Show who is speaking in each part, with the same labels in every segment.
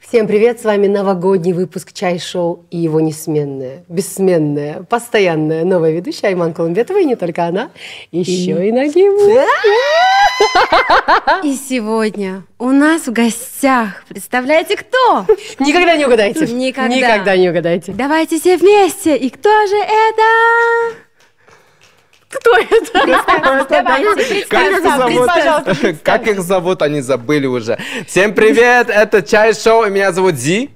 Speaker 1: Всем привет, с вами новогодний выпуск «Чай-шоу» и его несменная, бессменная, постоянная новая ведущая Айман Колумбетова, и не только она, еще и, Нагима.
Speaker 2: И сегодня у нас в гостях, представляете, кто?
Speaker 1: Никогда не угадайте.
Speaker 2: Никогда.
Speaker 1: Никогда не угадайте.
Speaker 2: Давайте все вместе, и кто же это?
Speaker 1: Кто это?
Speaker 2: Давайте,
Speaker 1: Представь,
Speaker 3: Как их
Speaker 1: сам,
Speaker 3: зовут?
Speaker 1: представь, пожалуйста, представь.
Speaker 3: Как их зовут, они забыли уже. Всем привет, это Чай Шоу, и меня зовут Зи.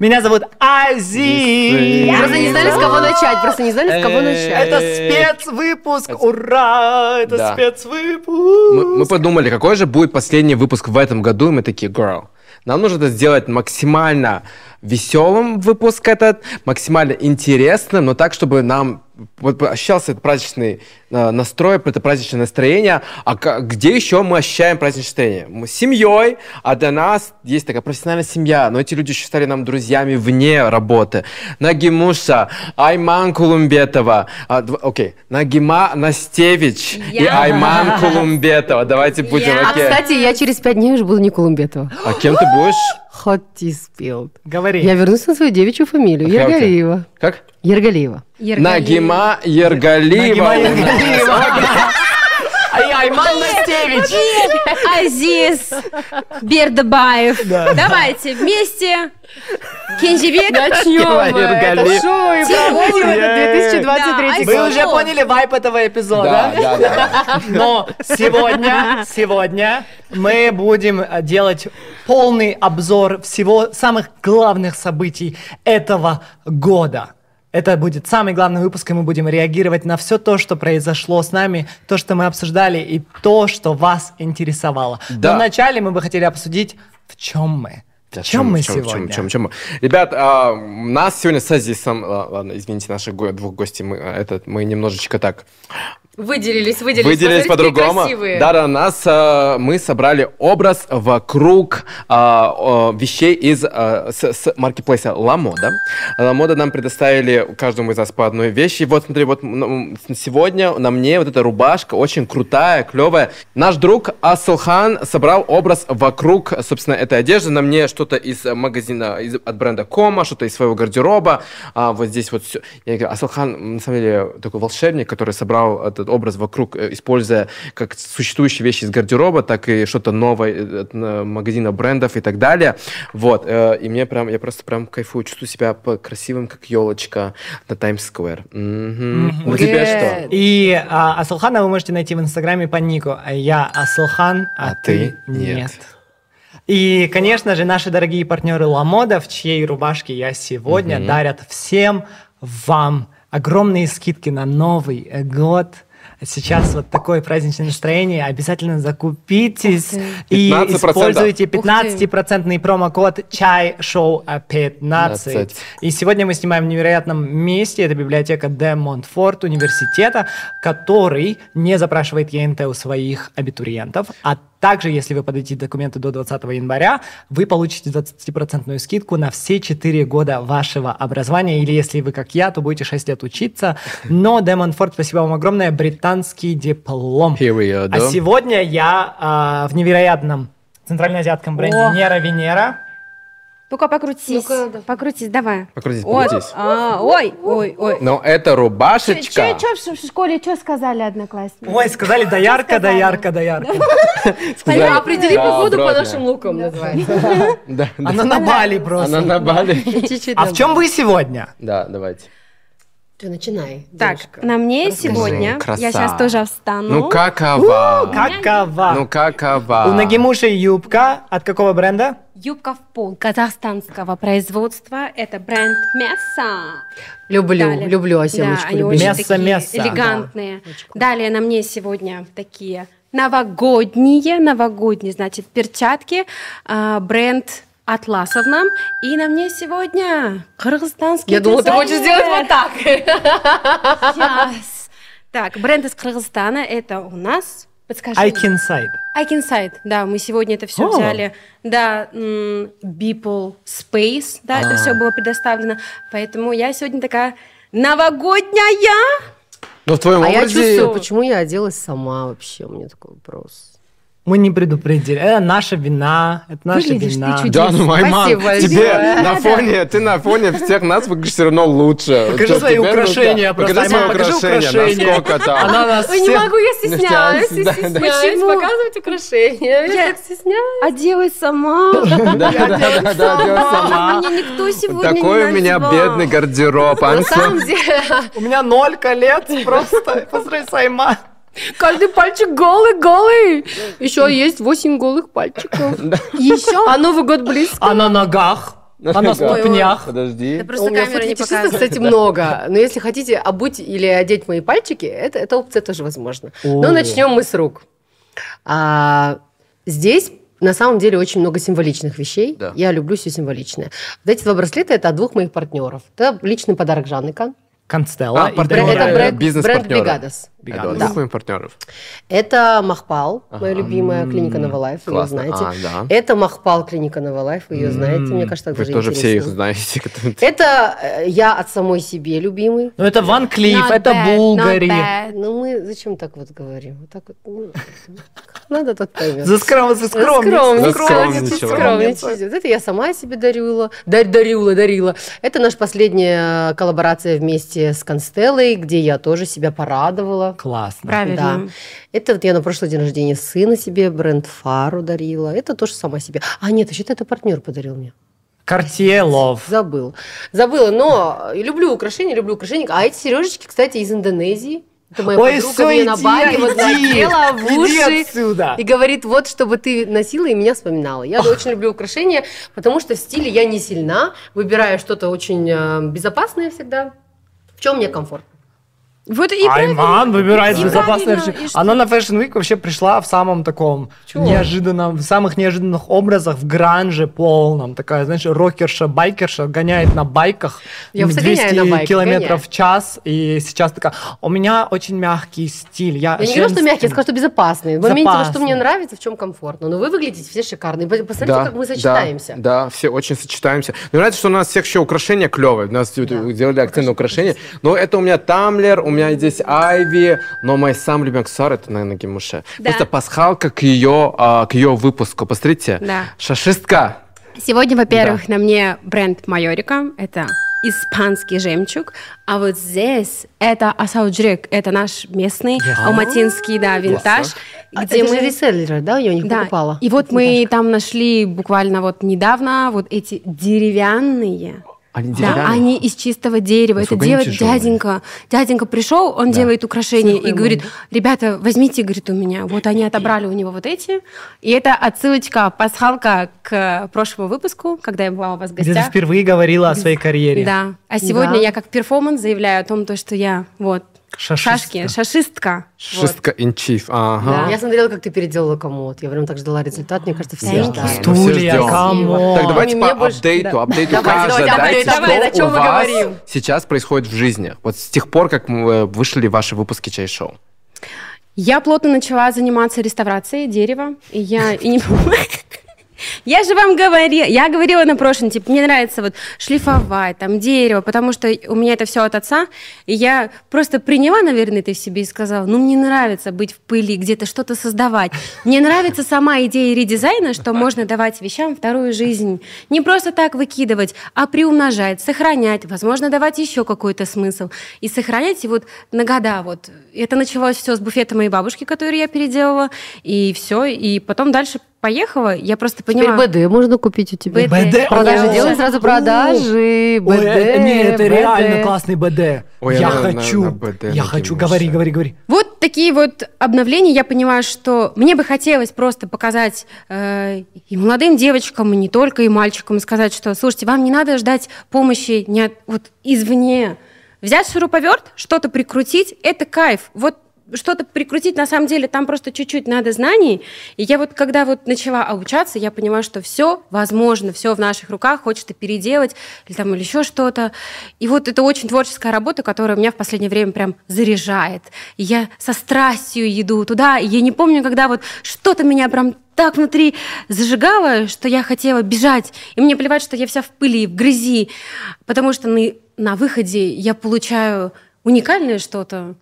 Speaker 4: Меня зовут Ази.
Speaker 1: Просто не знали, с кого начать, просто не знали, с кого
Speaker 3: Э,
Speaker 1: начать.
Speaker 4: Это спецвыпуск, ура! Это
Speaker 3: Да. Мы,
Speaker 4: спецвыпуск.
Speaker 3: мы подумали, какой же будет последний выпуск в этом году, и мы такие, girl, нам нужно это сделать максимально веселым выпуск этот, максимально интересным, но так, чтобы нам вот ощущался этот праздничный э, настрой, это праздничное настроение. А ка- где еще мы ощущаем праздничное настроение? Мы с семьей, а для нас есть такая профессиональная семья, но эти люди еще стали нам друзьями вне работы. Нагимуша, Айман Кулумбетова, а, дв- окей, Нагима Настевич и
Speaker 2: Я.
Speaker 3: Айман Кулумбетова. Давайте будем
Speaker 2: Я.
Speaker 1: А,
Speaker 3: окей.
Speaker 1: кстати, я через пять дней уже буду не Колумбетова.
Speaker 3: А кем ты будешь?
Speaker 1: Hot tea spilled.
Speaker 4: Говори.
Speaker 1: Я вернусь на свою девичью фамилию.
Speaker 3: Окей, окей.
Speaker 1: Ергалиева.
Speaker 3: Как?
Speaker 1: Ергалиева.
Speaker 3: Нагима Ергалиева.
Speaker 4: Нагима Ергалиева.
Speaker 1: Ай, Айман Настевич.
Speaker 2: Азиз Бердабаев. Давайте вместе. Кенжибек.
Speaker 1: Начнем
Speaker 3: Ира
Speaker 1: это
Speaker 3: Галиева.
Speaker 1: шоу и
Speaker 2: Тимур.
Speaker 1: праздник, это
Speaker 2: Да,
Speaker 1: 2023
Speaker 2: а
Speaker 1: год.
Speaker 4: Вы уже поняли вайп этого эпизода,
Speaker 3: Да, да, да.
Speaker 4: Но сегодня, сегодня мы будем э, делать полный обзор всего самых главных событий этого года. Это будет самый главный выпуск, и мы будем реагировать на все то, что произошло с нами, то, что мы обсуждали, и то, что вас интересовало.
Speaker 3: Да.
Speaker 4: Но вначале мы бы хотели обсудить, в чем мы. В
Speaker 3: Да,
Speaker 4: чем мы
Speaker 3: в чём, в чём,
Speaker 4: сегодня?
Speaker 3: в чём, в чём мы? Ребят, а, нас сегодня с Азисом, а, ладно, извините, наших го- двух гостей, мы, а, этот, мы немножечко так
Speaker 5: Выделились, выделились. Посмотрите, какие
Speaker 3: по-другому.
Speaker 5: красивые.
Speaker 3: Да, да, нас а, мы собрали образ вокруг а, о, вещей из а, с, с маркетплейса Ламода. Ламода нам предоставили каждому из нас по одной вещи. Вот смотри, вот м, м, сегодня на мне вот эта рубашка очень крутая, клевая. Наш друг Асылхан собрал образ вокруг, собственно, этой одежды. На мне что-то из магазина, из, от бренда Кома, что-то из своего гардероба. А, вот здесь вот все. Я говорю, Асылхан, м, на самом деле, такой волшебник, который собрал этот образ вокруг, э, используя как существующие вещи из гардероба, так и что-то новое э, от э, магазина брендов и так далее. Вот. э, И мне прям, я просто прям кайфую, чувствую себя по- красивым, как елочка на Таймс-сквер. Мгм. У тебя что?
Speaker 4: И а, Асылхана вы можете найти в Инстаграме по нику. А Я Асылхан, а,
Speaker 3: А ты нет.
Speaker 4: И, конечно же, наши дорогие партнеры Ламода, в чьей рубашке я сегодня, дарят всем вам огромные скидки на Новый э, год. Сейчас вот такое праздничное настроение. Обязательно закупитесь и
Speaker 3: 15%.
Speaker 4: используйте
Speaker 5: ты.
Speaker 4: 15% промокод чай шоу 15.
Speaker 3: 15.
Speaker 4: И сегодня мы снимаем в невероятном месте. Это библиотека Де Монтфорт университета, который не запрашивает ЕНТ у своих абитуриентов. А также, если вы подадите документы до 20 января, вы получите 20% скидку на все 4 года вашего образования. Или если вы, как я, то будете 6 лет учиться. Но Де Монтфорт, спасибо вам огромное, британский диплом.
Speaker 3: Period.
Speaker 4: А сегодня я а, в невероятном центральноазиатском бренде
Speaker 2: О.
Speaker 4: Нера Венера.
Speaker 2: Ну-ка, покрутись.
Speaker 5: Ну-ка,
Speaker 2: Покрутись, давай.
Speaker 3: Покрутись,
Speaker 2: Вот.
Speaker 3: покрутись.
Speaker 2: А, Ой, ой, ой.
Speaker 3: Но это рубашечка.
Speaker 5: Че в школе, что сказали одноклассники?
Speaker 4: Ой, сказали доярка, доярка, доярка.
Speaker 3: Сказали,
Speaker 5: Алина, определи
Speaker 3: да,
Speaker 5: погоду по
Speaker 3: обратно.
Speaker 5: нашим лукам, называется.
Speaker 3: Да, да.
Speaker 4: Она на Бали просто.
Speaker 3: Она на Бали.
Speaker 1: Чуть-чуть
Speaker 4: А в
Speaker 1: дам.
Speaker 4: чем вы сегодня?
Speaker 3: Да, давайте.
Speaker 1: Ты начинай,
Speaker 2: Так, на мне сегодня,
Speaker 3: Красава.
Speaker 2: я сейчас тоже встану.
Speaker 3: Ну какова? Ну
Speaker 4: Какова?
Speaker 3: какова?
Speaker 4: У Нагимуши юбка от какого бренда?
Speaker 2: Юбка в пол казахстанского производства. Это бренд Мясо.
Speaker 1: Люблю,
Speaker 2: Далее.
Speaker 1: люблю
Speaker 2: Да,
Speaker 1: Оселочку,
Speaker 2: они
Speaker 1: люблю.
Speaker 2: очень
Speaker 4: Мясо,
Speaker 2: такие
Speaker 4: мясо, да.
Speaker 2: элегантные. Далее на мне сегодня такие новогодние, новогодние, значит, перчатки, а, бренд Атласовна. И на мне сегодня кыргызстанский
Speaker 1: Я думала, ты хочешь сделать вот
Speaker 2: так. Так, бренд из Кыргызстана, это у нас... Подскажи.
Speaker 4: I
Speaker 2: мне.
Speaker 4: can side.
Speaker 2: Айкинсайд, да, мы сегодня это все
Speaker 4: О.
Speaker 2: взяли. Да, м, Beeple Space, да, это
Speaker 3: А.
Speaker 2: все было предоставлено. Поэтому я сегодня такая новогодняя.
Speaker 3: Ну в твоем
Speaker 1: А я
Speaker 3: образе...
Speaker 1: А чувствую, почему я оделась сама вообще, у меня такой вопрос.
Speaker 4: Мы не предупредили. Это наша вина. Это наша
Speaker 1: Выглядишь ты
Speaker 4: вина.
Speaker 1: чуть-
Speaker 3: Да, ну, Майман,
Speaker 1: Спасибо большое.
Speaker 3: тебе на фоне, ты на фоне всех нас выглядишь все равно лучше.
Speaker 4: Покажи
Speaker 3: Чё,
Speaker 4: свои
Speaker 3: тебе
Speaker 4: украшения
Speaker 3: нужно- ну Покажи
Speaker 4: просто,
Speaker 3: свои
Speaker 4: Айман, покажи
Speaker 3: украшения,
Speaker 4: украшения.
Speaker 3: насколько там.
Speaker 4: Она нас
Speaker 5: Ой, не
Speaker 4: всех-
Speaker 5: могу, я стесняюсь, я
Speaker 3: Да, да.
Speaker 5: стесняюсь
Speaker 2: Почему?
Speaker 5: показывать украшения.
Speaker 2: Я-
Speaker 5: Я так стесняюсь.
Speaker 2: А делай сама.
Speaker 3: Да, да, да, да, да, сама.
Speaker 2: Мне никто сегодня не
Speaker 3: Такой у меня
Speaker 2: нарисовал.
Speaker 3: бедный гардероб.
Speaker 5: На
Speaker 3: Анька.
Speaker 5: самом деле,
Speaker 4: У меня ноль колец просто. Посмотри, Сайман.
Speaker 1: Каждый пальчик голый-голый. Еще есть 8 голых пальчиков.
Speaker 5: еще
Speaker 1: А Новый год близко.
Speaker 4: А на ногах? А на ступнях?
Speaker 3: Подожди.
Speaker 2: Да просто
Speaker 1: У меня
Speaker 2: камера не
Speaker 1: фотки часов,
Speaker 2: показывает.
Speaker 1: кстати, много. Но если хотите обуть или одеть мои пальчики, это, эта опция тоже возможна. Но
Speaker 4: О.
Speaker 1: начнем мы с рук. А, здесь на самом деле очень много символичных вещей.
Speaker 3: Да.
Speaker 1: Я люблю все символичное. Вот эти два браслета это от двух моих партнеров. Это личный подарок Жанника.
Speaker 4: Констелла.
Speaker 3: А,
Speaker 4: и
Speaker 3: партнеры.
Speaker 4: Дэнни
Speaker 3: Бра-
Speaker 1: это
Speaker 4: Райан.
Speaker 1: бренд,
Speaker 3: Бизнес-партнеры.
Speaker 1: бренд Бригадос.
Speaker 3: Это
Speaker 4: Бригада.
Speaker 3: двух моих партнеров.
Speaker 1: Это Махпал, моя
Speaker 3: Ага. М-м-м.
Speaker 1: любимая клиника
Speaker 4: М,
Speaker 1: Новолайф, вы ее
Speaker 3: Классно.
Speaker 1: знаете.
Speaker 3: А, да. М-м.
Speaker 1: Это Махпал, клиника Новолайф, вы ее знаете. Мне
Speaker 4: М,
Speaker 1: кажется, так
Speaker 3: Вы
Speaker 1: даже
Speaker 3: тоже все их
Speaker 1: интересно.
Speaker 3: знаете.
Speaker 1: Это э, я от самой себе любимый.
Speaker 4: Ну это Ван Клифф,
Speaker 2: Not
Speaker 4: это
Speaker 2: bad, not
Speaker 4: Булгари.
Speaker 2: bad.
Speaker 1: Ну мы зачем так вот говорим? Вот так вот. ну, Надо тот поймет.
Speaker 4: Заскром,
Speaker 1: Скромничать,
Speaker 3: Заскромничала.
Speaker 1: скромничать, скромничать. Вот Это я сама себе дарила, дар- дарила, дарила. Это наша последняя коллаборация вместе с Констеллой, где я тоже себя порадовала.
Speaker 4: Классно.
Speaker 2: Правильно.
Speaker 1: Да. Это вот я на прошлый день рождения сына себе бренд Фару дарила. Это тоже сама себе. А нет, еще это партнер подарил мне.
Speaker 4: Cartier Love.
Speaker 1: Забыл. Забыла, но э, люблю украшения, люблю украшения. А эти сережечки, кстати, из Индонезии. Это моя
Speaker 4: Ой,
Speaker 1: подруга
Speaker 4: всё,
Speaker 1: мне на
Speaker 4: иди,
Speaker 1: Бали вот
Speaker 4: иди,
Speaker 1: надела в
Speaker 4: иди
Speaker 1: уши
Speaker 4: отсюда.
Speaker 1: и говорит, вот, чтобы ты носила и меня вспоминала. Я очень люблю украшения, потому что в стиле я не сильна, выбираю что-то очень э, безопасное всегда. В чем мне комфорт?
Speaker 2: Вот и
Speaker 4: Айман выбирает
Speaker 2: И
Speaker 4: безопасное
Speaker 2: правильно,
Speaker 4: решение.
Speaker 2: и что?
Speaker 4: Она на Fashion Week вообще пришла в самом таком неожиданном, в самых неожиданных образах, в гранже полном. Такая, знаешь, рокерша, байкерша, гоняет на байках
Speaker 1: Я, кстати, гоняю на байке,
Speaker 4: километров
Speaker 1: гоняю.
Speaker 4: в час. И сейчас такая, у меня очень мягкий стиль.
Speaker 1: Я не
Speaker 4: Я,
Speaker 1: говорю, что
Speaker 4: женственный».
Speaker 1: мягкий, я скажу, что безопасный. В моменте, во что
Speaker 4: Безопасный.
Speaker 1: мне нравится, в чем комфортно. Но вы выглядите все шикарно. И Посмотрите, как мы
Speaker 3: да,
Speaker 1: сочетаемся.
Speaker 3: Да, все очень сочетаемся. Мне нравится, что у нас всех еще украшения клевые. У нас тут делали акцент на украшения. Но это у меня Тамлер, у меня здесь Айви, но мой сам любимый аксессуар это, наверное, Гимуше.
Speaker 2: Да.
Speaker 3: Просто пасхалка к ее, а, к ее выпуску. Посмотрите.
Speaker 2: Да.
Speaker 3: Шашистка.
Speaker 2: Сегодня, во-первых, на мне бренд Майорика. Это испанский жемчуг. А вот здесь это асауджрек. Это наш местный алматинский, да, винтаж.
Speaker 1: А
Speaker 2: Где
Speaker 1: это же
Speaker 2: мы...
Speaker 1: реселлеры, да, я у них
Speaker 2: Да,
Speaker 1: покупала.
Speaker 2: и вот мы там нашли буквально вот недавно вот эти деревянные
Speaker 3: Они
Speaker 2: Да,
Speaker 3: деревянные?
Speaker 2: они из чистого дерева. Это
Speaker 3: Насколько они
Speaker 2: делает
Speaker 3: тяжелые?
Speaker 2: дяденька. Дяденька пришел, он делает украшения и говорит, ребята, возьмите, говорит, у меня. Вот они отобрали у него вот эти. И это отсылочка, пасхалка к прошлому выпуску, когда я была у вас в
Speaker 4: Где ты
Speaker 2: гостях.
Speaker 4: впервые говорила о своей карьере.
Speaker 2: Да. А сегодня
Speaker 1: Да.
Speaker 2: я как перформанс заявляю о том, то, что я вот
Speaker 4: Шашистка.
Speaker 2: шашки, шашистка. Вот.
Speaker 3: Шашистка in chief. Ага.
Speaker 1: Я смотрела, как ты переделала комод. Я прям так ждала результат. Мне кажется, все
Speaker 2: Да.
Speaker 1: ждали.
Speaker 3: Ну, все
Speaker 4: Стулья,
Speaker 3: ждем.
Speaker 4: камон.
Speaker 3: Так, давайте
Speaker 1: Они
Speaker 3: по
Speaker 1: мне больше-
Speaker 3: апдейту,
Speaker 1: да.
Speaker 3: апдейту
Speaker 1: Давайте,
Speaker 3: каждый.
Speaker 1: давайте,
Speaker 3: Дайте,
Speaker 1: апдейт, апдейт, о
Speaker 3: что
Speaker 1: чем
Speaker 3: у
Speaker 1: мы
Speaker 3: вас
Speaker 1: говорим.
Speaker 3: сейчас происходит в жизни. Вот с тех пор, как м, э, вышли ваши выпуски чай-шоу.
Speaker 2: Я плотно начала заниматься реставрацией дерева, и я и не пом- Я же вам говорила, я говорила на прошлом, типа, мне нравится вот шлифовать там дерево, потому что у меня это все от отца, и я просто приняла, наверное, это в себе и сказала, ну, мне нравится быть в пыли, где-то что-то создавать. Мне нравится сама идея редизайна, что можно давать вещам вторую жизнь. Не просто так выкидывать, а приумножать, сохранять, возможно, давать еще какой-то смысл. И сохранять и вот на года вот. Это началось все с буфета моей бабушки, который я переделала, и все, и потом дальше поехала. Я просто
Speaker 1: Теперь
Speaker 2: поняла...
Speaker 1: БД можно купить у тебя.
Speaker 2: БД.
Speaker 4: БД?
Speaker 1: Э, Продажи
Speaker 2: Я
Speaker 1: делай
Speaker 2: уже-
Speaker 1: сразу продажи. БД.
Speaker 4: Ой, э, не, это
Speaker 1: БД.
Speaker 4: реально классный БД.
Speaker 3: Ой,
Speaker 4: я
Speaker 3: я на- на-
Speaker 4: хочу,
Speaker 3: на БД
Speaker 4: я
Speaker 3: накинулся.
Speaker 4: хочу, говори, говори, говори.
Speaker 2: Вот такие вот обновления, я понимаю, что мне бы хотелось просто показать э, и молодым девочкам, и не только, и мальчикам, сказать, что, слушайте, вам не надо ждать помощи не от- вот извне. Взять шуруповерт, что-то прикрутить, это кайф. Вот что-то прикрутить, на самом деле, там просто чуть-чуть надо знаний. И я вот, когда вот начала обучаться, я поняла, что все возможно, все в наших руках, хочешь ты переделать или там или еще что-то. И вот это очень творческая работа, которая меня в последнее время прям заряжает. И я со страстью иду туда, и я не помню, когда вот что-то меня прям так внутри зажигало, что я хотела бежать. И мне плевать, что я вся в пыли, в грязи, потому что на, на выходе я получаю уникальное что-то,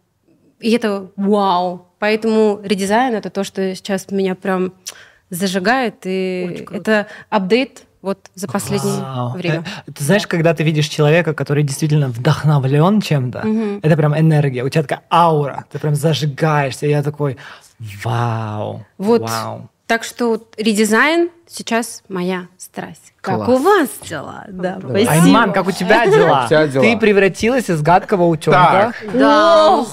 Speaker 2: И это вау. Поэтому редизайн это то, что сейчас меня прям зажигает. И это апдейт вот за последнее
Speaker 4: Вау.
Speaker 2: время.
Speaker 4: Э, Ты знаешь, когда ты видишь человека, который действительно вдохновлен чем-то,
Speaker 2: Мгм.
Speaker 4: это прям энергия, у тебя такая аура, ты прям зажигаешься, и я такой, вау,
Speaker 2: Вот.
Speaker 4: вау.
Speaker 2: Так что вот редизайн сейчас моя страсть. Как у
Speaker 3: Класс.
Speaker 2: вас дела? Да,
Speaker 3: Давай.
Speaker 2: спасибо.
Speaker 4: Айман, как у тебя дела?
Speaker 3: У тебя дела.
Speaker 4: Ты превратилась из гадкого утенка.
Speaker 1: Да.
Speaker 2: Ох,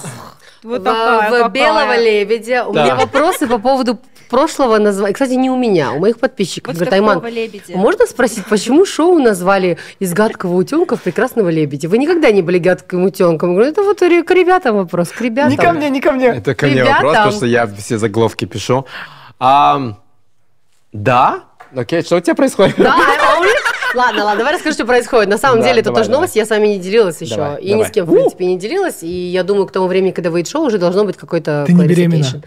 Speaker 2: вот
Speaker 1: в,
Speaker 2: такая,
Speaker 1: в
Speaker 2: какая.
Speaker 1: белого лебедя. У
Speaker 3: Да.
Speaker 1: меня вопросы по поводу прошлого названия. Кстати, не у меня, у моих подписчиков.
Speaker 2: Вот
Speaker 1: Говорят,
Speaker 2: какого
Speaker 1: «Айман,
Speaker 2: лебедя?
Speaker 1: Можно спросить, почему шоу назвали «Из гадкого утенка в прекрасного лебедя»? Вы никогда не были гадким утенком. Я Говорю, это вот ре- к ребятам вопрос, к ребятам.
Speaker 4: Не ко мне, не ко мне.
Speaker 3: Это ко мне
Speaker 1: Ребята.
Speaker 3: вопрос, потому что я все заглавки пишу. Ам, да? Окей, что у тебя происходит?
Speaker 1: Да, а у них- Ладно, ладно, давай расскажу, что происходит. На самом
Speaker 3: Да,
Speaker 1: деле, это
Speaker 3: давай,
Speaker 1: тоже
Speaker 3: давай.
Speaker 1: новость, я с вами не делилась еще.
Speaker 3: Давай,
Speaker 1: и
Speaker 3: давай.
Speaker 1: ни с кем, в принципе, не делилась. И я думаю, к тому времени, когда выйдет шоу, уже должно быть какой-то
Speaker 4: Ты не беременна?
Speaker 1: clarification.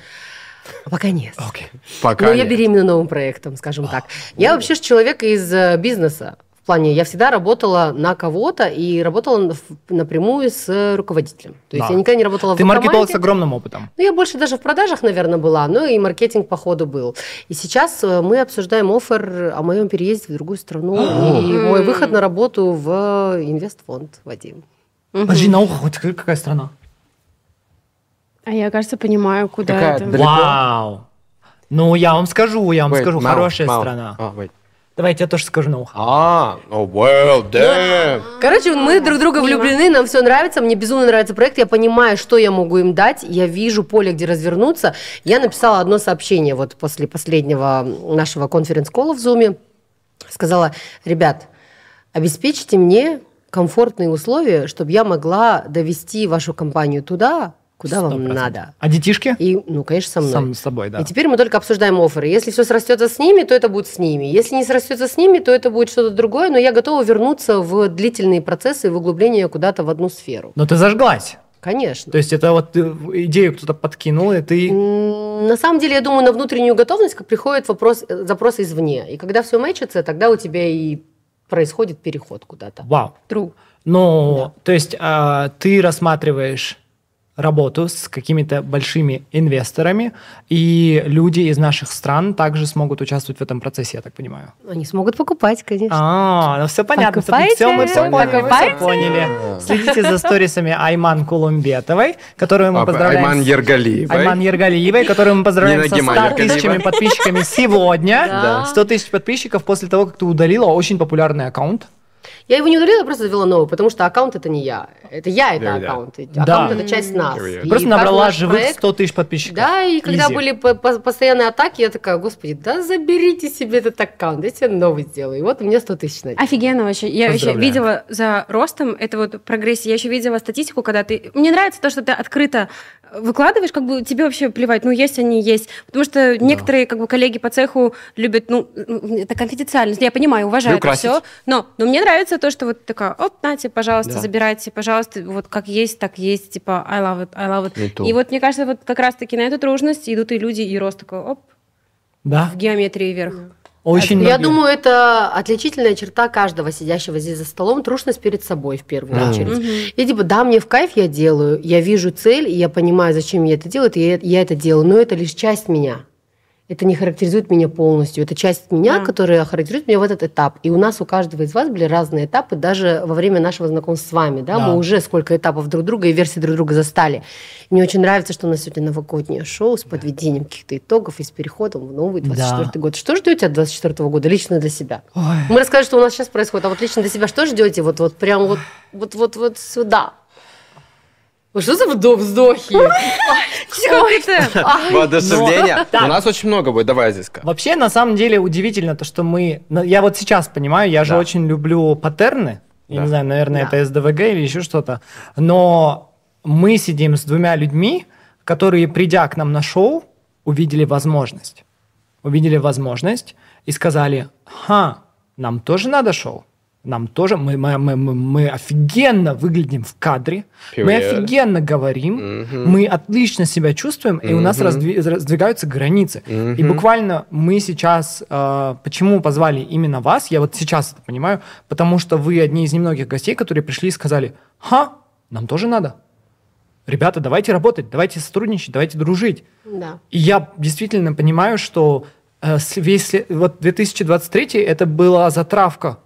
Speaker 1: Пока нет.
Speaker 3: Пока
Speaker 4: Ну,
Speaker 1: Но я
Speaker 3: нет.
Speaker 1: беременна новым проектом, скажем так. Я вообще ж человек из э, бизнеса. В плане, я всегда работала на кого-то и работала на- в- напрямую с э, руководителем. То есть
Speaker 4: Да.
Speaker 1: я никогда не работала
Speaker 4: Ты
Speaker 1: в
Speaker 4: маркетолог
Speaker 1: команде.
Speaker 4: с огромным опытом.
Speaker 1: Ну, я больше даже в продажах, наверное, была, ну и маркетинг, походу, был. И сейчас э, мы обсуждаем офер о моем переезде в другую страну и
Speaker 2: М.
Speaker 1: мой выход на работу в э, инвестфонд, Вадим.
Speaker 2: Мгм.
Speaker 4: Подожди, на ухо, хоть скажи, какая страна?
Speaker 2: А я, кажется, понимаю, куда
Speaker 3: Какая
Speaker 2: это.
Speaker 3: Далеко?
Speaker 4: Вау. Ну, я вам скажу, я вам
Speaker 3: Wait,
Speaker 4: скажу,
Speaker 3: Mao,
Speaker 4: хорошая
Speaker 3: Mao.
Speaker 4: страна.
Speaker 3: А, wait.
Speaker 4: Давай, я тебе тоже скажу на ухо.
Speaker 3: А, oh, well, damn.
Speaker 1: Короче, мы друг друга
Speaker 2: Понимаю.
Speaker 1: влюблены, нам все нравится, мне безумно нравится проект, я понимаю, что я могу им дать, я вижу поле, где развернуться. Я написала одно сообщение вот после последнего нашего конференц-кола в Зуме, сказала, ребят, обеспечьте мне комфортные условия, чтобы я могла довести вашу компанию туда, куда вам
Speaker 4: 100%.
Speaker 1: надо.
Speaker 4: А детишки?
Speaker 1: И, ну, конечно, со мной.
Speaker 4: Сам с собой, да.
Speaker 1: И теперь мы только обсуждаем оферы. Если все срастется с ними, то это будет с ними. Если не срастется с ними, то это будет что-то другое. Но я готова вернуться в длительные процессы и в углубление куда-то в одну сферу.
Speaker 4: Но Ну, ты зажглась.
Speaker 1: Конечно.
Speaker 4: То есть это вот ты- идею кто-то подкинул, и ты...
Speaker 1: М, На самом деле, я думаю, на внутреннюю готовность как приходит вопрос, э, запрос извне. И когда все мэчится, тогда у тебя и происходит переход куда-то.
Speaker 4: Вау.
Speaker 2: Друг.
Speaker 4: Ну, то есть а, ты рассматриваешь работу с какими-то большими инвесторами, и люди из наших стран также смогут участвовать в этом процессе, я так понимаю.
Speaker 1: Они смогут покупать, конечно.
Speaker 4: А, ну все понятно,
Speaker 1: Покупайте,
Speaker 4: все, мы все поняли, мы всё
Speaker 1: покупайте.
Speaker 4: поняли. Следите за сторисами Айман Кулумбетовой, которую мы
Speaker 3: А,
Speaker 4: поздравляем.
Speaker 3: Айман
Speaker 4: с-
Speaker 3: Ергалиевой.
Speaker 4: Айман Ергалиевой, которую мы поздравляем
Speaker 3: Не
Speaker 4: со
Speaker 3: Нагима
Speaker 4: 100
Speaker 3: Ергалиева.
Speaker 4: тысячами подписчиками сегодня.
Speaker 1: Да.
Speaker 4: 100 тысяч подписчиков после того, как ты удалила очень популярный аккаунт.
Speaker 1: Я его не удалила, я просто завела новый, потому что аккаунт это не я. Это я, это
Speaker 3: Да-да.
Speaker 1: аккаунт.
Speaker 4: Да.
Speaker 1: Аккаунт это часть нас.
Speaker 3: Ты
Speaker 1: И
Speaker 4: Просто
Speaker 1: каждый
Speaker 4: набрала
Speaker 1: наш
Speaker 4: живых
Speaker 1: проект-
Speaker 4: 100 тысяч подписчиков.
Speaker 1: Да, и когда
Speaker 4: Изи.
Speaker 1: были по- по- постоянные атаки, я такая, господи, да заберите себе этот аккаунт, я тебе новый сделаю. И вот у меня 100 тысяч на
Speaker 2: Офигенно вообще. Я еще
Speaker 4: Поздравляю.
Speaker 2: видела за ростом это вот прогрессия. Я еще видела статистику, когда ты... Мне нравится то, что ты открыто выкладываешь, как бы тебе вообще плевать, ну, есть они, есть. Потому что некоторые, как бы, коллеги по цеху любят, ну, это конфиденциальность. Я понимаю, уважаю это
Speaker 3: Приукрасить.
Speaker 2: все. Но, но мне нравится то, что вот такая, оп, нате, пожалуйста,
Speaker 3: Да.
Speaker 2: забирайте, пожалуйста, вот как есть, так есть, типа, I love it, I love
Speaker 3: Me
Speaker 2: it.
Speaker 3: too.
Speaker 2: И вот, мне кажется, вот как раз-таки на эту дружность идут и люди, и рост такой, оп,
Speaker 4: Да,
Speaker 2: в геометрии вверх.
Speaker 4: очень
Speaker 1: Я
Speaker 4: многие.
Speaker 1: думаю, это отличительная черта каждого сидящего здесь за столом, трушность перед собой в первую
Speaker 3: Да.
Speaker 1: очередь.
Speaker 2: Мгм.
Speaker 1: Я типа, да, мне в кайф, я делаю, я вижу цель, и я понимаю, зачем я это делаю, и я, я это делаю, но это лишь часть меня. Это не характеризует меня полностью. Это часть меня,
Speaker 2: Да.
Speaker 1: которая характеризует меня в этот этап. И у нас у каждого из вас были разные этапы, даже во время нашего знакомства с вами. Да?
Speaker 4: Да.
Speaker 1: Мы уже сколько этапов друг друга и версии друг друга застали. Мне очень нравится, что у нас сегодня новогоднее шоу с подведением каких-то итогов и с переходом в новый
Speaker 4: Да.
Speaker 1: 24 год. Что ждете от 24 года лично для себя?
Speaker 4: Ой.
Speaker 1: Мы расскажем, что у нас сейчас происходит. А вот лично для себя что ждете? Вот, вот прям вот, вот, вот, вот сюда. Ой, Что за вдо- вздохи? ну.
Speaker 2: Какой-то-
Speaker 3: Воодушевление. У нас очень много будет, давай, Азиска.
Speaker 4: Вообще, на самом деле, удивительно то, что мы... на- Я вот сейчас понимаю, я же
Speaker 3: Да.
Speaker 4: очень люблю паттерны. Я
Speaker 3: Да.
Speaker 4: не знаю, наверное,
Speaker 1: Да.
Speaker 4: это СДВГ или еще что-то. Но мы сидим с двумя людьми, которые, придя к нам на шоу, увидели возможность. Увидели возможность и сказали, ха, нам тоже надо шоу. Нам тоже, мы, мы, мы, мы- мы офигенно выглядим в кадре, мы
Speaker 3: Period.
Speaker 4: офигенно говорим,
Speaker 3: Мгм.
Speaker 4: мы отлично себя чувствуем, и у нас
Speaker 3: Мгм.
Speaker 4: раздви- раздвигаются границы. И
Speaker 3: Мгм.
Speaker 4: буквально мы сейчас, э, почему позвали именно вас, я вот сейчас это понимаю, потому что вы одни из немногих гостей, которые пришли и сказали, ха, нам тоже надо. ребята, давайте работать, давайте сотрудничать, давайте дружить.
Speaker 1: Да.
Speaker 4: И я действительно понимаю, что э, с- весь сле- вот 2023 это была затравка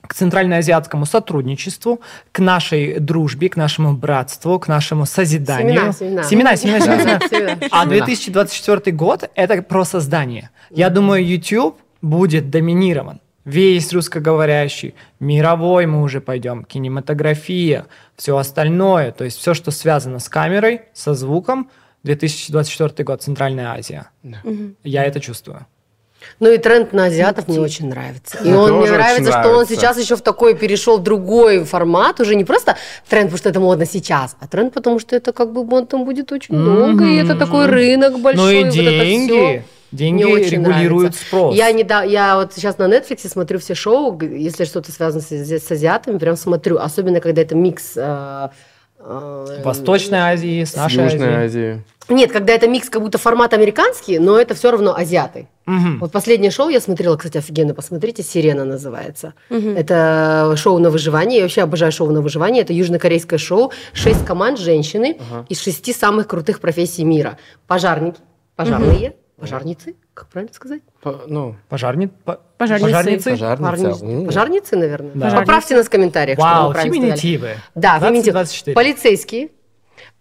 Speaker 4: к центральноазиатскому сотрудничеству, к нашей дружбе, к нашему братству, к нашему созиданию.
Speaker 1: Семена,
Speaker 4: семена, семена, семена.
Speaker 1: Всё.
Speaker 4: А 2024 год – это про создание. Я думаю, YouTube будет доминирован. Весь русскоговорящий, мировой мы уже пойдем, кинематография, все остальное, то есть все, что связано с камерой, со звуком, 2024 год, Центральная Азия.
Speaker 2: Мгм.
Speaker 4: Я это чувствую.
Speaker 1: Ну и тренд на азиатов мне очень нравится. И
Speaker 3: Мне
Speaker 1: он мне
Speaker 3: тоже очень
Speaker 1: нравится, что он
Speaker 3: нравится.
Speaker 1: сейчас еще в такой перешел в другой формат. Уже не просто тренд, потому что это модно сейчас, а тренд, потому что это как бы мод там будет очень много, и это такой рынок большой.
Speaker 4: ну и
Speaker 1: вот это
Speaker 4: деньги,
Speaker 1: всё.
Speaker 4: деньги
Speaker 1: Мне очень
Speaker 4: регулируют
Speaker 1: нравится.
Speaker 4: спрос.
Speaker 1: Я, не да, я вот сейчас на Netflix смотрю все шоу, г- если что-то связано с, ази- с азиатами, прям смотрю. Особенно, когда это микс... э, э,
Speaker 4: Восточной Азии, с нашей
Speaker 3: Южной
Speaker 4: Азии.
Speaker 3: Азии.
Speaker 1: Нет, когда это микс как будто формат американский, но это все равно азиаты.
Speaker 4: Мгм.
Speaker 1: Вот последнее шоу я смотрела, кстати, офигенно, посмотрите, «Сирена» называется.
Speaker 2: Мгм.
Speaker 1: Это шоу на выживание, я вообще обожаю шоу на выживание, это южнокорейское шоу, шесть команд женщины
Speaker 3: Ага.
Speaker 1: из шести самых крутых профессий мира. Пожарники, пожарные, пожарницы, как правильно сказать?
Speaker 3: По- Ну,
Speaker 4: Пожарни- по-
Speaker 2: Пожарницы.
Speaker 3: пожарница.
Speaker 1: Парни-
Speaker 3: М.
Speaker 1: Пожарницы, наверное.
Speaker 4: Да.
Speaker 1: Поправьте нас в комментариях, чтобы
Speaker 4: Вау,
Speaker 1: мы правильно сказали.
Speaker 4: феминитивы.
Speaker 1: Да,
Speaker 4: 20,
Speaker 1: феминитив.
Speaker 4: 24.
Speaker 1: Полицейские,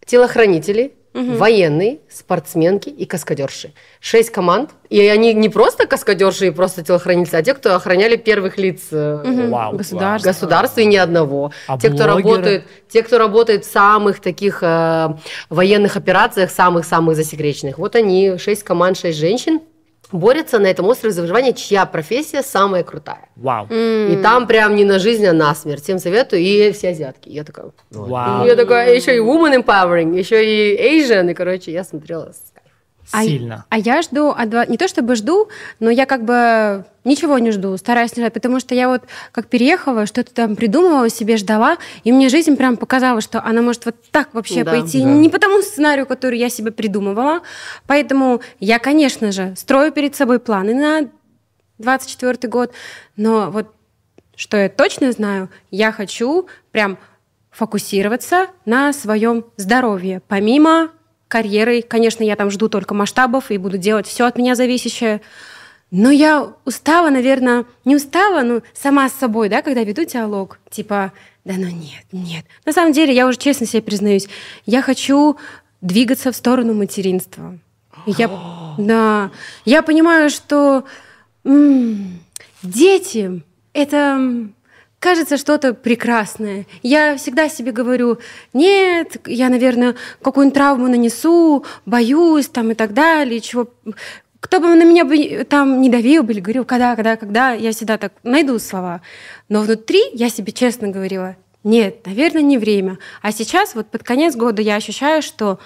Speaker 1: телохранители,
Speaker 2: Мгм.
Speaker 1: военные, спортсменки и каскадерши. Шесть команд. И они не просто каскадерши и просто телохранители, а те, кто охраняли первых лиц э,
Speaker 2: Мгм.
Speaker 4: Вау,
Speaker 2: Государство.
Speaker 1: государства и ни одного.
Speaker 4: А
Speaker 1: те, кто
Speaker 4: блогеры?
Speaker 1: работает, те, кто работает в самых таких э, военных операциях, самых-самых засекреченных. Вот они, шесть команд, шесть женщин, борются на этом острове за выживание, чья профессия самая крутая.
Speaker 4: Вау.
Speaker 2: М.
Speaker 1: И там прям не на жизнь, а на смерть. Всем советую. И все азиатки. Я такая...
Speaker 4: Вау.
Speaker 1: Я такая, еще и woman empowering, еще и Asian. И, короче, я смотрела. с кайфом.
Speaker 2: А-
Speaker 4: Сильно.
Speaker 2: А я жду, от два- не то чтобы жду, но я как бы ничего не жду, стараюсь не ждать, потому что я вот как переехала, что-то там придумывала, себе ждала, и мне жизнь прям показала, что она может вот так вообще
Speaker 1: Да.
Speaker 2: пойти,
Speaker 3: Да.
Speaker 2: не по тому сценарию, который я себе придумывала. Поэтому я, конечно же, строю перед собой планы на 24 год, но вот что я точно знаю, я хочу прям фокусироваться на своем здоровье, помимо карьеры. Конечно, я там жду только масштабов и буду делать все от меня зависящее. Но я устала, наверное, не устала, но сама с собой, да, когда веду диалог, типа, да ну нет, нет. На самом деле, я уже честно себе признаюсь, я хочу двигаться в сторону материнства. И Я, да, я понимаю, что м, дети – это м, кажется что-то прекрасное. Я всегда себе говорю, нет, я, наверное, какую-нибудь травму нанесу, боюсь там и так далее, чего. Кто бы на меня бы э, там не давил бы или говорил, когда, когда, когда, я всегда так найду слова. Но внутри я себе честно говорила, нет, наверное, не время. А сейчас, вот под конец года, я ощущаю, что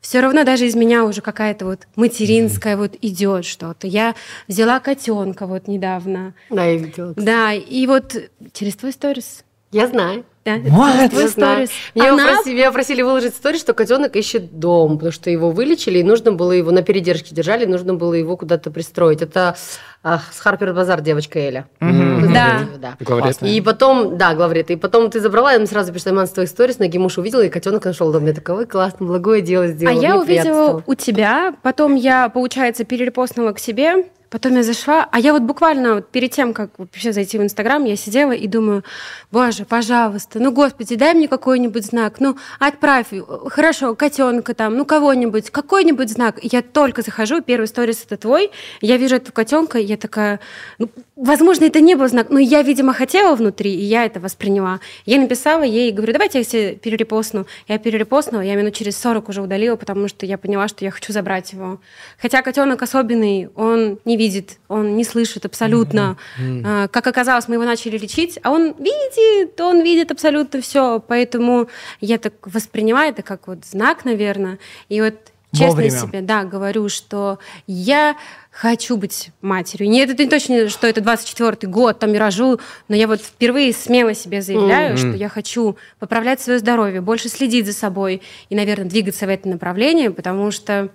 Speaker 2: все равно даже из меня уже какая-то вот материнская вот идет что-то. Я взяла котенка вот недавно.
Speaker 1: Да, я видела.
Speaker 2: Да, и вот через твой сторис.
Speaker 1: Я знаю.
Speaker 2: Да,
Speaker 4: What?
Speaker 2: твой
Speaker 1: я знаю.
Speaker 2: сторис.
Speaker 1: Меня,
Speaker 2: Она-
Speaker 1: проси- меня просили выложить историю, что котенок ищет дом, потому что его вылечили, и нужно было его на передержке держали, нужно было его куда-то пристроить. Это ах, с Харпер Базар девочка Эля.
Speaker 4: Мгм.
Speaker 1: Вы знаете
Speaker 2: Да.
Speaker 1: её, да.
Speaker 3: Говорит.
Speaker 4: Классно.
Speaker 1: И потом, да, говорит, и потом ты забрала, и она сразу пишет, Айман, с твоих сторис, ноги муж увидела, и котенок нашел дом. Я такая, ой, классно, благое дело
Speaker 2: А
Speaker 1: сделала.
Speaker 2: я
Speaker 1: мне приятно
Speaker 2: увидела
Speaker 1: стало».
Speaker 2: у тебя, потом я, получается, перерепостнула к себе, потом я зашла, а я вот буквально вот перед тем, как вообще зайти в Инстаграм, я сидела и думаю, боже, пожалуйста, ну, господи, дай мне какой-нибудь знак, ну, отправь, э, хорошо, котенка там, ну, кого-нибудь, какой-нибудь знак. И я только захожу, первый сторис это твой, я вижу этого котенка, и я такая, ну, возможно, это не был знак, но я, видимо, хотела внутри, и я это восприняла. Я написала ей, говорю, давайте я все перерепостну. Я перерепостнула, я минут через 40 уже удалила, потому что я поняла, что я хочу забрать его. Хотя котенок особенный, он не видит, он не слышит абсолютно. А, Как оказалось, мы его начали лечить, а он видит, он видит абсолютно все. Поэтому я так восприняла это как вот знак, наверное. И вот честно
Speaker 4: Вовремя.
Speaker 2: себе, да, говорю, что я хочу быть матерью. Нет, это не точно, что это 24-й год, там я рожу, но я вот впервые смело себе заявляю,
Speaker 3: Мгм.
Speaker 2: что я хочу поправлять свое здоровье, больше следить за собой и, наверное, двигаться в это направление, потому что,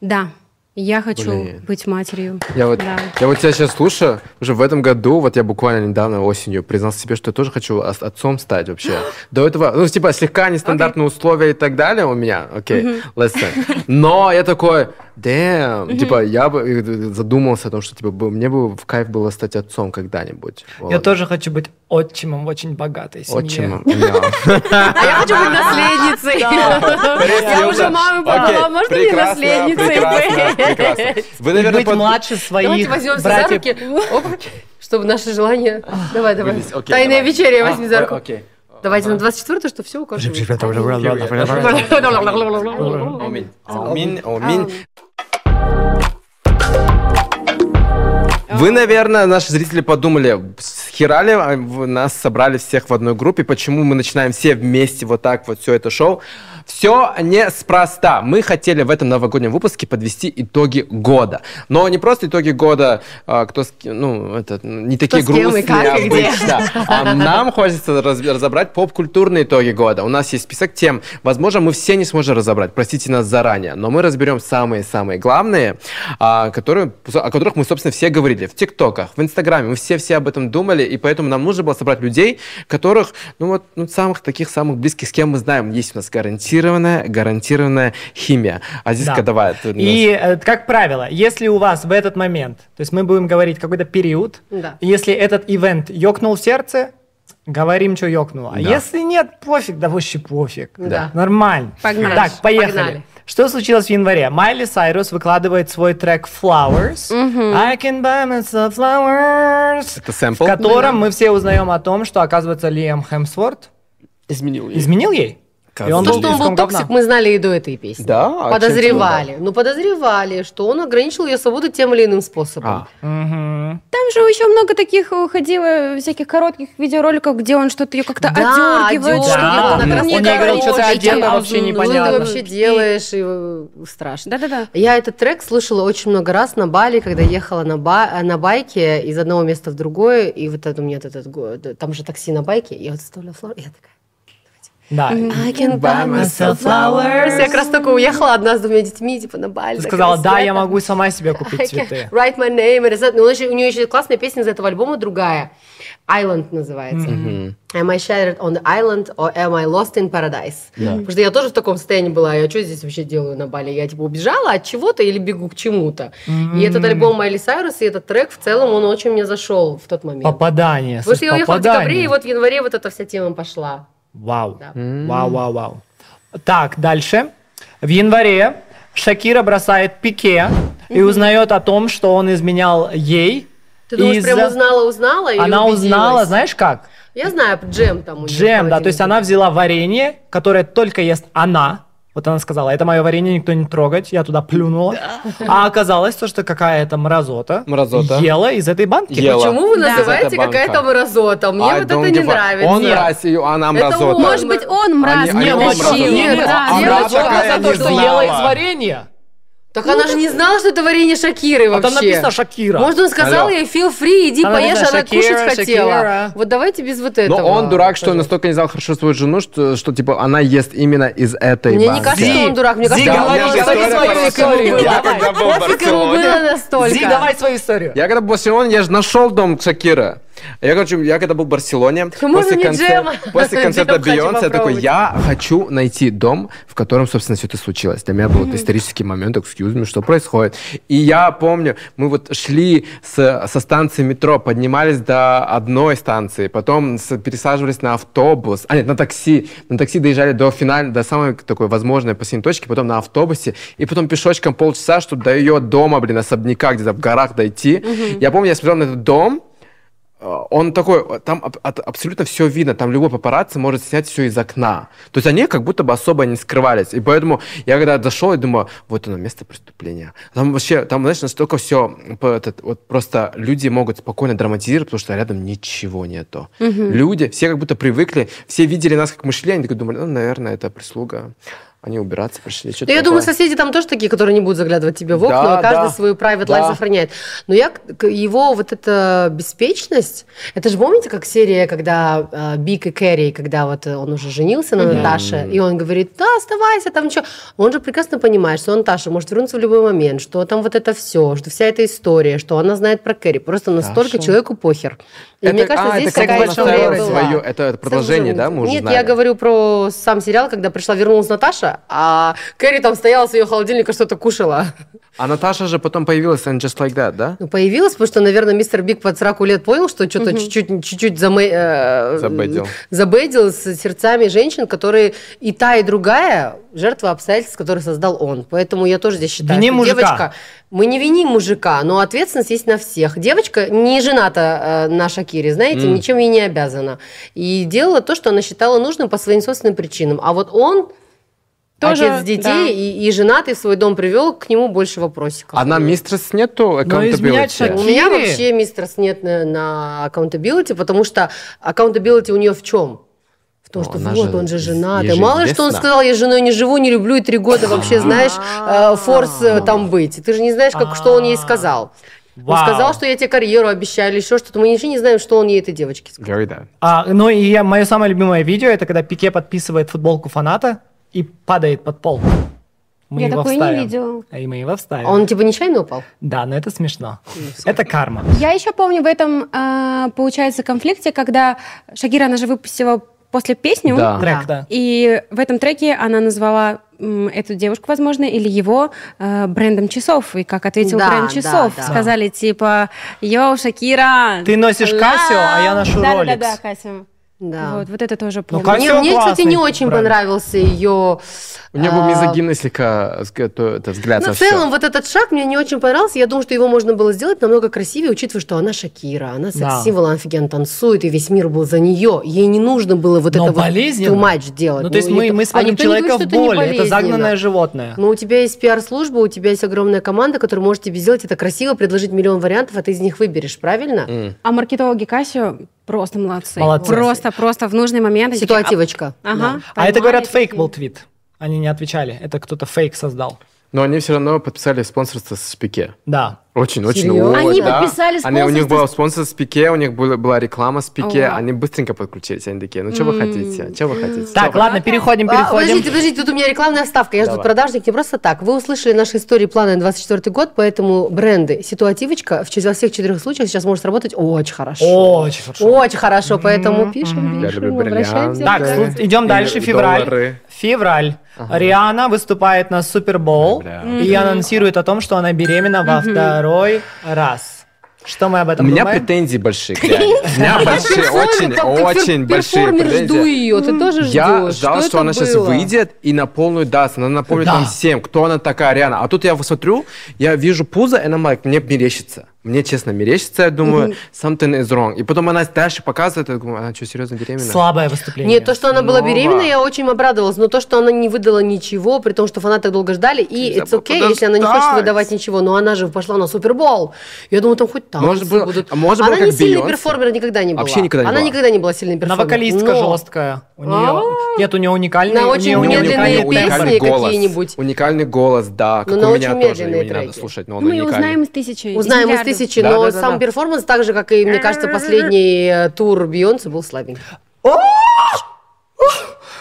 Speaker 2: да, Я хочу
Speaker 3: Блин.
Speaker 2: быть матерью.
Speaker 3: Я вот,
Speaker 2: Да.
Speaker 3: я вот тебя сейчас слушаю, уже в этом году, вот я буквально недавно осенью признался себе, что я тоже хочу ос- отцом стать вообще. До этого, ну, типа, слегка нестандартные условия и так далее у меня, окей, listen. Но я такой, damn, типа, я бы э, э, задумался о том, что, типа, бы- мне бы в кайф было стать отцом когда-нибудь.
Speaker 4: Я
Speaker 3: Вот.
Speaker 4: тоже хочу быть отчимом в очень богатой семье.
Speaker 3: Отчимом. я.
Speaker 5: А я хочу быть наследницей. Я уже маму
Speaker 3: Окей,
Speaker 5: подала, можно мне
Speaker 3: прекрасно, прекрасно,
Speaker 5: наследницей?
Speaker 3: прекрасно. Вы,
Speaker 4: И
Speaker 3: наверное,
Speaker 4: быть
Speaker 3: под-
Speaker 4: младше
Speaker 5: Давайте
Speaker 4: своих
Speaker 5: возьмемся за
Speaker 4: братьев.
Speaker 5: руки, оп, чтобы наши желания... Давай, давай.
Speaker 3: Вылез, окей,
Speaker 5: Тайная
Speaker 3: давай.
Speaker 5: вечеря,
Speaker 3: А,
Speaker 5: возьми за
Speaker 3: о-
Speaker 5: руку.
Speaker 3: Окей.
Speaker 5: Давайте на 24 чтобы все у каждого.
Speaker 3: Аминь. Аминь. Аминь. Вы, наверное, наши зрители подумали, с хера ли вы нас собрали всех в одной группе, почему мы начинаем все вместе вот так вот все это шоу. Все неспроста. Мы хотели в этом новогоднем выпуске подвести итоги года. Но не просто итоги года, а, кто с ки- ну, это, не такие
Speaker 1: с кем и
Speaker 3: грустные
Speaker 1: как, и где.
Speaker 3: обычно. А нам хочется раз- разобрать поп-культурные итоги года. У нас есть список тем. Возможно, мы все не сможем разобрать, простите нас заранее, но мы разберем самые-самые главные, а, которые, о которых мы, собственно, все говорили. В ТикТоках, в Инстаграме, мы все-все об этом думали, и поэтому нам нужно было собрать людей, которых, ну вот, ну, самых таких, самых близких, с кем мы знаем. Есть у нас гарантированная, гарантированная химия. Азизка,
Speaker 4: Да.
Speaker 3: давай. ты у нас-
Speaker 4: И, э, как правило, если у вас в этот момент, то есть мы будем говорить какой-то период,
Speaker 1: Да.
Speaker 4: если этот ивент ёкнул в сердце, говорим, что ёкнуло.
Speaker 3: Да.
Speaker 4: А если нет, пофиг, да вообще пофиг.
Speaker 1: Да.
Speaker 4: Нормально.
Speaker 2: Погнали.
Speaker 4: Так, поехали.
Speaker 1: Погнали.
Speaker 4: Что случилось в январе? Майли Сайрус выкладывает свой трек Flowers. I can buy myself flowers.
Speaker 3: Это
Speaker 4: В
Speaker 3: сэмпл.
Speaker 4: котором мы все узнаем о том, что, оказывается, Лиам Хемсворт
Speaker 3: Изменил.
Speaker 4: изменил ей. И он
Speaker 1: То,
Speaker 4: был
Speaker 1: что он
Speaker 4: диском
Speaker 1: был
Speaker 4: говна.
Speaker 1: токсик, мы знали и до этой песни.
Speaker 3: Да? А чем
Speaker 1: Подозревали. Ну, подозревали, что он ограничил ее свободу тем или иным способом.
Speaker 3: А,
Speaker 4: Мгм.
Speaker 2: Там же еще много таких уходило всяких коротких видеороликов, где он что-то ее как-то
Speaker 1: Да, одергивает,
Speaker 2: одергивает. что-то
Speaker 1: да.
Speaker 2: как-то
Speaker 1: Он
Speaker 2: на
Speaker 1: ей
Speaker 2: красный
Speaker 1: говорил,
Speaker 2: дорожке.
Speaker 1: что ты одета,
Speaker 4: вообще
Speaker 2: Ай,
Speaker 1: Ну, Что ты
Speaker 4: непонятно.
Speaker 1: вообще делаешь? И, э, страшно.
Speaker 2: Да-да-да.
Speaker 1: Я этот трек слышала очень много раз на Бали, когда ехала на, ба- э, на байке из одного места в другое, и вот это у меня этот, этот го- д- там же такси на байке, я вот заставляла флор, я такая,
Speaker 4: Да.
Speaker 1: I can
Speaker 3: Buy
Speaker 1: buy
Speaker 3: myself
Speaker 1: myself flowers. Я как раз только уехала одна с двумя детьми, типа на Бали.
Speaker 4: Ты
Speaker 1: такая
Speaker 4: сказала, да, я
Speaker 1: света.
Speaker 4: могу сама себе
Speaker 1: I
Speaker 4: купить
Speaker 1: can
Speaker 4: цветы.
Speaker 1: Write my name. and that- Ну, она ещё- у нее еще классная песня из этого альбома другая. Island называется. Am I shattered on the island or am I lost in paradise? Потому что я тоже в таком состоянии была. Я что здесь вообще делаю на Бали? Я типа убежала от чего-то или бегу к чему-то? И этот альбом Майли Сайрус и этот трек в целом, он очень мне зашел в тот момент.
Speaker 4: Попадание.
Speaker 1: Потому что я уехала в
Speaker 4: попадание.
Speaker 1: декабре, и вот в январе вот эта вся тема пошла.
Speaker 4: Вау.
Speaker 1: Да.
Speaker 4: Вау, вау, вау. Так, дальше. В январе Шакира бросает пике и узнает о том, что он изменял ей.
Speaker 1: Ты думаешь,
Speaker 4: из-за-
Speaker 1: прям узнала-узнала? или
Speaker 4: Она
Speaker 1: убедилась?
Speaker 4: узнала, знаешь как?
Speaker 1: Я знаю, джем там у неё в
Speaker 4: Джем, да, то есть
Speaker 1: холодильнике.
Speaker 4: она взяла варенье, которое только ест она. Вот она сказала, это мое варенье никто не трогать, я туда плюнула. А оказалось то, что какая-то мразота,
Speaker 3: Мразота.
Speaker 4: ела из этой банки.
Speaker 3: Ела.
Speaker 1: Почему вы
Speaker 2: Да.
Speaker 1: называете
Speaker 3: Это банка.
Speaker 1: какая-то мразота? Мне
Speaker 3: I
Speaker 1: вот
Speaker 3: don't
Speaker 1: это не
Speaker 3: give a-
Speaker 1: нравится.
Speaker 3: Он
Speaker 1: Нет.
Speaker 3: раз, и она
Speaker 1: Это
Speaker 3: мразота.
Speaker 1: он.
Speaker 2: Может быть, он мразь
Speaker 3: они-
Speaker 4: Не,
Speaker 3: Прям
Speaker 4: ну,
Speaker 3: он мразота.
Speaker 2: притащил.
Speaker 4: мразота.
Speaker 1: Нет,
Speaker 2: Да,
Speaker 1: а
Speaker 4: она
Speaker 2: девочка,
Speaker 1: мразота
Speaker 4: мразота
Speaker 1: такая
Speaker 4: за то,
Speaker 1: не
Speaker 4: что
Speaker 1: знала.
Speaker 4: ела из варенья.
Speaker 1: Так она же не знала, что это варенье Шакиры
Speaker 4: А
Speaker 1: вообще.
Speaker 4: там написано Шакира.
Speaker 1: Может, он сказал
Speaker 3: Алло.
Speaker 1: ей, feel free, иди
Speaker 4: Она
Speaker 1: поешь,
Speaker 4: написано
Speaker 1: она
Speaker 4: Шакира,
Speaker 1: кушать хотела.
Speaker 4: Шакира.
Speaker 1: Вот давайте без вот этого.
Speaker 3: Но он дурак, что он настолько не знал хорошо свою жену, что, что типа она ест именно из этой
Speaker 1: Мне не
Speaker 3: банки.
Speaker 1: кажется, что он дурак. Мне
Speaker 4: Зи,
Speaker 1: кажется,
Speaker 4: говори,
Speaker 1: он
Speaker 4: говори
Speaker 1: настолько
Speaker 4: свою
Speaker 1: пофиг
Speaker 4: историю.
Speaker 1: ему было.
Speaker 4: Я
Speaker 3: когда был в
Speaker 1: Пофиг ему
Speaker 3: Барселоне.
Speaker 1: было настолько.
Speaker 4: Зи, давай свою историю.
Speaker 3: Я когда был в Барселоне, я же нашел дом Шакира. Я, короче, я когда был в Барселоне,
Speaker 1: Почему же не Джема?
Speaker 3: после концерта
Speaker 1: Джем хочу
Speaker 3: Бейонсе, я такой,
Speaker 1: попробовать.
Speaker 3: я хочу найти дом, в котором, собственно, все это случилось. Для меня был вот исторический момент, excuse me, что происходит. И я помню, мы вот шли с- со станции метро, поднимались до одной станции, потом с- пересаживались на автобус, а нет, на такси. На такси доезжали до финальной, до самой такой возможной последней точки, потом на автобусе, и потом пешочком полчаса, чтобы до ее дома, блин, особняка где-то в горах дойти. Я помню, я смотрел на этот дом, э, он такой, э, там аб- от- абсолютно все видно, там любой папарацци может снять все из окна. То есть они как будто бы особо не скрывались. И поэтому я когда дошел, я думаю, вот оно, место преступления. Там вообще, там, знаешь, настолько все, вот просто люди могут спокойно драматизировать, потому что рядом ничего нету. Люди, все как будто привыкли, все видели нас как мы шли, они такие думали, ну, наверное, это прислуга. Они убираться пришли.
Speaker 1: Да Ну, я думаю, соседи там тоже такие, которые не будут заглядывать тебе в окна,
Speaker 3: Да,
Speaker 1: а каждый
Speaker 3: да.
Speaker 1: свою private
Speaker 3: Да.
Speaker 1: life сохраняет. Но я к- к- его вот эта беспечность, это же помните, как серия, когда э, Бик и Кэрри, когда вот э, он уже женился на
Speaker 5: Мгм.
Speaker 1: Наташе, и он говорит, да, оставайся, там ничего. Он же прекрасно понимает, что Наташа может вернуться в любой момент, что там вот это все, что вся эта история, что она знает про Кэрри. Просто настолько
Speaker 3: Наташа.
Speaker 1: человеку похер. И мне кажется,
Speaker 3: а,
Speaker 1: здесь
Speaker 3: это как
Speaker 1: такая
Speaker 3: бы
Speaker 1: история
Speaker 3: второе
Speaker 1: была.
Speaker 3: свое, это, это продолжение, да, мы уже
Speaker 1: Нет,
Speaker 3: знали?
Speaker 1: я говорю про сам сериал, когда пришла, вернулась Наташа, а Кэрри там стояла с ее холодильника, что-то кушала.
Speaker 3: А Наташа же потом появилась, and just like that, да?
Speaker 1: Ну, появилась, потому что, наверное, мистер Биг под 40 лет понял, что что-то
Speaker 2: Мгм.
Speaker 1: чуть-чуть, чуть-чуть заме- э,
Speaker 3: Забедил.
Speaker 1: забэдил с сердцами женщин, которые и та, и другая жертва обстоятельств, которые создал он. Поэтому я тоже здесь считаю,
Speaker 4: Вини
Speaker 1: что
Speaker 4: мужика.
Speaker 1: девочка... Мы не виним мужика, но ответственность есть на всех. Девочка не жената э, на Шакире, знаете,
Speaker 3: М.
Speaker 1: ничем ей не обязана. И делала то, что она считала нужным по своим собственным причинам. А вот он,
Speaker 2: Тоже,
Speaker 1: отец детей
Speaker 2: да.
Speaker 1: и, и женатый в свой дом привел, к нему больше вопросиков.
Speaker 3: А нам мистерс нету
Speaker 4: изменять
Speaker 1: У
Speaker 3: accountability?
Speaker 4: шаги.
Speaker 1: меня
Speaker 4: Кири?
Speaker 1: вообще мистерс нет на, на accountability, потому что accountability у нее в чем? В том,
Speaker 3: Ну,
Speaker 1: что
Speaker 3: она
Speaker 1: вот,
Speaker 3: же
Speaker 1: он же
Speaker 3: из-
Speaker 1: женат.
Speaker 3: ей
Speaker 1: И
Speaker 3: же
Speaker 1: мало ли, что он
Speaker 3: известно.
Speaker 1: сказал, я с женой не живу, не люблю, и три года
Speaker 3: А.
Speaker 1: вообще, знаешь, э, форс э, там быть. Ты же не знаешь, как, что он
Speaker 3: А.
Speaker 1: ей сказал. Он
Speaker 4: Вау.
Speaker 1: сказал, что я тебе карьеру обещаю или еще что-то. Мы ничего не знаем, что он ей этой девочке сказал.
Speaker 3: Very that.
Speaker 4: А, ну и я, мое самое любимое видео это когда Пике подписывает футболку фаната и падает под пол. Мы
Speaker 2: Я
Speaker 4: его
Speaker 2: такое не
Speaker 4: вставим.
Speaker 2: видела.
Speaker 4: И мы его вставим.
Speaker 1: А он типа нечаянно упал?
Speaker 4: Да, но это смешно. Это карма.
Speaker 2: Я еще помню в этом, а, получается, конфликте, когда Шагира, она же выпустила после песню,
Speaker 3: Да.
Speaker 4: Трек, да.
Speaker 2: и в этом треке она назвала м, эту девушку, возможно, или его э, брендом часов. И как ответил
Speaker 1: Да, да,
Speaker 2: бренд часов,
Speaker 1: да.
Speaker 2: сказали типа «Йоу, Шакира!»
Speaker 4: Ты носишь
Speaker 2: Ла-
Speaker 4: Casio, а я ношу
Speaker 2: Да-да-да,
Speaker 4: Rolex.
Speaker 2: Casio.
Speaker 1: Да.
Speaker 2: Вот, вот это тоже
Speaker 4: Ну,
Speaker 2: помню.
Speaker 4: Casio
Speaker 1: Мне, мне, кстати,
Speaker 4: классный
Speaker 1: не очень
Speaker 4: бренд.
Speaker 1: понравился ее...
Speaker 3: У меня был
Speaker 1: а,
Speaker 3: мизогин, слегка взгля- то- это взгляд
Speaker 1: Ну,
Speaker 3: на
Speaker 1: в целом,
Speaker 3: все.
Speaker 1: вот этот шаг мне не очень понравился. Я думаю, что его можно было сделать намного красивее, учитывая, что она Шакира, она секс-символ, она офигенно танцует, и весь мир был за нее. Ей не нужно было вот
Speaker 4: Но
Speaker 1: это вот
Speaker 4: болезненно.
Speaker 1: too much делать.
Speaker 4: Ну, то есть мы,
Speaker 1: никто-
Speaker 4: мы
Speaker 1: а
Speaker 4: смотрим
Speaker 1: никто не говорит,
Speaker 4: человека в
Speaker 1: что это не Ну,
Speaker 4: боли. Это
Speaker 1: болезненно.
Speaker 4: загнанное животное.
Speaker 1: Но у тебя есть пиар-служба, у тебя есть огромная команда, которая может тебе сделать это красиво, предложить миллион вариантов, а ты из них выберешь, правильно?
Speaker 3: М.
Speaker 2: А маркетологи Casio просто молодцы.
Speaker 4: Молодцы.
Speaker 2: Просто, просто в нужный момент. они такие,
Speaker 1: Ситуативочка.
Speaker 2: «А, Ага.
Speaker 4: А это, говорят,
Speaker 2: поймали
Speaker 4: фейк был твит. Они не отвечали. Это кто-то фейк создал.
Speaker 3: Но они все равно подписали спонсорство с Пике.
Speaker 4: Да.
Speaker 3: Очень-очень
Speaker 1: Серьёзно?
Speaker 2: Они
Speaker 3: да.
Speaker 2: подписали
Speaker 3: Они- У них
Speaker 2: спонсорство
Speaker 3: было спонсорство с Пике, у них была, была реклама с Пике,
Speaker 2: Вау.
Speaker 3: они быстренько подключились. Они такие, ну что вы хотите? Что вы хотите?
Speaker 4: Так,
Speaker 3: Чё вы
Speaker 4: ладно, переходим,
Speaker 1: А,
Speaker 4: переходим.
Speaker 1: подождите, подождите, тут у меня рекламная вставка. Я жду
Speaker 3: Давай.
Speaker 1: продажник не просто так. Вы услышали наши истории планы на 24 год, поэтому бренды ситуативочка в чё- во всех четырех случаях сейчас может работать очень хорошо.
Speaker 4: Очень хорошо.
Speaker 1: Очень хорошо, поэтому пишем,
Speaker 3: Я люблю
Speaker 1: пишем, обращаемся.
Speaker 3: бриллианты.
Speaker 4: Так,
Speaker 3: Да.
Speaker 4: слу- идем
Speaker 3: И
Speaker 4: дальше.
Speaker 3: доллары.
Speaker 4: Февраль. Февраль. Риана выступает на Супербол
Speaker 3: Бля.
Speaker 4: и анонсирует о том, что она беременна во второй раз. Что мы об
Speaker 3: У
Speaker 4: этом
Speaker 3: меня
Speaker 4: думаем?
Speaker 3: претензии большие, реально. У меня большие, очень, очень большие
Speaker 1: жду
Speaker 3: претензии.
Speaker 1: ее, ты тоже ждешь.
Speaker 3: Я ждал, что,
Speaker 1: это
Speaker 3: она сейчас
Speaker 1: было?
Speaker 3: выйдет и на полную даст. Она напомнит
Speaker 4: Да.
Speaker 3: нам всем, кто она такая реально. А тут я смотрю, я вижу пузо, и она like, мне мерещится. Мне, честно, мерещится, я думаю, something is wrong. И потом она дальше показывает, я думаю, она что, серьезно беременна?
Speaker 4: Слабое выступление.
Speaker 1: Нет, то, что она была
Speaker 3: Снова.
Speaker 1: беременна, я очень обрадовалась, но то, что она не выдала ничего, при том, что фанаты так долго ждали, и it's
Speaker 3: забыла
Speaker 1: okay, если она не хочет
Speaker 3: подождать.
Speaker 1: выдавать ничего, но она же пошла на Супербол. Я думаю, там хоть танцы
Speaker 3: Может было-
Speaker 1: будут.
Speaker 3: а может было
Speaker 1: она не
Speaker 3: как
Speaker 1: сильный
Speaker 3: Бейонсе?
Speaker 1: перформер никогда не была.
Speaker 3: Вообще никогда не
Speaker 1: она
Speaker 3: была.
Speaker 1: никогда не была сильной
Speaker 4: Она
Speaker 1: перформером.
Speaker 4: вокалистка
Speaker 1: но
Speaker 4: жесткая. У
Speaker 2: А!
Speaker 4: нее... Нет, у нее уникальный...
Speaker 1: На
Speaker 4: у
Speaker 1: очень
Speaker 4: нее
Speaker 3: У неё
Speaker 4: уникальный
Speaker 1: медленные
Speaker 3: уникальный-
Speaker 1: песни
Speaker 4: тембр.
Speaker 3: уникальный голос.
Speaker 1: какие-нибудь.
Speaker 3: Уникальный голос, да, как
Speaker 1: Но на
Speaker 3: у
Speaker 1: очень
Speaker 3: меня тоже, его
Speaker 1: медленные
Speaker 3: не надо
Speaker 1: треки.
Speaker 3: слушать, но он
Speaker 2: Ну, Мы узнаем
Speaker 3: уникальный.
Speaker 2: из тысячи. из
Speaker 1: Узнаем из
Speaker 2: миллиардов.
Speaker 1: тысячи,
Speaker 3: Да,
Speaker 1: но
Speaker 3: да, да,
Speaker 1: сам
Speaker 3: да.
Speaker 1: перформанс, так же, как и, мне кажется, последний э, тур Бейонсе был слабенький.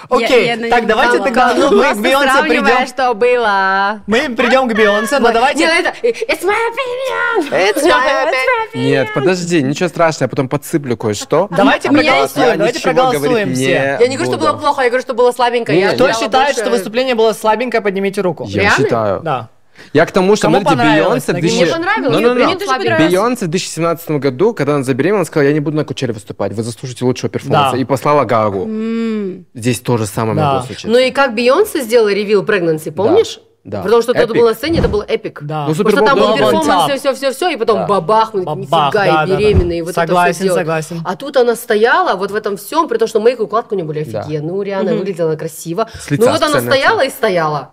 Speaker 4: Окей,
Speaker 2: Я- я
Speaker 4: так
Speaker 2: не
Speaker 4: давайте
Speaker 2: знала.
Speaker 4: тогда ну, мы к Бейонсе придем.
Speaker 1: что было.
Speaker 4: Мы придем к Бейонсе, но Ну, давайте...
Speaker 1: Нет, это... э, It's my opinion! It's my opinion!
Speaker 3: Нет, подожди, ничего страшного, я потом подсыплю кое-что.
Speaker 4: Давайте
Speaker 3: А потом
Speaker 4: проголосуем,
Speaker 3: я
Speaker 4: давайте
Speaker 3: ничего
Speaker 4: проголосуем
Speaker 3: говорить
Speaker 4: все.
Speaker 3: не
Speaker 1: Я не говорю, что
Speaker 3: буду.
Speaker 1: было плохо, я говорю, что было слабенько.
Speaker 3: Не,
Speaker 1: Я
Speaker 3: не.
Speaker 4: Кто
Speaker 1: ждала
Speaker 4: считает,
Speaker 1: больше-
Speaker 4: что выступление было слабенькое, поднимите руку.
Speaker 3: Я
Speaker 1: Реально?
Speaker 3: считаю.
Speaker 4: Да.
Speaker 3: Я к тому, что
Speaker 4: Кому
Speaker 3: смотрите,
Speaker 4: понравилось?
Speaker 3: Бейонсе... Ну, в
Speaker 4: Мне
Speaker 3: 2000
Speaker 1: понравилось,
Speaker 3: No, no,
Speaker 1: мне
Speaker 3: no.
Speaker 1: тоже
Speaker 2: понравилось.
Speaker 3: Бейонсе в 2017 году, когда она забеременела, она сказала, я не буду на Кучере выступать, вы заслужите лучшего перформанса.
Speaker 4: Да.
Speaker 3: И послала Гагу.
Speaker 2: М.
Speaker 3: Здесь то же самое
Speaker 4: Да.
Speaker 3: могло случиться.
Speaker 1: Ну и как Бейонсе сделала ревил Pregnancy, помнишь?
Speaker 3: Да.
Speaker 1: Потому что тот
Speaker 3: Эпик.
Speaker 1: был на сцене, это был эпик.
Speaker 4: Да.
Speaker 3: Ну,
Speaker 1: Потому что там был
Speaker 4: Супербол, да,
Speaker 1: перформанс,
Speaker 4: да.
Speaker 1: все-все-все, и потом
Speaker 3: Да.
Speaker 1: бабах, мы,
Speaker 4: Бабах,
Speaker 1: нифига,
Speaker 4: да,
Speaker 1: и
Speaker 4: да, да.
Speaker 1: беременная, и вот это
Speaker 4: Согласен,
Speaker 1: все дело.
Speaker 4: согласен.
Speaker 1: А тут она стояла вот в этом всем, при том, что мейк и укладка у нее были офигенные, у Рианы выглядела красиво.
Speaker 3: С лица
Speaker 1: Ну вот она
Speaker 3: специально
Speaker 1: стояла и стояла.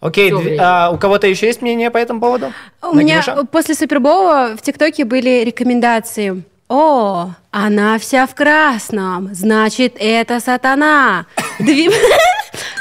Speaker 4: Окей,
Speaker 1: Всё
Speaker 4: дв-
Speaker 1: время.
Speaker 4: а, у кого-то еще есть мнение по этому поводу?
Speaker 2: У меня
Speaker 4: Нагиша?
Speaker 2: после Супербола в ТикТоке были рекомендации. О, она вся в красном, значит, это сатана. Две-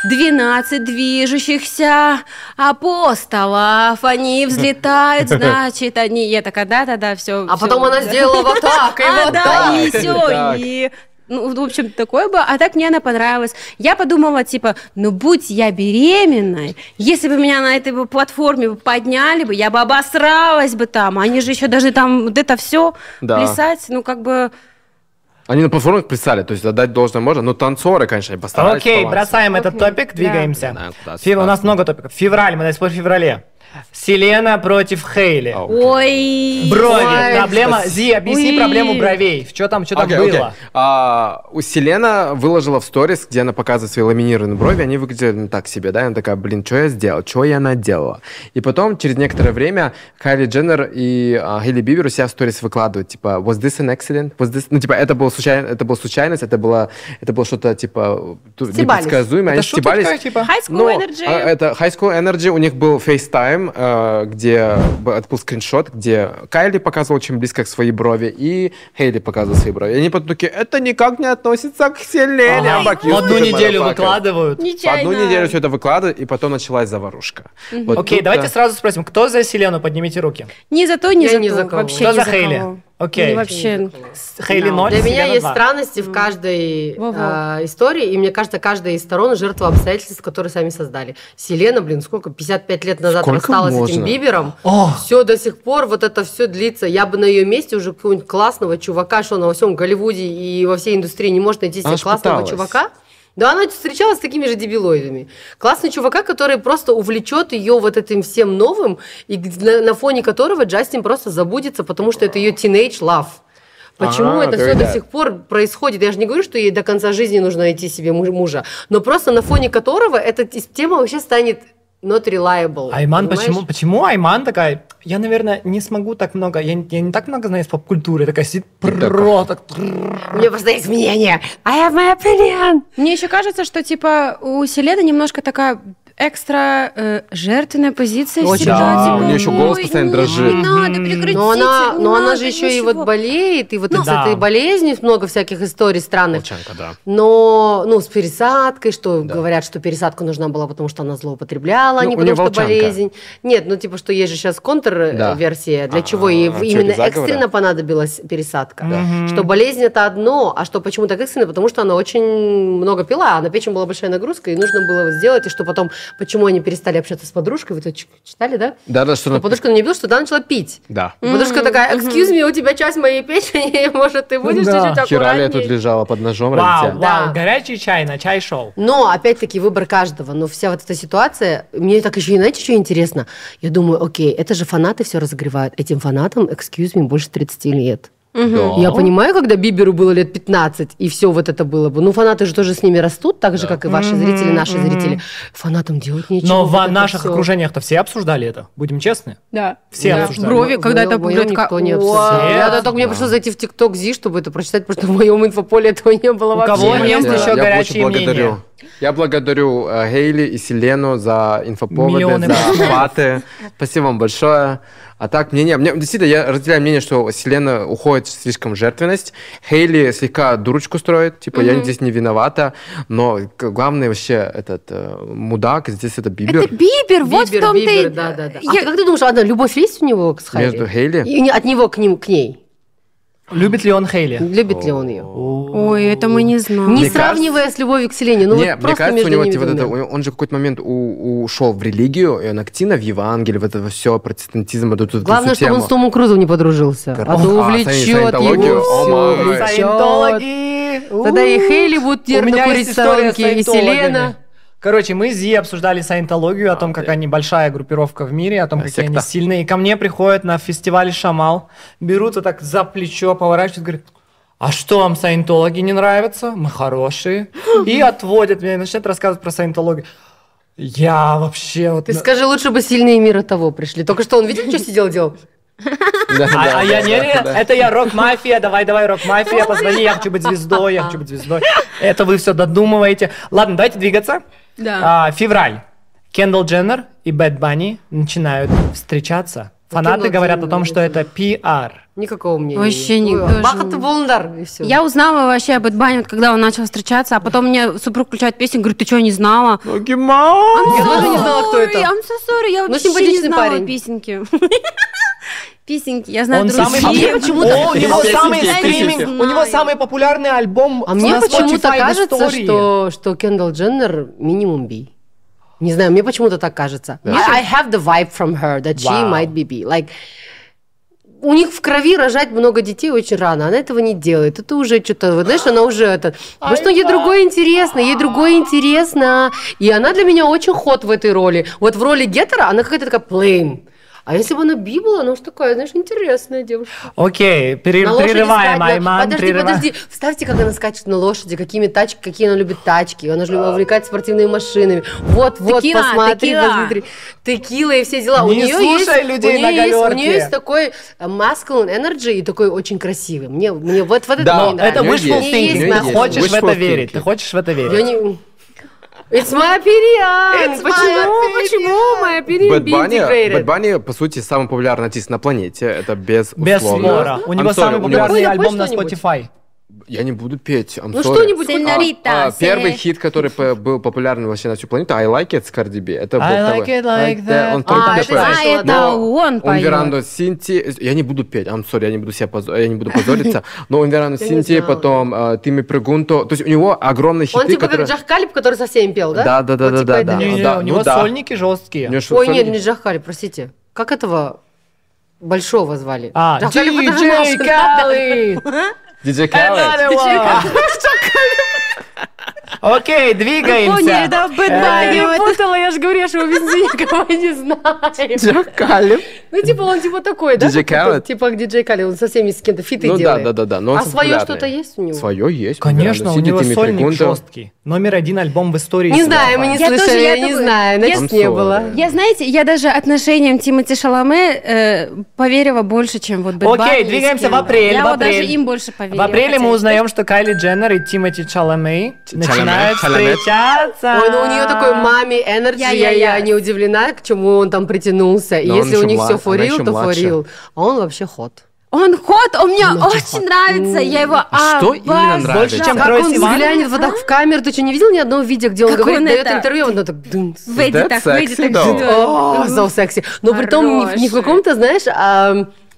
Speaker 2: 12 движущихся апостолов. Они взлетают, значит, они... Я такая, да-да-да, все.
Speaker 1: А потом она сделала вот так, и
Speaker 2: А,
Speaker 1: вот
Speaker 2: да,
Speaker 1: так.
Speaker 2: и все,
Speaker 3: Так.
Speaker 2: и... Ну, в общем, такое было. А так мне она понравилась. Я подумала, типа, ну, будь я беременной, если бы меня на этой бы платформе бы подняли бы, я бы обосралась бы там. Они же еще даже там вот это все
Speaker 3: Да.
Speaker 2: плясать, ну, как бы...
Speaker 3: Они на платформах плясали, то есть отдать должное можно, но танцоры, конечно, они постарались.
Speaker 4: Окей,
Speaker 3: баланс.
Speaker 4: бросаем этот
Speaker 2: Окей,
Speaker 4: топик,
Speaker 2: да.
Speaker 4: двигаемся.
Speaker 3: Да, да,
Speaker 4: Фи- У
Speaker 3: да.
Speaker 4: нас много топиков. Февраль, мы до сих пор в феврале. Селена против Хейли.
Speaker 3: Ау.
Speaker 2: Ой!
Speaker 4: Брови.
Speaker 1: Ой.
Speaker 4: Проблема. Зи, объясни
Speaker 2: Ой.
Speaker 4: проблему бровей. Что там, что там
Speaker 3: Окей, окей.
Speaker 4: было?
Speaker 3: А, у Селена выложила в сторис, где она показывает свои ламинированные брови, они выглядели ну, так себе, да, и она такая, блин, что я сделал, что я наделала. И потом, через некоторое время, Кайли Дженнер и а, Хейли Бибер у себя в сторис выкладывают, типа, was this an accident? Was this... Ну, типа, это, был случай... это была случайность, это было, это было что-то, типа, ту-
Speaker 1: Стебались.
Speaker 3: непредсказуемое, они
Speaker 4: Это шутка такая,
Speaker 3: стебались.
Speaker 4: типа?
Speaker 2: High school
Speaker 3: Но,
Speaker 2: energy.
Speaker 3: а, это High School Energy, у них был FaceTime, э, где б- это был скриншот, где Кайли показывал очень близко к своей брови, и Хейли показывал свои брови. И они потом такие, это никак не относится к Селене.
Speaker 4: Ага.
Speaker 3: I'm like,
Speaker 1: Ну,
Speaker 3: you
Speaker 4: Одну
Speaker 3: stupid
Speaker 4: неделю
Speaker 3: motherfucker.
Speaker 4: выкладывают.
Speaker 3: В
Speaker 2: Нечаянно.
Speaker 3: одну неделю все это выкладывают, и потом началась заварушка. Вот
Speaker 4: Окей,
Speaker 3: тут,
Speaker 4: давайте
Speaker 3: да.
Speaker 4: сразу спросим, кто за Селену? Поднимите руки.
Speaker 2: Ни за то, ни
Speaker 1: Я
Speaker 2: за
Speaker 1: ни
Speaker 2: то.
Speaker 1: за кого.
Speaker 2: Вообще
Speaker 4: Что
Speaker 2: ни
Speaker 4: за
Speaker 2: за
Speaker 4: Хейли?
Speaker 2: кого.
Speaker 4: Окей.
Speaker 2: Ни Вообще.
Speaker 4: С- Хейли
Speaker 2: Да.
Speaker 4: 0,
Speaker 1: Для меня
Speaker 4: Селена
Speaker 1: есть
Speaker 4: 2.
Speaker 1: странности в каждой
Speaker 2: Во-во.
Speaker 1: э, истории, и мне кажется, каждая из сторон жертва обстоятельств, которые сами создали. Селена, блин, сколько, 55 лет назад
Speaker 3: Сколько
Speaker 1: рассталась с
Speaker 3: можно?
Speaker 1: этим Бибером.
Speaker 4: О!
Speaker 1: Все до сих пор, вот это все длится. Я бы на ее месте уже какого-нибудь классного чувака, что она во всем Голливуде и во всей индустрии не может найти себе
Speaker 3: Она ж
Speaker 1: классного
Speaker 3: пыталась.
Speaker 1: чувака. Да, она встречалась с такими же дебилоидами. Классный чувака, который просто увлечет ее вот этим всем новым, и г- на, на фоне которого Джастин просто забудется, потому что это ее teenage love. Почему
Speaker 3: А,
Speaker 1: это
Speaker 3: да,
Speaker 1: все до
Speaker 3: да.
Speaker 1: сих пор происходит? Я же не говорю, что ей до конца жизни нужно найти себе муж- мужа, но просто на фоне которого эта т- тема вообще станет not reliable.
Speaker 4: Айман,
Speaker 1: понимаешь?
Speaker 4: почему, почему Айман такая? Я, наверное, не смогу так много, я, не- я не так много знаю из поп-культуры, такая сидит, прррр, так, прррр.
Speaker 1: У меня просто есть мнение. I have my opinion.
Speaker 2: Мне еще кажется, что типа у Селены немножко такая экстра э, жертвенная позиция
Speaker 1: Очень.
Speaker 2: всегда.
Speaker 3: Да,
Speaker 2: типа,
Speaker 3: у нее еще голос
Speaker 2: «Ой,
Speaker 3: постоянно
Speaker 2: не-
Speaker 3: дрожит».
Speaker 2: Не надо,
Speaker 4: Мгм.
Speaker 2: прекратите.
Speaker 1: Но она,
Speaker 2: не
Speaker 1: но она
Speaker 2: надо,
Speaker 1: же еще и
Speaker 2: ну ничего».
Speaker 1: вот болеет, и вот
Speaker 4: Ну
Speaker 1: с
Speaker 4: да.
Speaker 1: этой болезнью много всяких историй странных.
Speaker 3: Молчанка, да.
Speaker 1: Но, ну, с пересадкой, что
Speaker 3: Да.
Speaker 1: говорят, что пересадка нужна была, потому что она злоупотребляла, а
Speaker 3: Ну,
Speaker 1: не
Speaker 3: у нее
Speaker 1: потому что
Speaker 3: волчанка.
Speaker 1: болезнь. Нет, ну, типа, что есть же сейчас
Speaker 3: Да.
Speaker 1: контрверсия, для
Speaker 3: А,
Speaker 1: чего ей
Speaker 3: а,
Speaker 1: именно
Speaker 3: теория заговора?
Speaker 1: экстренно понадобилась пересадка.
Speaker 4: Да. Мгм.
Speaker 1: Что болезнь это одно, а что почему так экстренно? Потому что она очень много пила, а на печень была большая нагрузка, и нужно было сделать, и что потом, почему они перестали общаться с подружкой, вы это ч- читали, да?
Speaker 3: Да-да, что
Speaker 1: Что
Speaker 2: Ну,
Speaker 3: она...
Speaker 1: подружка не пила, что она начала пить.
Speaker 3: Да.
Speaker 2: Мгм,
Speaker 1: Подружка такая, excuse me, у тебя часть моей печени, может, ты будешь
Speaker 4: Да.
Speaker 1: чуть-чуть
Speaker 3: Хералия тут
Speaker 1: аккуратнее?
Speaker 3: лежала под ножом,
Speaker 4: Вау,
Speaker 3: родители.
Speaker 4: вау,
Speaker 1: Да.
Speaker 4: горячий чай на чай-шоу.
Speaker 1: Но, опять-таки, выбор каждого. Но вся вот эта ситуация, мне так еще, и, знаете, что интересно? Я думаю, окей, это же фанаты все разогревают. Этим фанатам, excuse me, больше 30 лет.
Speaker 4: А?
Speaker 3: Да.
Speaker 1: Я понимаю, когда Биберу было лет 15, и все вот это было бы. Ну, фанаты же тоже с ними растут, так же,
Speaker 3: Да.
Speaker 1: как и ваши
Speaker 4: Мгм,
Speaker 1: зрители, наши
Speaker 4: мгм.
Speaker 1: зрители. Фанатам делать нечего.
Speaker 4: Но
Speaker 1: вот
Speaker 4: в
Speaker 1: это
Speaker 4: наших
Speaker 1: всё.
Speaker 4: окружениях-то все обсуждали это, будем честны.
Speaker 2: Да.
Speaker 4: Все
Speaker 1: Да.
Speaker 4: обсуждали.
Speaker 2: Брови, когда
Speaker 1: Моё-
Speaker 2: это
Speaker 1: моё
Speaker 2: будет,
Speaker 1: никто
Speaker 2: как-
Speaker 1: не
Speaker 2: Вау.
Speaker 1: обсуждал. Я,
Speaker 4: Нет.
Speaker 1: да, только мне
Speaker 3: Да.
Speaker 1: пришлось зайти в ТикТок ЗИ, чтобы это прочитать, потому что в моем инфополе этого не было
Speaker 4: У
Speaker 1: вообще.
Speaker 4: кого
Speaker 3: Я-
Speaker 4: не есть
Speaker 3: я-
Speaker 4: еще
Speaker 3: я
Speaker 4: горячие
Speaker 3: очень благодарю.
Speaker 4: мнения?
Speaker 3: Я благодарю э, Хейли и Селену за инфоповоды,
Speaker 4: Миллионы
Speaker 3: за
Speaker 4: просмотров.
Speaker 3: хваты. Спасибо вам большое. А так, мнение... Мне, действительно, я разделяю мнение, что Селена уходит слишком в жертвенность. Хейли слегка дурочку строит. Типа, я здесь не виновата. Но к- главное вообще этот э, мудак, здесь это Бибер.
Speaker 2: Это Бибер, вот в
Speaker 1: Бибер,
Speaker 2: том-то и...
Speaker 1: Бибер, да, да, да. А
Speaker 2: Я-
Speaker 1: как ты думаешь, Анна, любовь есть у него к Хайли?
Speaker 3: Между Хейли?
Speaker 1: И не- от него к ним, к ней.
Speaker 4: Любит ли он Хейли?
Speaker 1: Любит ли он ее?
Speaker 2: Ой, это мы не знаем.
Speaker 1: Не
Speaker 3: Мне
Speaker 1: сравнивая с любовью к Селене, ну
Speaker 3: Не,
Speaker 1: вот
Speaker 3: мне
Speaker 1: просто
Speaker 3: кажется, у
Speaker 1: между
Speaker 3: него
Speaker 1: ними
Speaker 3: типа, вот это-
Speaker 1: двумя.
Speaker 3: у- он же в какой-то момент у- ушел в религию, и он активно в Евангелие, в это все, протестантизм, вот эту- эту
Speaker 1: Главное,
Speaker 3: всю
Speaker 1: чтобы он
Speaker 3: тему.
Speaker 1: с Томом Крузом не подружился.
Speaker 3: Кар-
Speaker 1: А то
Speaker 3: А,
Speaker 1: увлечет
Speaker 3: саентологию?
Speaker 1: его
Speaker 3: О, май.
Speaker 1: все.
Speaker 4: Саентологи!
Speaker 1: Тогда и Хейли будет
Speaker 4: У меня
Speaker 1: нервно
Speaker 4: есть
Speaker 1: курить
Speaker 4: история с
Speaker 1: сторонки, и
Speaker 4: саентологами.
Speaker 1: Селена. А,
Speaker 4: Короче, мы с Зи обсуждали саентологию, о том, какая небольшая группировка в мире, о том,
Speaker 3: А,
Speaker 4: какие они
Speaker 3: секта.
Speaker 4: сильные. И ко мне приходят на фестивале «Шамал», берут вот так за плечо, поворачивают, говорят, а что вам саентологи не нравятся? Мы хорошие. И отводят меня, и начинают рассказывать про саентологию. Я вообще вот...
Speaker 1: Ты
Speaker 4: на-
Speaker 1: скажи, лучше бы сильные мира того пришли. Только что он видел, что сидел делал?
Speaker 3: Да,
Speaker 4: А,
Speaker 3: да,
Speaker 4: а я
Speaker 3: да,
Speaker 4: не,
Speaker 3: да,
Speaker 4: нет,
Speaker 3: да.
Speaker 4: это я рок-мафия, давай, давай, рок-мафия, позвони, я хочу быть звездой, я хочу быть звездой. Это вы все додумываете. Ладно, давайте двигаться.
Speaker 2: Да.
Speaker 4: А, февраль. Кендалл Дженнер и Бэт Банни начинают встречаться Фанаты
Speaker 1: Кино
Speaker 4: говорят о
Speaker 1: отдельно,
Speaker 4: том, что это пиар.
Speaker 1: Никакого мнения.
Speaker 2: Вообще
Speaker 1: нет.
Speaker 2: не-
Speaker 1: Ой,
Speaker 2: тоже
Speaker 1: Бахат
Speaker 2: не-
Speaker 1: Волндар, и все.
Speaker 2: Я узнала вообще об Эдбане, вот когда он начал встречаться, а потом мне супруг включает песню, говорит, ты что, не знала?
Speaker 3: Ноги мам.
Speaker 1: Я тоже не знала, кто это.
Speaker 2: Sorry, А, ну, I'm so sorry, я
Speaker 1: Ну,
Speaker 2: вообще не
Speaker 1: симпатичный
Speaker 2: знала
Speaker 1: парень.
Speaker 2: песенки. Песенки, я знаю
Speaker 4: Он
Speaker 2: другие.
Speaker 4: самый
Speaker 1: А мне
Speaker 4: попу-
Speaker 1: почему-то-
Speaker 4: О, У него
Speaker 3: Песенки,
Speaker 4: самый
Speaker 3: песенки.
Speaker 4: стриминг, у него
Speaker 2: Знаю.
Speaker 4: самый популярный альбом.
Speaker 1: А мне
Speaker 4: на
Speaker 1: почему-то
Speaker 4: Spotify в
Speaker 1: кажется,
Speaker 4: истории.
Speaker 1: что, что Кендалл Дженнер минимум B. Не знаю, мне почему-то так кажется. I, I have the vibe from her that she
Speaker 4: Вау.
Speaker 1: might be B. Like, у них в крови рожать много детей очень рано. Она этого не делает. Это уже что-то, вот, знаешь, она уже это... Потому что ей другое интересно, ей другое интересно. И она для меня очень ход в этой роли. Вот в роли Геттера она какая-то такая plain. А если бы она би была, она уж такая, знаешь, интересная девушка.
Speaker 4: Окей, пере-
Speaker 1: На лошади
Speaker 4: прерываем,
Speaker 1: скачет.
Speaker 4: Айман,
Speaker 1: Подожди,
Speaker 4: прерываем.
Speaker 1: подожди. Вставьте, как она скачет на лошади, какими тачки, какие она любит тачки. Она же любит- увлекается спортивными машинами. Вот, вот,
Speaker 2: Текила,
Speaker 1: посмотри,
Speaker 2: текила.
Speaker 1: посмотри. Текила и все дела. у
Speaker 4: Не
Speaker 1: нее
Speaker 4: слушай
Speaker 1: есть,
Speaker 4: людей
Speaker 1: у нее
Speaker 4: на
Speaker 1: есть, У нее
Speaker 4: галерке.
Speaker 1: есть такой э, masculine energy и такой очень красивый. Мне, мне вот, вот это
Speaker 3: Да,
Speaker 1: мне
Speaker 4: Это
Speaker 1: нравится.
Speaker 3: У неё
Speaker 4: wishful
Speaker 1: есть. У
Speaker 4: thinking.
Speaker 1: неё
Speaker 4: Ты
Speaker 1: есть.
Speaker 4: хочешь в это
Speaker 3: Wishful
Speaker 4: верить?
Speaker 3: thinking.
Speaker 4: Ты хочешь в это
Speaker 1: Я
Speaker 4: верить?
Speaker 1: не... It's my opinion!
Speaker 4: It's my
Speaker 1: почему,
Speaker 4: opinion.
Speaker 1: почему my opinion
Speaker 3: Бэд
Speaker 1: be
Speaker 3: Банни,
Speaker 1: integrated?
Speaker 3: Бэд Банни, по сути, самый популярный артист на планете. Это без
Speaker 4: Без спора. У него самый популярный
Speaker 1: Ой, да,
Speaker 4: альбом на
Speaker 1: что-нибудь.
Speaker 4: Spotify.
Speaker 3: Я не буду петь, I'm
Speaker 1: Ну
Speaker 3: sorry.
Speaker 1: что-нибудь
Speaker 3: А,
Speaker 2: Сеньорита,
Speaker 3: а, Первый
Speaker 2: се-
Speaker 3: хит, который по- был популярный вообще на всю планету, I Like It с Cardi B. Это был
Speaker 4: I like
Speaker 3: такой,
Speaker 4: it like that.
Speaker 3: Он только
Speaker 1: А,
Speaker 3: такой.
Speaker 1: это знаешь,
Speaker 2: А, это
Speaker 3: Но
Speaker 2: он
Speaker 3: Он
Speaker 2: поет.
Speaker 3: веранду Синти. Я не буду петь, I'm sorry, я не буду себя позор- я не буду позориться. Но он веранду
Speaker 1: Я не
Speaker 3: Синти,
Speaker 1: знала.
Speaker 3: потом э, Ты ми прыгунто. То есть у него огромные хиты,
Speaker 1: Он типа
Speaker 3: которые-
Speaker 1: как Джах Калиб, который со всеми пел, да?
Speaker 3: Да, да, да,
Speaker 1: Вот
Speaker 3: да,
Speaker 1: типа
Speaker 3: да,
Speaker 1: это
Speaker 3: да.
Speaker 1: ли?
Speaker 3: Ну
Speaker 4: Не-не-не, Э, у него
Speaker 3: ну да.
Speaker 4: сольники
Speaker 3: У него
Speaker 4: жесткие.
Speaker 3: что,
Speaker 1: Ой,
Speaker 3: соль-
Speaker 1: нет, не Джахари, простите. Как этого большого звали?
Speaker 4: А,
Speaker 1: Джахари, потому что
Speaker 4: диджей
Speaker 1: наш.
Speaker 4: Калли!
Speaker 3: Диджей Khaled.
Speaker 4: Another one.
Speaker 2: Поняли,
Speaker 4: Окей, двигаемся.
Speaker 2: да, Bad
Speaker 1: Да,
Speaker 2: Bunny,
Speaker 1: я
Speaker 2: Э, вот
Speaker 1: путала, я же говорю, я же его везде никого не знаю.
Speaker 3: Джах Калеб.
Speaker 1: Ну, типа, он типа такой, да?
Speaker 3: Диджей
Speaker 1: какой-то,
Speaker 3: Калед?
Speaker 1: Типа, как диджей Калли, он со всеми с кем-то фиты
Speaker 3: Ну да,
Speaker 1: делает.
Speaker 3: да, да, да. но он
Speaker 1: А свое
Speaker 3: популярный.
Speaker 1: что-то есть у него?
Speaker 3: Свое есть.
Speaker 4: Конечно,
Speaker 3: Веранда
Speaker 4: у
Speaker 3: Сити,
Speaker 4: него
Speaker 3: Тимми
Speaker 4: сольник
Speaker 3: Пригунда.
Speaker 4: жесткий. Номер один альбом в истории.
Speaker 1: Не
Speaker 4: Spotify.
Speaker 1: знаю, мы не
Speaker 2: Я тоже,
Speaker 1: слышали,
Speaker 2: я
Speaker 1: я не
Speaker 2: думаю,
Speaker 1: знаю,
Speaker 3: I'm
Speaker 1: значит, не
Speaker 3: sorry.
Speaker 1: было.
Speaker 2: Я, знаете, я даже отношениям Тимати Шаломе э, поверила больше, чем вот Bad Bunny
Speaker 4: Окей,
Speaker 2: и с
Speaker 4: двигаемся в
Speaker 2: кем-то.
Speaker 4: апрель,
Speaker 2: Я
Speaker 4: в
Speaker 2: вот даже
Speaker 4: апрель.
Speaker 2: им больше поверила.
Speaker 4: В апреле мы
Speaker 2: хотя-
Speaker 4: узнаем, что Кайли Дженнер и Тимати Чаламей
Speaker 3: Чаламе,
Speaker 4: начинают
Speaker 3: Чаламе.
Speaker 4: встречаться.
Speaker 1: Ой, ну у нее такой мами энерджи, я, я,
Speaker 2: Я-я-я.
Speaker 1: не удивлена, к чему он там притянулся. И
Speaker 3: Но он
Speaker 1: если у
Speaker 3: еще
Speaker 1: них
Speaker 3: млад-
Speaker 1: все
Speaker 3: она еще
Speaker 1: форил, то
Speaker 3: младше.
Speaker 1: форил. А он вообще ход.
Speaker 2: Он ход, он мне очень нравится, я его
Speaker 3: А что именно
Speaker 2: обожаю.
Speaker 3: нравится?
Speaker 4: Больше, чем
Speaker 1: Как
Speaker 4: Трой
Speaker 1: он
Speaker 4: Сиван?
Speaker 1: взглянет вот так в камеру, ты что, не видел ни одного видео, где он
Speaker 2: Как
Speaker 1: говорит,
Speaker 2: он
Speaker 1: дает
Speaker 2: это-
Speaker 1: интервью, а он так дым.
Speaker 2: Выйди
Speaker 3: That
Speaker 2: так, выйди
Speaker 3: sexy
Speaker 2: так.
Speaker 3: though.
Speaker 1: О,
Speaker 4: Э,
Speaker 1: so sexy. Но при том не в- не в
Speaker 2: Хороший.
Speaker 1: каком-то, знаешь, а,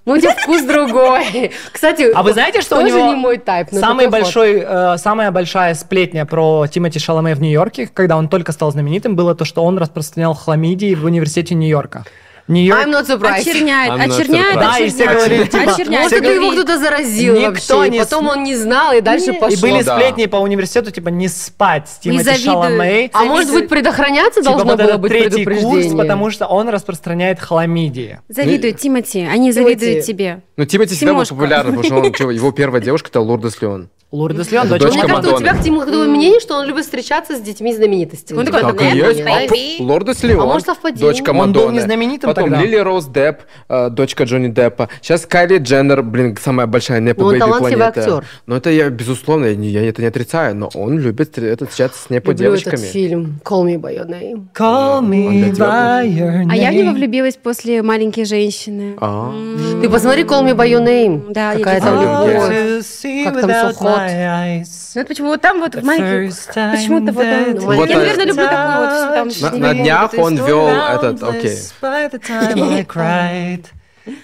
Speaker 1: ну, у тебя вкус другой. Кстати,
Speaker 4: А вы знаете, что у
Speaker 1: тоже
Speaker 4: него
Speaker 1: не мой тайп. ну но
Speaker 4: самый
Speaker 1: такой ход.
Speaker 4: большой, э, самая большая сплетня про Тимати Шаломе в Нью-Йорке, когда он только стал знаменитым, было то, что он распространял хламидии в университете Нью-Йорка.
Speaker 1: I'm
Speaker 4: Нью-Йорк
Speaker 1: not surprised.
Speaker 2: Очерняет,
Speaker 3: I'm not
Speaker 2: очерняет,
Speaker 3: surprised.
Speaker 4: Да, и все говорили, типа,
Speaker 2: очерняет.
Speaker 1: Может,
Speaker 4: Все
Speaker 1: это его
Speaker 2: говорит.
Speaker 1: кто-то заразил
Speaker 4: Никто
Speaker 1: вообще, и
Speaker 4: не
Speaker 1: потом он не знал и дальше
Speaker 4: и
Speaker 1: пошел.
Speaker 4: были
Speaker 3: да.
Speaker 4: сплетни по университету, типа, не спать с Тимати
Speaker 2: завидуют.
Speaker 4: Шаломе. Типа,
Speaker 1: А может быть, предохраняться должно было быть
Speaker 4: третий курс,
Speaker 1: предупреждение?
Speaker 4: потому что он распространяет хламидии.
Speaker 2: Завидуют Тимати, они завидуют тебе.
Speaker 3: Ну, Тимати всегда был
Speaker 2: Тимошка.
Speaker 3: популярный, потому что он, чё, его первая девушка это Лордес Леон.
Speaker 4: Лурдес Леон,
Speaker 3: Это
Speaker 4: дочка
Speaker 1: Мне
Speaker 3: дочка
Speaker 4: Мадонны. Ну,
Speaker 1: кажется, у
Speaker 3: Мадонны.
Speaker 1: тебя Тимур такое мнение, что он любит встречаться с детьми знаменитостей.
Speaker 2: Он такой,
Speaker 3: Так и
Speaker 2: «Нет,
Speaker 3: есть.
Speaker 2: понимаешь,
Speaker 3: Оп, Лордес Леон,
Speaker 1: А может, совпадение?
Speaker 3: дочка
Speaker 4: Он был
Speaker 3: Мадонны.
Speaker 4: не знаменитым
Speaker 3: Потом
Speaker 4: тогда.
Speaker 3: Лили Роуз Депп, э, дочка Джонни Деппа. Сейчас Кайли Дженнер, блин, самая большая непо
Speaker 1: Ну, он
Speaker 3: бэйби
Speaker 1: талантливый
Speaker 3: планеты.
Speaker 1: актер.
Speaker 3: Но Ну, это я, безусловно, я, не- я это не отрицаю, но он любит тре- это встречаться с непо
Speaker 1: Люблю
Speaker 3: девочками.
Speaker 1: этот фильм «Call me by your name».
Speaker 4: Call me
Speaker 3: Он
Speaker 4: by your
Speaker 2: А я в
Speaker 4: name.
Speaker 2: него влюбилась после «Маленькой женщины». Ну,
Speaker 3: А.
Speaker 1: Ты посмотри «Call me by your name».
Speaker 2: Да, я
Speaker 1: Какая
Speaker 2: видела.
Speaker 1: там
Speaker 3: А,
Speaker 1: любовь.
Speaker 4: to see
Speaker 1: Как там
Speaker 4: without
Speaker 1: сухот.
Speaker 4: my eyes.
Speaker 2: Ну, это почему вот там вот в маленьких...
Speaker 4: First time
Speaker 2: Почему-то вот
Speaker 4: that
Speaker 2: он...
Speaker 1: Вот
Speaker 2: я,
Speaker 3: он-
Speaker 2: наверное, люблю такую вот всю там...
Speaker 3: На,
Speaker 4: Не
Speaker 3: на
Speaker 4: могу
Speaker 3: днях он вел этот, окей.
Speaker 4: Boundless by the time I cried.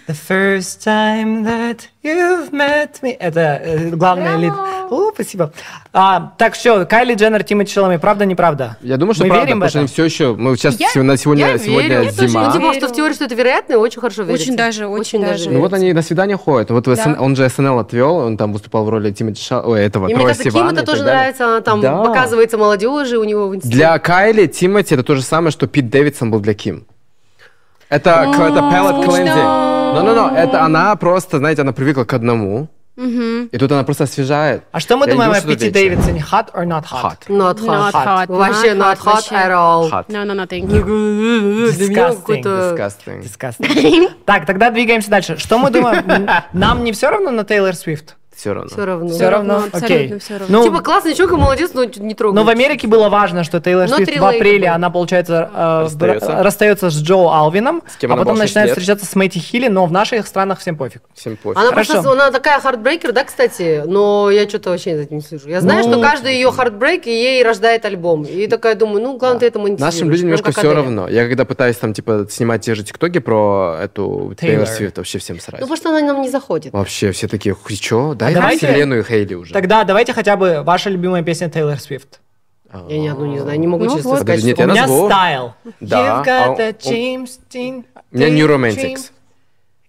Speaker 4: The first time that you've met me. Это э, главная лид. О, спасибо. А, так все, Кайли Дженнер, Тимати Шаломе, правда, неправда?
Speaker 3: Я думаю, что
Speaker 4: Мы
Speaker 3: правда,
Speaker 4: верим в
Speaker 3: потому что
Speaker 4: это?
Speaker 3: все еще, мы сейчас сегодня, сегодня,
Speaker 1: я
Speaker 3: сегодня
Speaker 1: верю.
Speaker 3: зима.
Speaker 1: Ну, типа, что в теории, что это вероятно, и очень хорошо верится.
Speaker 2: даже, очень даже.
Speaker 3: Ну вот
Speaker 1: верится.
Speaker 3: они на свидание ходят. Вот в
Speaker 2: Да.
Speaker 3: SN он же СНЛ отвел, он там выступал в роли Тима Ша... ой,
Speaker 1: И
Speaker 3: этого,
Speaker 1: мне
Speaker 3: Троя
Speaker 1: кажется, Ким
Speaker 3: Сивана
Speaker 1: это
Speaker 3: и так
Speaker 1: тоже
Speaker 3: далее.
Speaker 1: нравится, она там
Speaker 3: Да.
Speaker 1: показывается молодежи у него в институте.
Speaker 3: Для Кайли Тимати это то же самое, что Пит Дэвидсон был для Ким. Это, к- это palate cleansing. No-no-no, это она просто, знаете, она привыкла к одному. И тут она просто освежает.
Speaker 4: А что мы
Speaker 3: Я не
Speaker 4: думаем о
Speaker 3: думаю, что
Speaker 4: Пити
Speaker 3: это вечно.
Speaker 4: Дэвидсоне? Hot or not hot?
Speaker 3: Hot.
Speaker 1: Not hot.
Speaker 2: Not hot,
Speaker 1: Вообще
Speaker 2: not
Speaker 1: not
Speaker 2: hot,
Speaker 1: hot
Speaker 2: вообще.
Speaker 1: at all.
Speaker 3: Hot.
Speaker 2: No, no, no, thank you.
Speaker 1: Для меня какой-то-
Speaker 3: Disgusting.
Speaker 4: Disgusting. Так, тогда двигаемся дальше. Что мы думаем? М, Нам не все равно на Тейлор Свифт?
Speaker 3: Все равно.
Speaker 1: Все равно.
Speaker 2: Ну, Всё равно,
Speaker 4: Окей.
Speaker 2: абсолютно всё равно.
Speaker 4: Ну,
Speaker 1: Типа классный человек, молодец, но не трогай.
Speaker 4: Но в Америке было важно, что Тейлор
Speaker 1: Но
Speaker 4: Свифт в
Speaker 1: трилейбл
Speaker 4: апреле,
Speaker 1: был.
Speaker 4: она, получается, э,
Speaker 3: Расстается.
Speaker 4: бра- расстается с Джо Алвином,
Speaker 3: С кем
Speaker 4: а
Speaker 3: она
Speaker 4: потом
Speaker 3: была шесть
Speaker 4: начинает
Speaker 3: лет.
Speaker 4: встречаться с Мэтти Хилли, но в наших странах всем пофиг.
Speaker 3: Всем пофиг.
Speaker 1: Она
Speaker 4: Хорошо.
Speaker 1: просто, она такая хардбрейкер, да, кстати, но я что-то вообще за этим не слежу. Я знаю,
Speaker 4: Ну,
Speaker 1: что каждый ее хардбрейк и ей рождает альбом. И такая думаю, ну, главное, ты это монетизируешь.
Speaker 3: Нашим
Speaker 1: Прям
Speaker 3: людям немножко
Speaker 1: как
Speaker 3: все
Speaker 1: Адель.
Speaker 3: равно. Я когда пытаюсь там, типа, снимать те же тиктоки про эту
Speaker 4: Тейлор.
Speaker 3: Тейлор Свифт, вообще всем
Speaker 1: Ну,
Speaker 3: срать.
Speaker 1: потому что она нам не заходит.
Speaker 3: Вообще все такие, «Хуй,
Speaker 1: А
Speaker 3: чё? Дай
Speaker 4: давайте-
Speaker 3: вселенную Хейли уже.
Speaker 4: Тогда давайте хотя бы ваша любимая песня Тейлор Свифт.
Speaker 3: А.
Speaker 1: Я ни одну не знаю, не могу
Speaker 2: Ну
Speaker 1: честно
Speaker 2: вот.
Speaker 1: сказать.
Speaker 3: Подожди, нет,
Speaker 1: что-
Speaker 4: У
Speaker 3: я
Speaker 4: меня
Speaker 3: назову.
Speaker 4: стайл.
Speaker 3: Да,
Speaker 4: You've got
Speaker 3: а у-
Speaker 4: that
Speaker 3: у-
Speaker 4: James Dean-
Speaker 3: У меня New
Speaker 4: James-
Speaker 3: Romantics.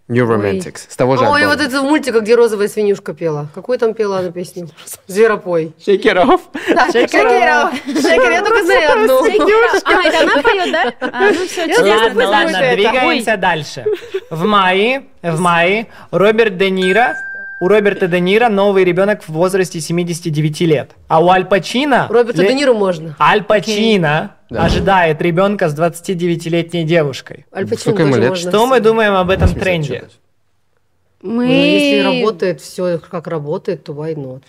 Speaker 3: New Romantics. С того же
Speaker 1: Ой,
Speaker 3: альбома.
Speaker 1: вот это в мультиках, где розовая свинюшка пела. Какую там пела она песню? Зверопой.
Speaker 3: Shake it off.
Speaker 1: Да, Шекера. Шекера, я только знаю одну.
Speaker 5: А, это она поет, да? А, ну все,
Speaker 1: Я
Speaker 5: чудесно,
Speaker 1: знаю,
Speaker 4: Ладно,
Speaker 5: пусть
Speaker 4: ладно,
Speaker 5: будет это.
Speaker 4: двигаемся дальше. В мае, в мае Роберт Де Ниро, у Роберта Де Ниро новый ребенок в возрасте 79 лет. А у Аль Пачино...
Speaker 1: Роберту
Speaker 4: ле-
Speaker 1: Де Ниро можно.
Speaker 4: Аль Пачино
Speaker 3: Да.
Speaker 4: ожидает ребенка с 29-летней девушкой.
Speaker 1: Аль
Speaker 3: Сколько
Speaker 1: Пачино
Speaker 3: ему
Speaker 1: тоже
Speaker 3: лет?
Speaker 1: можно.
Speaker 4: Что мы думаем об этом
Speaker 3: Ой,
Speaker 4: тренде?
Speaker 2: Мы...
Speaker 1: Ну, если работает все, как работает, то why not?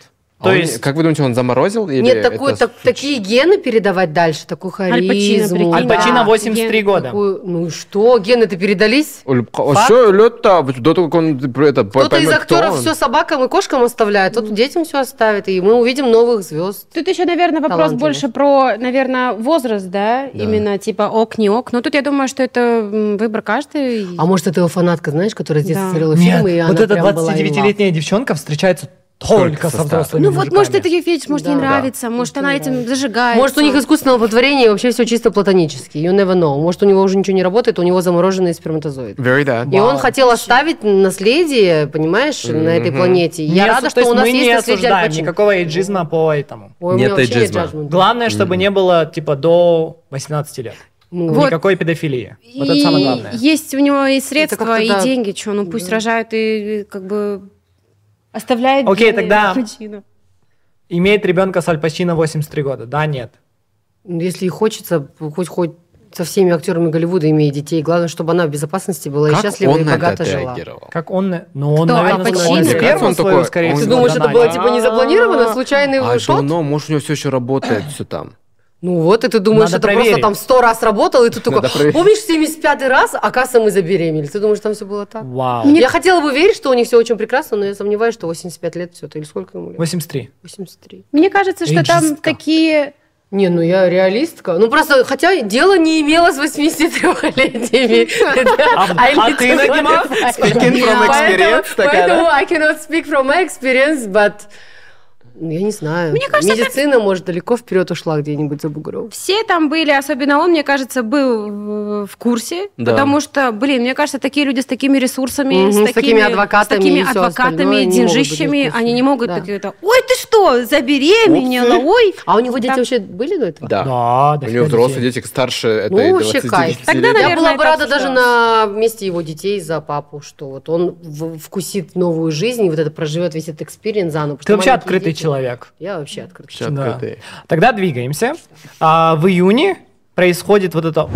Speaker 3: А он-
Speaker 4: То есть-
Speaker 3: как вы думаете, он заморозил? Или
Speaker 1: Нет, такую,
Speaker 3: это
Speaker 1: так- такие гены передавать дальше, такую
Speaker 2: Пачино,
Speaker 1: харизму.
Speaker 2: прикинь,
Speaker 4: Аль
Speaker 2: да.
Speaker 4: Пачино 83 года.
Speaker 1: Такую- ну и что, гены-то передались?
Speaker 4: Факт.
Speaker 3: Все, лед-то, до того, как он это,
Speaker 1: Кто-то из
Speaker 3: поймет, кто
Speaker 1: актеров
Speaker 3: он.
Speaker 1: все собакам и кошкам оставляет, тут детям все оставит, и мы увидим новых звезд.
Speaker 2: Тут еще, наверное, вопрос
Speaker 1: Талантливый.
Speaker 2: больше про, наверное, возраст, да? Именно типа ок, не ок. Но тут я думаю, что это м, выбор каждый.
Speaker 1: А может, это его фанатка, знаешь, которая с детства
Speaker 2: Да.
Speaker 1: смотрела
Speaker 4: Нет,
Speaker 1: фильмы, и
Speaker 4: вот
Speaker 1: она
Speaker 4: эта
Speaker 1: прям была in love.
Speaker 4: 29-летняя девчонка встречается
Speaker 3: Только
Speaker 4: только
Speaker 3: со
Speaker 4: со взрослыми
Speaker 2: ну вот, может, это
Speaker 4: мужиками.
Speaker 2: ее фетиш, может,
Speaker 1: Да.
Speaker 2: не нравится, может, она этим зажигает.
Speaker 1: Может, у них искусственное оплодотворение, и вообще все чисто платонически. You never know. Может, у него уже ничего не работает, у него замороженные сперматозоиды.
Speaker 3: Very that.
Speaker 1: И он хотел оставить наследие, понимаешь, на этой планете. Я
Speaker 4: Не осу-
Speaker 1: рада,
Speaker 4: то
Speaker 1: что у нас
Speaker 4: мы
Speaker 1: есть наследие
Speaker 4: не
Speaker 1: Аль
Speaker 4: осуждаем
Speaker 1: Пачино.
Speaker 4: никакого эйджизма по этому.
Speaker 1: Ой, у
Speaker 3: Нет
Speaker 1: меня вообще
Speaker 3: эйджизма.
Speaker 1: джаджмента.
Speaker 4: Главное, чтобы не было типа до 18 лет.
Speaker 1: Ну,
Speaker 2: Вот.
Speaker 4: Никакой педофилии. Вот
Speaker 2: И
Speaker 4: это самое главное.
Speaker 2: Есть у него и средства,
Speaker 1: как-то
Speaker 2: и
Speaker 1: да.
Speaker 2: деньги, что, ну пусть рожают и как бы оставляют.
Speaker 4: Окей,
Speaker 2: гены
Speaker 4: тогда-
Speaker 2: мужчину.
Speaker 4: Имеет ребенка с Аль Пачино 83 года. Да, нет.
Speaker 1: Ну, Если и хочется, хоть хоть со всеми актерами Голливуда имея детей, главное, чтобы она в безопасности была и
Speaker 3: Как
Speaker 1: счастлива
Speaker 3: он
Speaker 1: и
Speaker 3: на
Speaker 1: богато
Speaker 3: это
Speaker 1: жила.
Speaker 3: реагировал?
Speaker 4: Как он... на- Ну, он,
Speaker 2: Кто, Аль
Speaker 4: наверное,
Speaker 2: Пачино?
Speaker 4: он
Speaker 2: Мне
Speaker 4: сперму
Speaker 3: кажется, он
Speaker 4: свою,
Speaker 3: такой,
Speaker 4: скорее
Speaker 3: он-
Speaker 1: Ты
Speaker 4: всего,
Speaker 1: думаешь, это
Speaker 4: донатил.
Speaker 1: было типа не запланировано, случайный
Speaker 3: А,
Speaker 1: шот?
Speaker 3: давно, может, у него все еще работает, все там.
Speaker 1: Ну вот, и ты думаешь,
Speaker 4: Надо
Speaker 1: это
Speaker 4: проверить.
Speaker 1: просто там сто раз работал, и ты такой,
Speaker 3: Надо проверить.
Speaker 1: помнишь, 75 раз, а касса мы забеременели. Ты думаешь, там все было типа, так?
Speaker 4: Вау.
Speaker 1: Я хотела бы верить, что у них все очень прекрасно, но я сомневаюсь, что 85 лет все. Или сколько ему лет?
Speaker 4: 83.
Speaker 1: 83.
Speaker 2: Мне кажется, что там
Speaker 4: Эйджистка.
Speaker 2: такие...
Speaker 1: Не, ну я реалистка. Ну просто, хотя дело не имело с 83-летними.
Speaker 4: А, а ты, Нагима?
Speaker 3: Speaking from experience такая,
Speaker 1: Поэтому
Speaker 3: да?
Speaker 1: I cannot speak from my experience, but... Ну, Я не знаю. Мне кажется, Медицина, может, далеко вперед ушла где-нибудь за бугром.
Speaker 2: Все там были, особенно он, мне кажется, был в- в курсе,
Speaker 3: Да.
Speaker 2: потому что, блин, мне кажется, такие люди с такими ресурсами,
Speaker 1: Мгм, с такими адвокатами
Speaker 2: с такими
Speaker 1: и всё
Speaker 2: адвокатами,
Speaker 1: остальное не могут быть
Speaker 2: деньжищами,
Speaker 1: невкусными.
Speaker 2: они не могут
Speaker 1: Да.
Speaker 2: такие то Ой, ты что, забеременела? Ой,
Speaker 1: А у него дети
Speaker 2: Так.
Speaker 1: вообще были до этого?
Speaker 3: Да.
Speaker 4: Да, да.
Speaker 3: У него взрослые дети старше этой
Speaker 1: Ну, вообще
Speaker 3: 29
Speaker 1: кайф.
Speaker 3: лет.
Speaker 2: Тогда, наверное,
Speaker 1: Я была бы
Speaker 2: это
Speaker 1: рада даже
Speaker 2: обсуждалось.
Speaker 1: на месте его детей за папу, что вот он в- вкусит новую жизнь, и вот это проживет весь этот экспириенс заново.
Speaker 4: Ты
Speaker 1: Потому что
Speaker 4: вообще
Speaker 1: маленькие
Speaker 4: открытый
Speaker 1: дети-
Speaker 4: человек.
Speaker 1: Я вообще открытый
Speaker 3: Вообще
Speaker 1: человек.
Speaker 4: Да.
Speaker 3: открытый.
Speaker 4: Тогда двигаемся. А, в июне происходит вот эта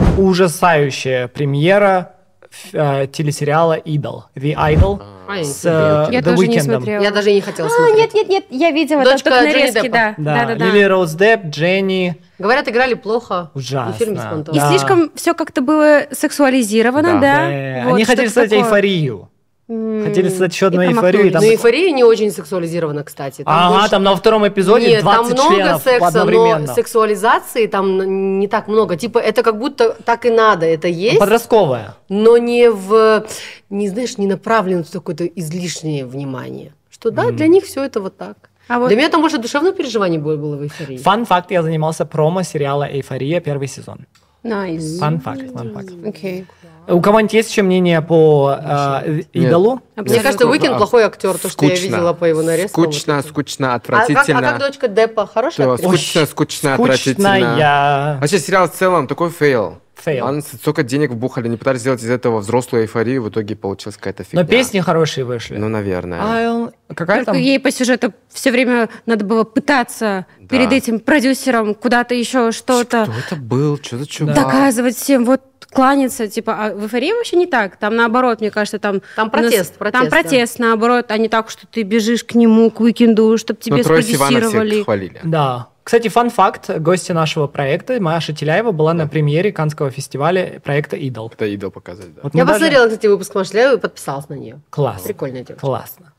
Speaker 4: ужасающая премьера ф- э, телесериала «Идол». «The Idol»
Speaker 1: А, я не
Speaker 4: с э,
Speaker 1: смотрела.
Speaker 2: Я
Speaker 4: The
Speaker 2: тоже не
Speaker 4: Weeknd'ом.
Speaker 2: смотрела.
Speaker 1: Я даже и не хотела
Speaker 2: А,
Speaker 1: смотреть.
Speaker 2: нет, нет, нет, я видела там
Speaker 1: Дочка
Speaker 2: только
Speaker 1: Джонни
Speaker 2: нарезки,
Speaker 1: Деппа.
Speaker 2: да.
Speaker 4: Да,
Speaker 2: Да, да, да.
Speaker 4: Лили Роуз Депп, Дженни.
Speaker 1: Говорят, играли плохо.
Speaker 4: Ужасно.
Speaker 1: И фильм беспонтовый.
Speaker 2: И
Speaker 4: Да.
Speaker 2: слишком все как-то было сексуализировано,
Speaker 3: Да.
Speaker 2: да.
Speaker 4: Э,
Speaker 2: Вот,
Speaker 4: Они хотели
Speaker 2: что-то
Speaker 4: создать
Speaker 2: такое.
Speaker 4: эйфорию.
Speaker 2: М,
Speaker 4: хотели создать еще
Speaker 2: и
Speaker 4: одну
Speaker 2: промахнулись.
Speaker 4: эйфорию, и там-
Speaker 1: Ну, эйфория не очень сексуализирована, кстати. Там
Speaker 4: Ага,
Speaker 1: больше-
Speaker 4: там на втором эпизоде
Speaker 1: Нет, там
Speaker 4: 20
Speaker 1: много
Speaker 4: членов
Speaker 1: секса, но
Speaker 4: одновременно.
Speaker 1: сексуализации там н- не так много. Типа, это как будто так и надо, это есть,
Speaker 4: Ну, Подростковая.
Speaker 1: но не в, не знаешь, не направлено в какое-то излишнее внимание. Что да, для них все это вот так.
Speaker 2: А вот
Speaker 1: Для меня там больше душевное переживание было, было в эйфории.
Speaker 4: Фан факт, я занимался промо сериала «Эйфория» первый сезон.
Speaker 2: Найс.
Speaker 4: Фан факт, фан факт.
Speaker 2: Окей.
Speaker 4: У кого-нибудь есть еще мнение по э, «Идолу»?
Speaker 1: Мне кажется, Уикин
Speaker 3: А,
Speaker 1: плохой актер, то, что я
Speaker 3: скучно.
Speaker 1: видела по его нарезкам.
Speaker 3: Скучно,
Speaker 1: вот этим.
Speaker 3: скучно,
Speaker 1: А как, а
Speaker 3: отвратительно.
Speaker 1: как дочка Деппа? Хорошая
Speaker 3: Всё,
Speaker 1: актриса?
Speaker 3: Скучно, скучно, отвратительно.
Speaker 4: Скучная.
Speaker 3: Вообще сериал в целом такой фейл.
Speaker 4: Фейл.
Speaker 3: Ладно, столько денег вбухали, не пытались сделать из этого взрослую эйфорию, в итоге получилась какая-то фигня.
Speaker 4: Но песни А хорошие вышли.
Speaker 3: Ну, наверное.
Speaker 4: I'll- э, Какая
Speaker 2: Только
Speaker 4: там?
Speaker 2: ей по сюжету все время надо было пытаться
Speaker 3: Да.
Speaker 2: перед этим продюсером куда-то еще что-то
Speaker 3: Кто это был? Что за Ну, чувак?
Speaker 2: доказывать всем. Вот кланяться, типа, а в эйфории вообще не так. Там наоборот, мне кажется, там...
Speaker 1: Там
Speaker 2: у нас-
Speaker 1: протест, протест, да.
Speaker 2: Там протест, наоборот, а не так, что ты бежишь к нему, к уикенду, чтобы
Speaker 3: Ну,
Speaker 2: тебе
Speaker 3: Трой Сивана
Speaker 2: спродюсировали.
Speaker 3: всех хвалили.
Speaker 4: Да. Кстати, фан факт, гостья нашего проекта Маша Теляева была на премьере Канского фестиваля проекта «Идол».
Speaker 3: Это идол показать, да.
Speaker 4: Вот мы
Speaker 1: Я
Speaker 4: Ну, даже-
Speaker 1: посмотрела, кстати, выпуск Машля и подписалась на нее.
Speaker 4: Классно.
Speaker 1: Прикольная девочка.
Speaker 4: Классно.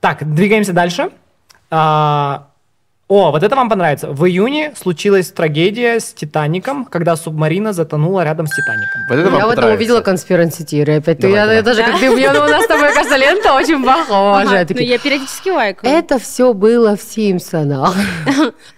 Speaker 4: Так, двигаемся дальше. А, о, вот это вам понравится. В июне случилась трагедия с Титаником, когда субмарина затонула рядом с Титаником.
Speaker 3: Вот это вам
Speaker 1: я в этом
Speaker 3: понравится.
Speaker 1: увидела конспиранси Тири опять.
Speaker 3: Давай,
Speaker 1: я,
Speaker 3: давай.
Speaker 1: я даже, как ты, у меня- у нас с тобой, кажется, лента очень похожа.
Speaker 2: Ага,
Speaker 1: Я
Speaker 2: ну,
Speaker 1: такие,
Speaker 2: я периодически лайкаю.
Speaker 1: Это все было в Симпсонах.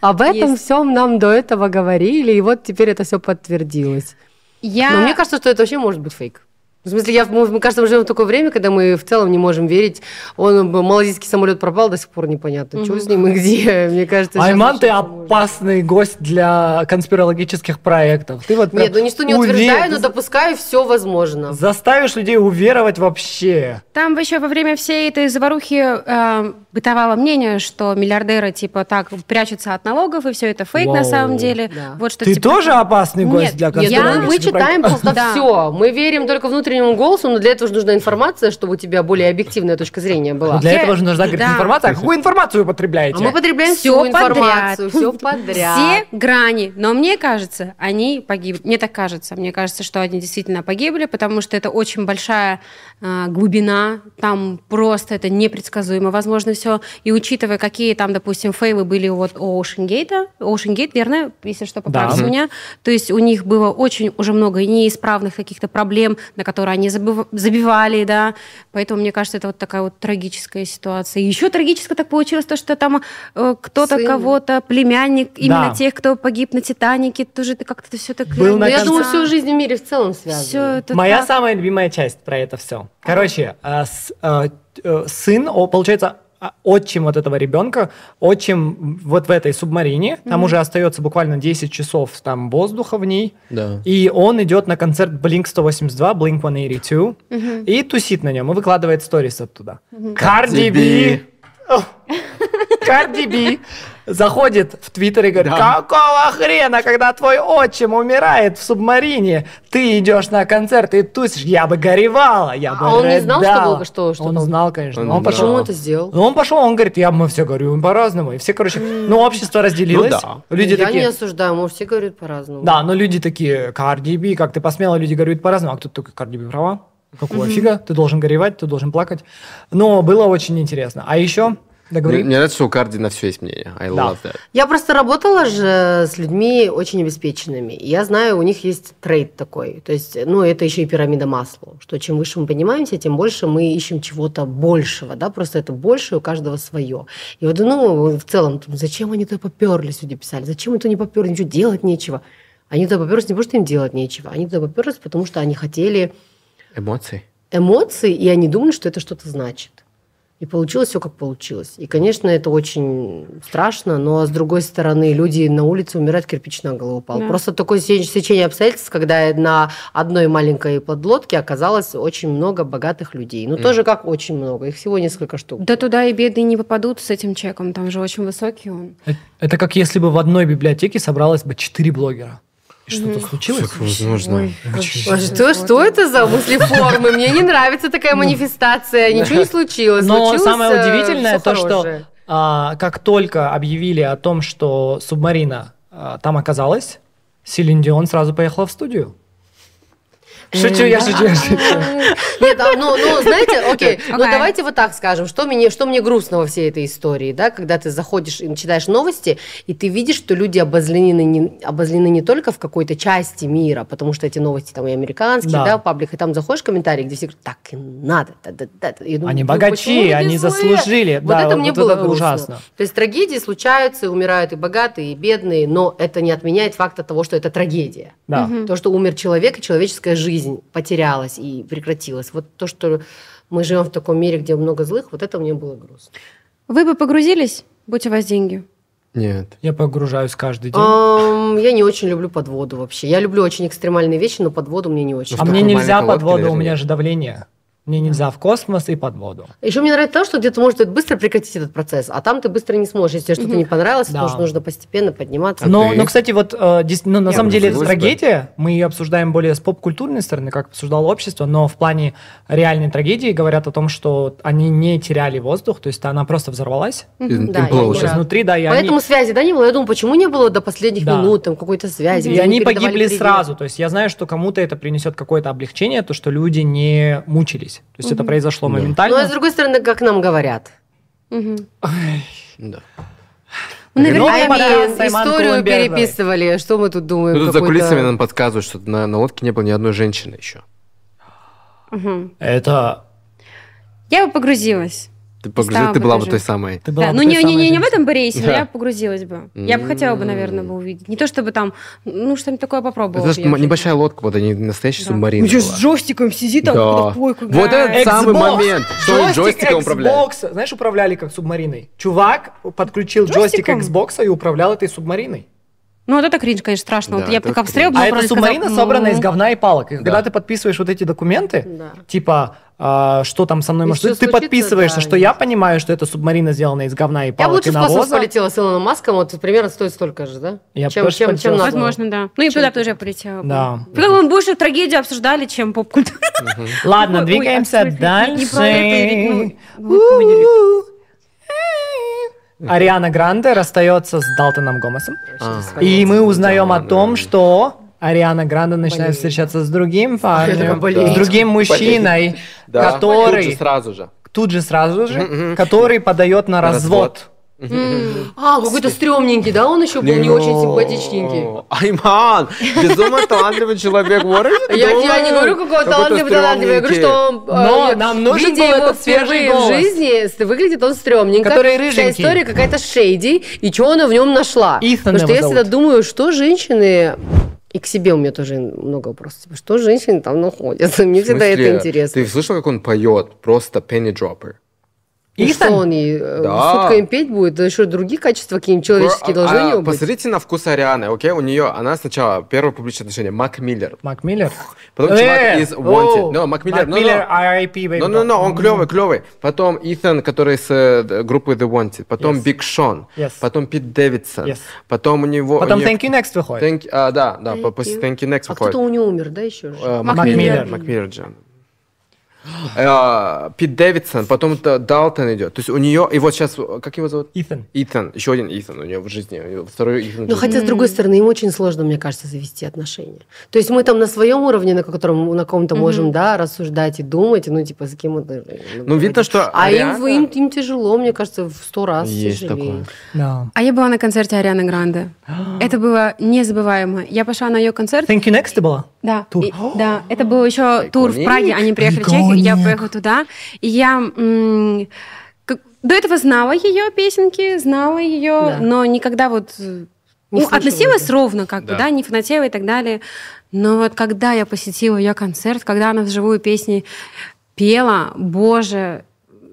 Speaker 1: Об этом
Speaker 2: Есть.
Speaker 1: всем нам до этого говорили, и вот теперь это все подтвердилось.
Speaker 2: Я...
Speaker 1: Но ну, мне кажется, что это вообще может быть фейк. В смысле, я, мы, мне кажется, мы живем в такое время, когда мы в целом не можем верить. Он б- малазийский самолет пропал, до сих пор непонятно, что с ним и где. Мне кажется, сейчас
Speaker 4: Айман, ты
Speaker 1: вообще не может.
Speaker 4: опасный гость для конспирологических проектов. Ты вот прям
Speaker 1: Нет, ну ничто не
Speaker 4: уве-
Speaker 1: утверждаю, но допускаю, все возможно.
Speaker 4: Заставишь людей уверовать вообще.
Speaker 2: Там еще во время всей этой заварухи э, бытовало мнение, что миллиардеры типа так прячутся от налогов, и все это фейк на
Speaker 4: Вау.
Speaker 2: самом деле.
Speaker 1: Да.
Speaker 2: Вот что
Speaker 4: ты
Speaker 2: типа,
Speaker 4: тоже опасный гость
Speaker 2: Нет, я-
Speaker 4: для
Speaker 1: Я,
Speaker 4: конспирологических
Speaker 1: мы читаем
Speaker 4: проектов.
Speaker 1: просто
Speaker 2: Да.
Speaker 1: все. Мы верим только внутреннему голосу, но для этого же нужна информация, чтобы у тебя более объективная точка зрения была.
Speaker 4: Ну, Для
Speaker 2: Я-
Speaker 4: этого же нужна говорит,
Speaker 2: Да.
Speaker 4: информация. А какую информацию вы потребляете?
Speaker 1: А мы потребляем
Speaker 2: Всё
Speaker 1: всю информацию,
Speaker 2: подряд.
Speaker 1: все подряд.
Speaker 2: Все грани. Но мне кажется, они погибли. Мне так кажется. Мне кажется, что они действительно погибли, потому что это очень большая э, глубина. Там просто это непредсказуемо, возможно, все. И учитывая, какие там, допустим, фейлы были вот у Ocean Gate, верно, если что, поправьте
Speaker 4: Да.
Speaker 2: меня. То есть у них было очень уже много неисправных каких-то проблем, на которые они забыв- забивали, да. Поэтому, мне кажется, это вот такая вот трагическая ситуация. Еще трагически так получилось то, что там э, кто-то
Speaker 1: Сын.
Speaker 2: кого-то, племянник именно
Speaker 4: Да.
Speaker 2: тех, кто погиб на Титанике, тоже это как-то все так.
Speaker 4: Был
Speaker 1: Но Ну,
Speaker 4: на
Speaker 1: я
Speaker 4: конце.
Speaker 1: думаю, всю жизнь в мире в целом связано.
Speaker 2: Все это
Speaker 4: Моя
Speaker 2: так.
Speaker 4: самая любимая часть про это все. Короче, а, с- а, т- э, сын, о, получается, а, отчим вот этого ребенка, отчим вот в этой субмарине, там уже остается буквально 10 часов там воздуха в ней,
Speaker 3: Да.
Speaker 4: и он идет на концерт Blink-182, Blink-182, и тусит на нем, и выкладывает сторис оттуда. Карди
Speaker 3: Cardi B.
Speaker 4: Би! О, Карди Би заходит в Твиттер и говорит,
Speaker 3: Да.
Speaker 4: какого хрена, когда твой отчим умирает в субмарине, ты идешь на концерт и тусишь, я бы горевала, я бы
Speaker 1: А он не знал, что
Speaker 4: рыдала».
Speaker 1: было- что- что
Speaker 4: Он
Speaker 1: там?
Speaker 4: знал, конечно.
Speaker 3: Он
Speaker 4: Он,
Speaker 3: знал.
Speaker 4: пошел.
Speaker 1: Почему он это сделал?
Speaker 4: Ну, он пошел, он говорит, я, мы все говорим по-разному. И все, короче, ну, общество разделилось.
Speaker 3: Ну да.
Speaker 4: Люди
Speaker 1: я
Speaker 4: такие,
Speaker 1: не осуждаю, может, все говорят по-разному.
Speaker 4: да, но люди такие, Карди Би, как ты посмела, люди горюют по-разному. А кто только Карди Би права? Какого фига? Ты должен горевать, ты должен плакать. Но было очень интересно. А еще,
Speaker 3: Мне,
Speaker 4: договори.
Speaker 3: мне нравится, что у Карди на все есть мнение. I
Speaker 4: Да.
Speaker 3: love that.
Speaker 1: Я просто работала же с людьми очень обеспеченными. И Я знаю, у них есть трейд такой. То есть, ну, это еще и пирамида масла. Что чем выше мы поднимаемся, тем больше мы ищем чего-то большего. Да? Просто это больше у каждого свое. И вот, ну, в целом, там, зачем они туда поперлись, люди писали? Зачем они туда не поперли? Ничего делать нечего. Они туда поперлись не потому, что им делать нечего. Они туда поперлись, потому что они хотели
Speaker 3: Эмоции.
Speaker 1: эмоции, и они думали, что это что-то значит. И получилось все, как получилось. И, конечно, это очень страшно, но, с другой стороны, люди на улице умирают, кирпич на голову упал.
Speaker 2: Да.
Speaker 1: Просто такое се- сечение обстоятельств, когда на одной маленькой подлодке оказалось очень много богатых людей. Ну, тоже как очень много, их всего несколько штук.
Speaker 2: Да туда и бедные не попадут с этим чеком, там же очень высокий он.
Speaker 4: Э, Это как если бы в одной библиотеке собралось бы четыре блогера. И что-то случилось?
Speaker 3: возможно.
Speaker 1: Ой, Что, что это за мысли формы? Мне не нравится такая манифестация. Ничего не случилось.
Speaker 4: Ну. Но
Speaker 1: Случилось,
Speaker 4: самое
Speaker 1: э,
Speaker 4: удивительное
Speaker 1: всё
Speaker 4: то, что
Speaker 1: хорошее.
Speaker 4: а, как только объявили о том, что субмарина а, там оказалась, Селин Дион сразу поехала в студию. Шучу, я шучу, я шучу.
Speaker 1: Нет, а, ну, ну, знаете, окей, ну
Speaker 2: Окей.
Speaker 1: давайте вот так скажем, что мне, что мне грустно во всей этой истории, да, когда ты заходишь и читаешь новости, и ты видишь, что люди обозлены не, обозлены не только в какой-то части мира, потому что эти новости там и американские, да,
Speaker 4: Да.
Speaker 1: паблик, и там заходишь в комментарии, где все говорят, так и надо, да, да, да». Я думаю,
Speaker 4: Они
Speaker 1: «Ну,
Speaker 4: богачи,
Speaker 1: почему люди
Speaker 4: они
Speaker 1: злые?»
Speaker 4: заслужили,
Speaker 1: Вот
Speaker 4: да,
Speaker 1: это
Speaker 4: вот
Speaker 1: мне
Speaker 4: это
Speaker 1: было
Speaker 4: было
Speaker 1: грустно.
Speaker 4: ужасно.
Speaker 1: То есть трагедии случаются, и умирают и богатые, и бедные, но это не отменяет факта того, что это трагедия.
Speaker 4: Да.
Speaker 1: То, что умер человек, и человеческая жизнь потерялась и прекратилась. Вот то, что мы живем в таком мире, где много злых, вот это мне было грустно.
Speaker 2: Вы бы погрузились, будь у вас деньги.
Speaker 3: Нет.
Speaker 4: Я погружаюсь каждый день.
Speaker 1: Эм, я не очень люблю под воду вообще. Я люблю очень экстремальные вещи, но под воду мне не очень.
Speaker 4: А
Speaker 3: в
Speaker 4: мне
Speaker 3: Ну такой
Speaker 4: нельзя
Speaker 3: маленькой
Speaker 4: под
Speaker 3: лодке,
Speaker 4: воду, у
Speaker 3: наверное,
Speaker 4: меня
Speaker 3: нет.
Speaker 4: же давление. Мне нельзя в космос и под воду.
Speaker 1: Еще А мне нравится то, что где-то может это быстро прекратить этот процесс, а там ты быстро не сможешь. Если тебе что-то не понравилось,
Speaker 4: Да. Ну,
Speaker 1: тоже нужно постепенно подниматься.
Speaker 3: А
Speaker 4: Но,
Speaker 3: ты?
Speaker 4: но, кстати, вот э, дес- ну, на
Speaker 1: Я
Speaker 4: самом деле это
Speaker 3: удивилась бы.
Speaker 4: трагедия. Мы ее обсуждаем более с поп-культурной стороны, как обсуждало общество, но в плане реальной трагедии говорят о том, что они не теряли воздух, то есть она просто взорвалась.
Speaker 1: Да, я
Speaker 3: Implosion.
Speaker 1: не
Speaker 4: Сейчас
Speaker 1: рада.
Speaker 4: внутри, да, и
Speaker 1: Поэтому
Speaker 4: они,
Speaker 1: связи, да, не было? Я думаю, почему не было до последних
Speaker 4: Да.
Speaker 1: минут там какой-то связи?
Speaker 4: и
Speaker 1: где
Speaker 4: они
Speaker 1: передавали
Speaker 4: погибли
Speaker 1: привет?
Speaker 4: сразу. То есть я знаю, что кому-то это принесет какое-то облегчение, то, что люди не мучились. То есть это произошло
Speaker 3: Да.
Speaker 1: Ну, а с
Speaker 4: моментально.
Speaker 1: другой стороны, как нам говорят.
Speaker 2: Мгм.
Speaker 3: Да.
Speaker 2: Ну, а
Speaker 4: Новый
Speaker 1: Наверняка
Speaker 4: подарок
Speaker 1: они
Speaker 4: Саймон
Speaker 1: Ну, историю
Speaker 4: Кулумбердовой.
Speaker 1: переписывали, что мы тут думаем.
Speaker 3: Ну, тут за
Speaker 1: какой-то-
Speaker 3: кулисами нам подсказывают, что на, на лодке не было ни одной женщины еще.
Speaker 2: Мгм.
Speaker 4: Это...
Speaker 2: Я бы погрузилась.
Speaker 3: Ты, погружи-
Speaker 2: Стала
Speaker 3: ты была бы
Speaker 2: погружена.
Speaker 3: той самой.
Speaker 4: Ты была
Speaker 2: Да,
Speaker 4: бы
Speaker 2: ну
Speaker 4: той
Speaker 2: не, не,
Speaker 4: самой
Speaker 2: не, не в
Speaker 4: женщиной.
Speaker 2: этом бы рейсе, но
Speaker 3: Да.
Speaker 2: я бы погрузилась бы. Я бы хотела бы,
Speaker 3: М.
Speaker 2: наверное, бы увидеть. Не то чтобы там, ну что-нибудь такое попробовала.
Speaker 3: Это
Speaker 2: бы
Speaker 3: же
Speaker 2: я в
Speaker 3: м-
Speaker 2: жизни.
Speaker 3: небольшая лодка, вот они настоящие
Speaker 2: Да.
Speaker 3: субмарины.
Speaker 2: Ну, с джойстиком сидит там,
Speaker 3: Да.
Speaker 2: куда в плойку
Speaker 3: Вот
Speaker 2: играет.
Speaker 3: этот самый
Speaker 4: Xbox.
Speaker 3: момент, что он
Speaker 4: Джойстик
Speaker 3: джойстиком управляет.
Speaker 4: Xbox. Знаешь, управляли как субмариной. Чувак подключил джойстик
Speaker 2: Джойстиком?
Speaker 4: Xbox и управлял этой субмариной.
Speaker 2: Ну вот это кринж, конечно, страшно.
Speaker 3: Да,
Speaker 2: вот я бы
Speaker 3: это
Speaker 2: так обстрел
Speaker 3: кринж.
Speaker 2: бы
Speaker 4: А
Speaker 2: просто
Speaker 4: эта
Speaker 2: сказала, ну.
Speaker 4: субмарина собрана из
Speaker 2: «М».
Speaker 4: говна и палок. И
Speaker 3: Да.
Speaker 4: когда ты подписываешь вот эти документы,
Speaker 1: Да.
Speaker 4: типа, а, что там со мной
Speaker 1: И
Speaker 4: может
Speaker 1: что
Speaker 4: быть, ты
Speaker 1: случится,
Speaker 4: подписываешься,
Speaker 1: да,
Speaker 4: что я понимаю, что эта субмарина сделана из говна и
Speaker 1: Я бы
Speaker 4: палок и
Speaker 1: лучше в космос
Speaker 4: навоза.
Speaker 1: полетела с Илоном Маском, вот примерно стоит столько же, да?
Speaker 4: Я
Speaker 1: чем,
Speaker 4: тоже
Speaker 1: чем, чем
Speaker 4: полетела.
Speaker 1: надо.
Speaker 2: Возможно, да. Ну и туда тоже я полетела. бы.
Speaker 4: Да.
Speaker 2: Как мы больше трагедию обсуждали, чем поп-культуру.
Speaker 4: Ладно,
Speaker 2: Ой, ой,
Speaker 4: двигаемся
Speaker 2: отстой, не- не про это,
Speaker 4: дальше.
Speaker 2: ведь, ну, вы поняли.
Speaker 4: У-у-у. Ариана Гранде расстается с Далтоном Гомесом.
Speaker 1: Вообще
Speaker 3: А.
Speaker 1: бесполезно.
Speaker 4: И мы
Speaker 3: Да,
Speaker 4: узнаем о том,
Speaker 3: да.
Speaker 4: что Ариана Гранде начинает
Speaker 1: Болеет.
Speaker 4: встречаться с другим
Speaker 1: такая
Speaker 4: парнем,
Speaker 1: болеет.
Speaker 4: с другим мужчиной,
Speaker 3: Да.
Speaker 4: который-
Speaker 3: Тут же сразу же.
Speaker 4: тут же сразу же,
Speaker 3: Мгм.
Speaker 4: который подает на развод.
Speaker 1: А, какой-то стрёмненький, да? Он еще был не очень симпатичненький.
Speaker 3: Айман, безумно талантливый человек. What are you
Speaker 1: Я, я не
Speaker 3: doing?
Speaker 1: говорю, какой он
Speaker 3: Какой-то
Speaker 1: талантливый, талантливый. Я говорю,
Speaker 3: стрёмненький.
Speaker 1: что он... э,
Speaker 4: Но
Speaker 1: я-
Speaker 4: нам нужен
Speaker 1: видя
Speaker 4: был
Speaker 1: его
Speaker 4: этот свежий
Speaker 1: впервые в
Speaker 4: голос.
Speaker 1: жизни, с- выглядит он стрёмненько.
Speaker 4: Который
Speaker 1: Вся
Speaker 4: рыженький.
Speaker 1: история какая-то шейди, и что она в нем нашла.
Speaker 4: Итан
Speaker 1: Потому что
Speaker 4: его
Speaker 1: я всегда
Speaker 4: зовут.
Speaker 1: думаю, что женщины... И к себе у меня тоже много вопросов. Типа, что женщины там находятся? Мне
Speaker 3: В
Speaker 1: всегда это
Speaker 3: смысле,
Speaker 1: интересно.
Speaker 3: Ты слышал, как он поет? Просто penny dropper.
Speaker 1: И
Speaker 4: Итан?
Speaker 1: что он ей э,
Speaker 3: Да.
Speaker 1: сутками петь будет? Да еще другие качества какие-нибудь человеческие
Speaker 3: А,
Speaker 1: должны у
Speaker 3: а,
Speaker 1: него быть?
Speaker 3: Посмотрите на вкус Арианы, окей? У нее, она сначала, первое публичное отношение, Мак Миллер.
Speaker 4: Мак Миллер.
Speaker 3: Потом чувак
Speaker 4: Э,
Speaker 3: из Wanted.
Speaker 4: оу,
Speaker 3: No, Мак Миллер, ну, no, no.
Speaker 4: R.I.P., baby.
Speaker 3: Ну, ну, ну, он клевый, клевый. Потом Итан, который с э, д- группы The Wanted. Потом
Speaker 4: Yes.
Speaker 3: Биг Шон.
Speaker 4: Yes.
Speaker 3: Потом Пит Дэвидсон.
Speaker 4: Yes.
Speaker 3: Потом у него...
Speaker 4: Потом
Speaker 3: у неё-
Speaker 4: Thank You Next выходит.
Speaker 3: Thank- а, да, да,
Speaker 1: Thank
Speaker 3: по- после
Speaker 1: you.
Speaker 3: Thank You Next
Speaker 1: А кто-то
Speaker 3: выходит.
Speaker 1: у него умер, да, еще же?
Speaker 3: Э,
Speaker 2: Мак
Speaker 3: Мак
Speaker 4: Миллер.
Speaker 3: Миллер. Мак Миллер, Джон. Э, Пит Дэвидсон, потом это Далтон идет. То есть у нее... И вот сейчас... Как его зовут?
Speaker 4: Итан.
Speaker 3: Итан. Еще один Итан у нее в жизни. у неё Второй Итан. в
Speaker 1: Ну,
Speaker 3: жизни.
Speaker 1: хотя, с другой стороны, им очень сложно, мне кажется, завести отношения. То есть мы там на своем уровне, на котором на каком-то можем, да, рассуждать и думать, ну, типа, с кем это...
Speaker 3: Ну, видно, что
Speaker 1: А им,
Speaker 3: Ариана-
Speaker 1: им, им тяжело, мне кажется, в сто раз
Speaker 3: Есть
Speaker 1: тяжелее.
Speaker 3: такое.
Speaker 4: Да.
Speaker 2: А я была на концерте Арианы Гранде. Это было незабываемо. Я пошла на ее концерт.
Speaker 4: Thank You Next ты была?
Speaker 2: Да,
Speaker 4: Тур.
Speaker 2: и- да, это был еще тур в
Speaker 3: Иконик.
Speaker 2: Праге. Они приехали в Чехию, я поехала туда. И я м, как- до этого знала ее песенки, знала ее,
Speaker 1: Да.
Speaker 2: но никогда вот э, ну,
Speaker 1: слышала
Speaker 2: относилась
Speaker 1: это.
Speaker 2: ровно, как бы,
Speaker 3: Да.
Speaker 2: да, не фанатела и так далее. Но вот когда я посетила ее концерт, когда она вживую песни пела, боже,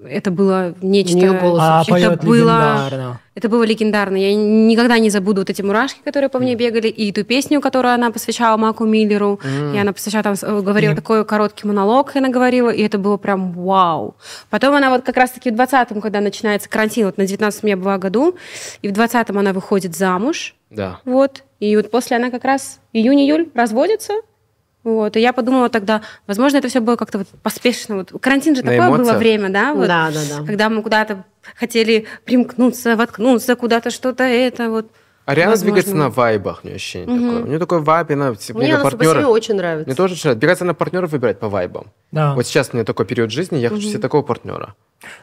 Speaker 2: это было нечто.
Speaker 1: нее голос
Speaker 4: А,
Speaker 1: вообще
Speaker 4: поет
Speaker 2: это было-
Speaker 4: легендарно.
Speaker 2: Это было легендарно. Я никогда не забуду вот эти мурашки, которые по мне бегали, и ту песню, которую она посвящала Маку Миллеру. И она посвящала там, э, говорила такой короткий монолог, она говорила, и это было прям вау. Потом она вот как раз-таки в 20-м, когда начинается карантин, вот на 19-м я была году, и в 20-м она выходит замуж,
Speaker 3: Да.
Speaker 2: вот, и вот после она как раз июнь-июль разводится, вот, и я подумала тогда, возможно, это все было как-то вот поспешно. Вот карантин же
Speaker 3: На
Speaker 2: такое было
Speaker 3: эмоциях.
Speaker 2: время,
Speaker 4: А
Speaker 2: да? Вот,
Speaker 1: Да, да, да.
Speaker 2: когда мы куда-то хотели примкнуться, воткнуться, куда-то что-то это вот.
Speaker 3: Ариана
Speaker 2: Возможно.
Speaker 3: А двигается на вайбах, у нее ощущение такое. У нее такой вайб, и она типа,
Speaker 1: Мне
Speaker 3: на
Speaker 1: она по себе
Speaker 3: партнеров.
Speaker 1: очень нравится.
Speaker 3: Мне тоже начинает. Мне кажется, она партнеров выбирать по вайбам.
Speaker 4: Да.
Speaker 3: Вот сейчас у меня такой период жизни, я хочу себе такого партнера.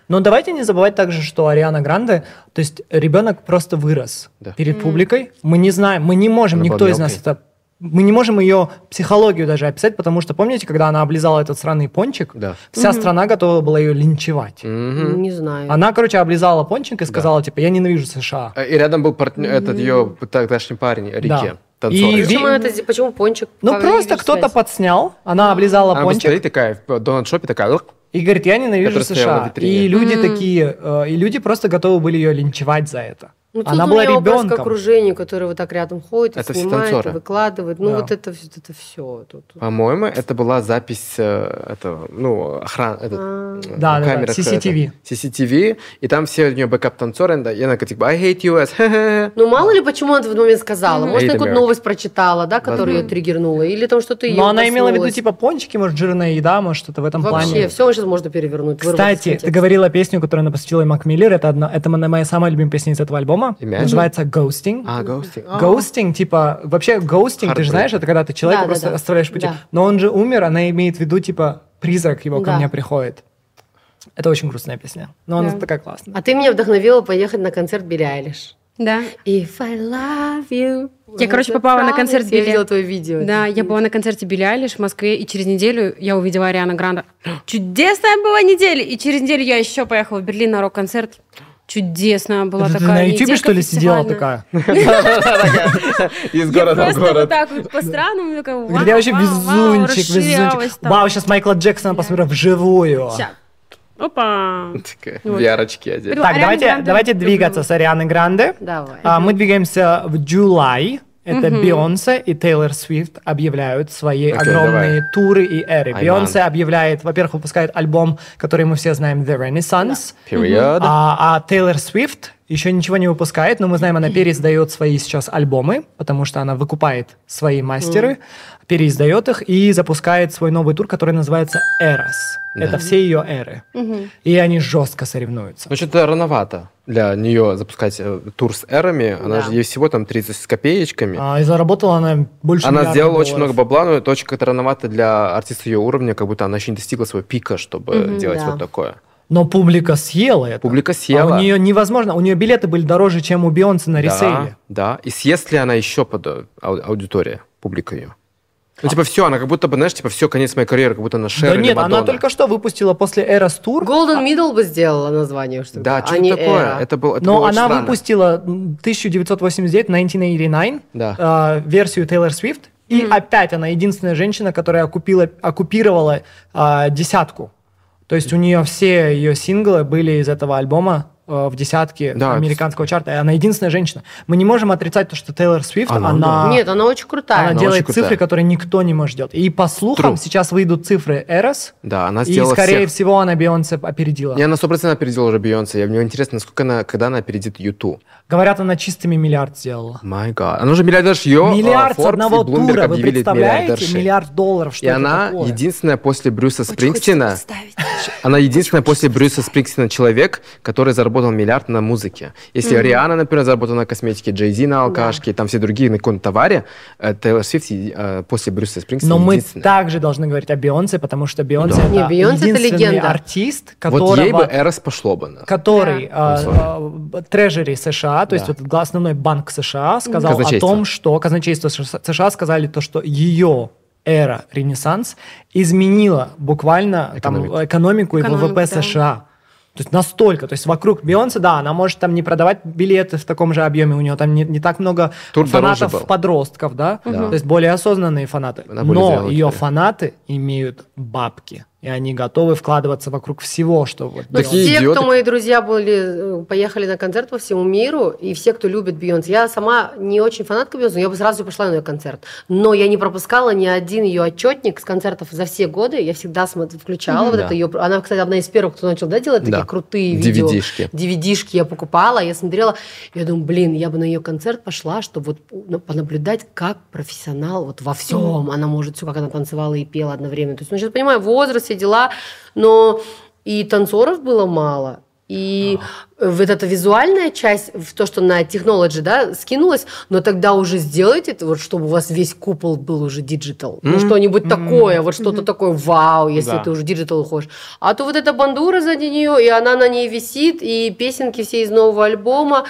Speaker 4: Но давайте не забывать также, что Ариана Гранде, то есть ребенок просто вырос
Speaker 3: Да.
Speaker 4: перед публикой. Мы не знаем, мы не можем,
Speaker 3: Она была
Speaker 4: никто из нас
Speaker 3: мелкой.
Speaker 4: это... Мы не можем ее психологию даже описать, потому что, помните, когда она облизала этот сраный пончик,
Speaker 3: Да.
Speaker 4: вся страна готова была ее линчевать.
Speaker 3: Мгм.
Speaker 1: Ну, Не знаю.
Speaker 4: Она, короче, облизала пончик и сказала, типа, я ненавижу США.
Speaker 3: А, И рядом был партнер, этот ее тогдашний парень, Рике,
Speaker 4: Да.
Speaker 3: танцор.
Speaker 4: И-
Speaker 1: Почему, она это сдел- почему пончик?
Speaker 4: Ну,
Speaker 1: Как
Speaker 4: просто
Speaker 1: видишь,
Speaker 4: кто-то
Speaker 1: связь?
Speaker 4: подснял, она облизала
Speaker 3: Она вот
Speaker 4: пончик,
Speaker 3: стоит такая в донат-шопе, такая... «Лк».
Speaker 4: И говорит, я ненавижу
Speaker 3: Которая стояла на
Speaker 4: США.
Speaker 3: витрине.
Speaker 4: И люди такие, э, и люди просто готовы были ее линчевать за это.
Speaker 1: Ну, тут
Speaker 4: Она
Speaker 1: у
Speaker 4: была
Speaker 1: меня образ к
Speaker 4: ребенком.
Speaker 1: окружению, которое вот так рядом ходит, и
Speaker 3: Это все
Speaker 1: снимает, и
Speaker 3: танцоры.
Speaker 1: выкладывает. Ну,
Speaker 4: Да.
Speaker 1: вот это, всё- это все. Тут,
Speaker 3: По-моему, это была запись э, этого, ну, охран, этот,
Speaker 1: А.
Speaker 3: э,
Speaker 4: Да, да, да,
Speaker 3: камера, какая-то.
Speaker 4: CCTV.
Speaker 3: CCTV, и там все у нее бэкап-танцоры, да, и она как, типа, I hate you, as, хе-хе-хе.
Speaker 1: Ну, мало ли, почему она в этот момент сказала.
Speaker 3: Мгм.
Speaker 1: Может, она
Speaker 3: Hate
Speaker 1: какую-то
Speaker 3: America.
Speaker 1: новость прочитала, да, которая ее
Speaker 3: Возможно.
Speaker 1: триггернула, или там что-то ее
Speaker 4: Но она имела в виду типа пончики, может, жирная еда, может, что-то в этом
Speaker 1: Вообще,
Speaker 4: плане.
Speaker 1: все сейчас можно перевернуть. вырвать из
Speaker 4: Кстати,
Speaker 1: контекста.
Speaker 4: ты говорила песню, которую она посвятила Мак Миллер. Это, одна, это мо- моя самая любимая песня из этого альбома.
Speaker 3: Имя?
Speaker 4: Называется «Ghosting».
Speaker 3: А, ghosting.
Speaker 4: Ghosting, типа, вообще ghosting, ты
Speaker 3: Heartbreak.
Speaker 4: же знаешь, это когда ты человека
Speaker 1: Да, да,
Speaker 4: просто
Speaker 1: да.
Speaker 4: оставляешь в пути.
Speaker 1: Да.
Speaker 4: Но он же умер, она имеет в виду, типа, призрак его ко
Speaker 1: Да.
Speaker 4: мне приходит. Это очень грустная песня, но она
Speaker 2: Да.
Speaker 4: такая классная.
Speaker 1: А ты меня вдохновила поехать на концерт Билли Айлиш.
Speaker 2: Да.
Speaker 1: If I love you.
Speaker 2: Я, короче, попала на концерт
Speaker 1: Я
Speaker 2: Билли.
Speaker 1: видела твое видео.
Speaker 2: Да, я была на концерте Билли Айлиш в Москве, и через неделю я увидела Ариана Гранда. Чудесная была неделя! И через неделю я еще поехала в Берлин на рок-концерт. Чудесная была
Speaker 4: Это ты
Speaker 2: такая
Speaker 4: на ютубе,
Speaker 2: неделька
Speaker 4: что ли, сидела
Speaker 2: фестивальная.
Speaker 4: такая?
Speaker 2: Я
Speaker 3: Из города в
Speaker 2: просто вот
Speaker 3: город.
Speaker 2: так вот по странам, такая, вау,
Speaker 4: Говорит, я вообще
Speaker 2: вау, вау,
Speaker 4: везунчик,
Speaker 2: расширялась
Speaker 4: везунчик.
Speaker 2: там.
Speaker 4: Вау, сейчас Майкла Джексона посмотрю вживую.
Speaker 2: Ща. Опа!
Speaker 3: Такая,
Speaker 2: Вот.
Speaker 3: В ярочке одета.
Speaker 2: Прикольно.
Speaker 4: Так,
Speaker 2: Ариана
Speaker 4: давайте,
Speaker 2: Гранде
Speaker 4: давайте
Speaker 2: люблю.
Speaker 4: двигаться с Арианы Гранде.
Speaker 1: Давай.
Speaker 4: А, Мы двигаемся в July. Это Бейонсе и Тейлор Свифт объявляют свои
Speaker 3: Окей,
Speaker 4: огромные туры и эры.
Speaker 3: Айман.
Speaker 4: Бейонсе объявляет, во-первых, выпускает альбом, который мы все знаем, The Renaissance.
Speaker 3: Period.
Speaker 4: А, а Тейлор Свифт еще ничего не выпускает, но мы знаем, она переиздает свои сейчас альбомы, потому что она выкупает свои мастеры, переиздает их и запускает свой новый тур, который называется Эрос. Это все ее эры. И они жестко соревнуются.
Speaker 3: Ну, что-то рановато для нее запускать э, тур с эрами. Она
Speaker 1: Да.
Speaker 3: же ей всего там 30 с копеечками.
Speaker 4: А, и заработала она больше
Speaker 3: Она
Speaker 4: миллиарда
Speaker 3: сделала очень много
Speaker 4: долларов.
Speaker 3: бабла, но это очень как-то рановато для артиста ее уровня, как будто она еще не достигла своего пика, чтобы
Speaker 1: Мгм,
Speaker 3: делать
Speaker 1: да.
Speaker 3: вот такое.
Speaker 4: Но публика съела это.
Speaker 3: Публика
Speaker 4: А
Speaker 3: съела.
Speaker 4: у нее невозможно, у нее билеты были дороже, чем у Бейонсе
Speaker 3: Да,
Speaker 4: на ресейле.
Speaker 3: Да, и съест ли она еще под э, ау- аудитория, публика ее? Ну, типа, все, она как будто бы, знаешь, типа, все, конец моей карьеры, как будто она
Speaker 4: А. Да
Speaker 3: Шер или
Speaker 4: нет, она
Speaker 3: Мадонна.
Speaker 4: только что выпустила после Эрос тур,
Speaker 1: Golden Middle бы сделала название. Что
Speaker 3: Да, что
Speaker 1: а не
Speaker 3: такое?
Speaker 1: Era.
Speaker 3: Это было, это
Speaker 4: но
Speaker 3: было очень
Speaker 4: она
Speaker 3: странно.
Speaker 4: выпустила м, 1989, 1989
Speaker 3: Да.
Speaker 4: э, версию Тейлор Свифт, и опять она единственная женщина, которая окупила, оккупировала э, десятку. То есть у нее все ее синглы были из этого альбома э, в десятке
Speaker 3: Да,
Speaker 4: американского чарта. И Она единственная женщина. Мы не можем отрицать то, что Тейлор Свифт,
Speaker 3: Она,
Speaker 4: она,
Speaker 3: да.
Speaker 1: Нет, она очень крутая.
Speaker 4: А. Она
Speaker 3: Она
Speaker 4: делает
Speaker 3: А, ну, очень крутая.
Speaker 4: цифры, которые никто не может делать. И по слухам
Speaker 3: True.
Speaker 4: сейчас выйдут цифры Эрос.
Speaker 3: Да, она
Speaker 4: И
Speaker 3: сделала
Speaker 4: скорее
Speaker 3: всех.
Speaker 4: всего она Бейонсе опередила.
Speaker 3: И она 100% опередила уже Бейонсе. Я- Мне интересно, насколько она, когда она опередит Юту.
Speaker 4: Говорят, она чистыми миллиард сделала.
Speaker 3: My God. Она уже э, миллиардерш ее.
Speaker 4: миллиард с одного тура, вы
Speaker 3: миллиардершей.
Speaker 4: представляете? Миллиард долларов, что
Speaker 3: И
Speaker 4: это
Speaker 3: она
Speaker 4: такое?
Speaker 3: единственная после Брюса Спрингстина, она единственная после Брюса Спрингстина человек, который заработал миллиард на музыке. Если Риана, например, заработала на косметике, Джей Зи на алкашке, там все другие на каком-то товаре, э, Тейлор Свифт э, после Брюса Спрингстина
Speaker 4: Но мы
Speaker 3: единственная.
Speaker 4: также должны говорить о Бейонсе, потому что Бейонсе
Speaker 1: Не,
Speaker 4: это
Speaker 1: Бейонсе это
Speaker 4: единственный
Speaker 1: легенда.
Speaker 4: артист,
Speaker 3: Вот ей бы
Speaker 4: которого...
Speaker 3: Эрос пошло бы. на-
Speaker 4: Э, который а,
Speaker 3: Да.
Speaker 4: трежери США, то есть
Speaker 3: Ну, Да.
Speaker 4: вот этот основной банк США сказал о
Speaker 3: Казначейство.
Speaker 4: том, что казначейство США США сказали то, что ее эра Ренессанс изменила буквально
Speaker 3: Экономику.
Speaker 4: там экономику и
Speaker 2: Экономику,
Speaker 4: ВВП
Speaker 2: да.
Speaker 4: США. То есть настолько, то есть вокруг Бейонсе, да, она может там не продавать билеты в таком же объеме, у нее там не, не так много
Speaker 3: Тур дороже был.
Speaker 4: фанатов подростков, да?
Speaker 3: Да.
Speaker 4: то есть более осознанные фанаты.
Speaker 3: Она более
Speaker 4: Но
Speaker 3: зрелая
Speaker 4: ее
Speaker 3: аудитория.
Speaker 4: фанаты имеют бабки, и они готовы вкладываться вокруг всего, что вот
Speaker 1: Но
Speaker 4: Бейонсе.
Speaker 3: Такие
Speaker 1: все,
Speaker 3: идиоты.
Speaker 1: кто мои друзья были, э, поехали на концерт по всему миру, и все, кто любит Бейонсе. Я сама не очень фанатка Бейонсе, но я бы сразу пошла на ее концерт. Но я не пропускала ни один ее отчетник с концертов за все годы. Я всегда смо- включала вот
Speaker 3: Да.
Speaker 1: это ее. Она, кстати, одна из первых, кто начал да, делать
Speaker 3: Да.
Speaker 1: такие крутые видео.
Speaker 3: DVD-шки.
Speaker 1: DVD-шки я покупала, я смотрела. Я думаю, блин, я бы на ее концерт пошла, чтобы вот ну, понаблюдать, как профессионал вот во всем. Она может все, как она танцевала и пела одновременно. То есть, ну, сейчас понимаю, возраст, все дела, но и танцоров было мало. И э, вот эта визуальная часть, в то, что на Technology, да, скинулась, но тогда уже сделайте это, вот, чтобы у вас весь купол был уже диджитал. Ну,
Speaker 3: М.
Speaker 1: что-нибудь такое, вот что-то такое, вау, если
Speaker 3: Да.
Speaker 1: ты уже диджитал уходишь. А то вот эта бандура сзади нее, и она на ней висит, и песенки все из нового альбома,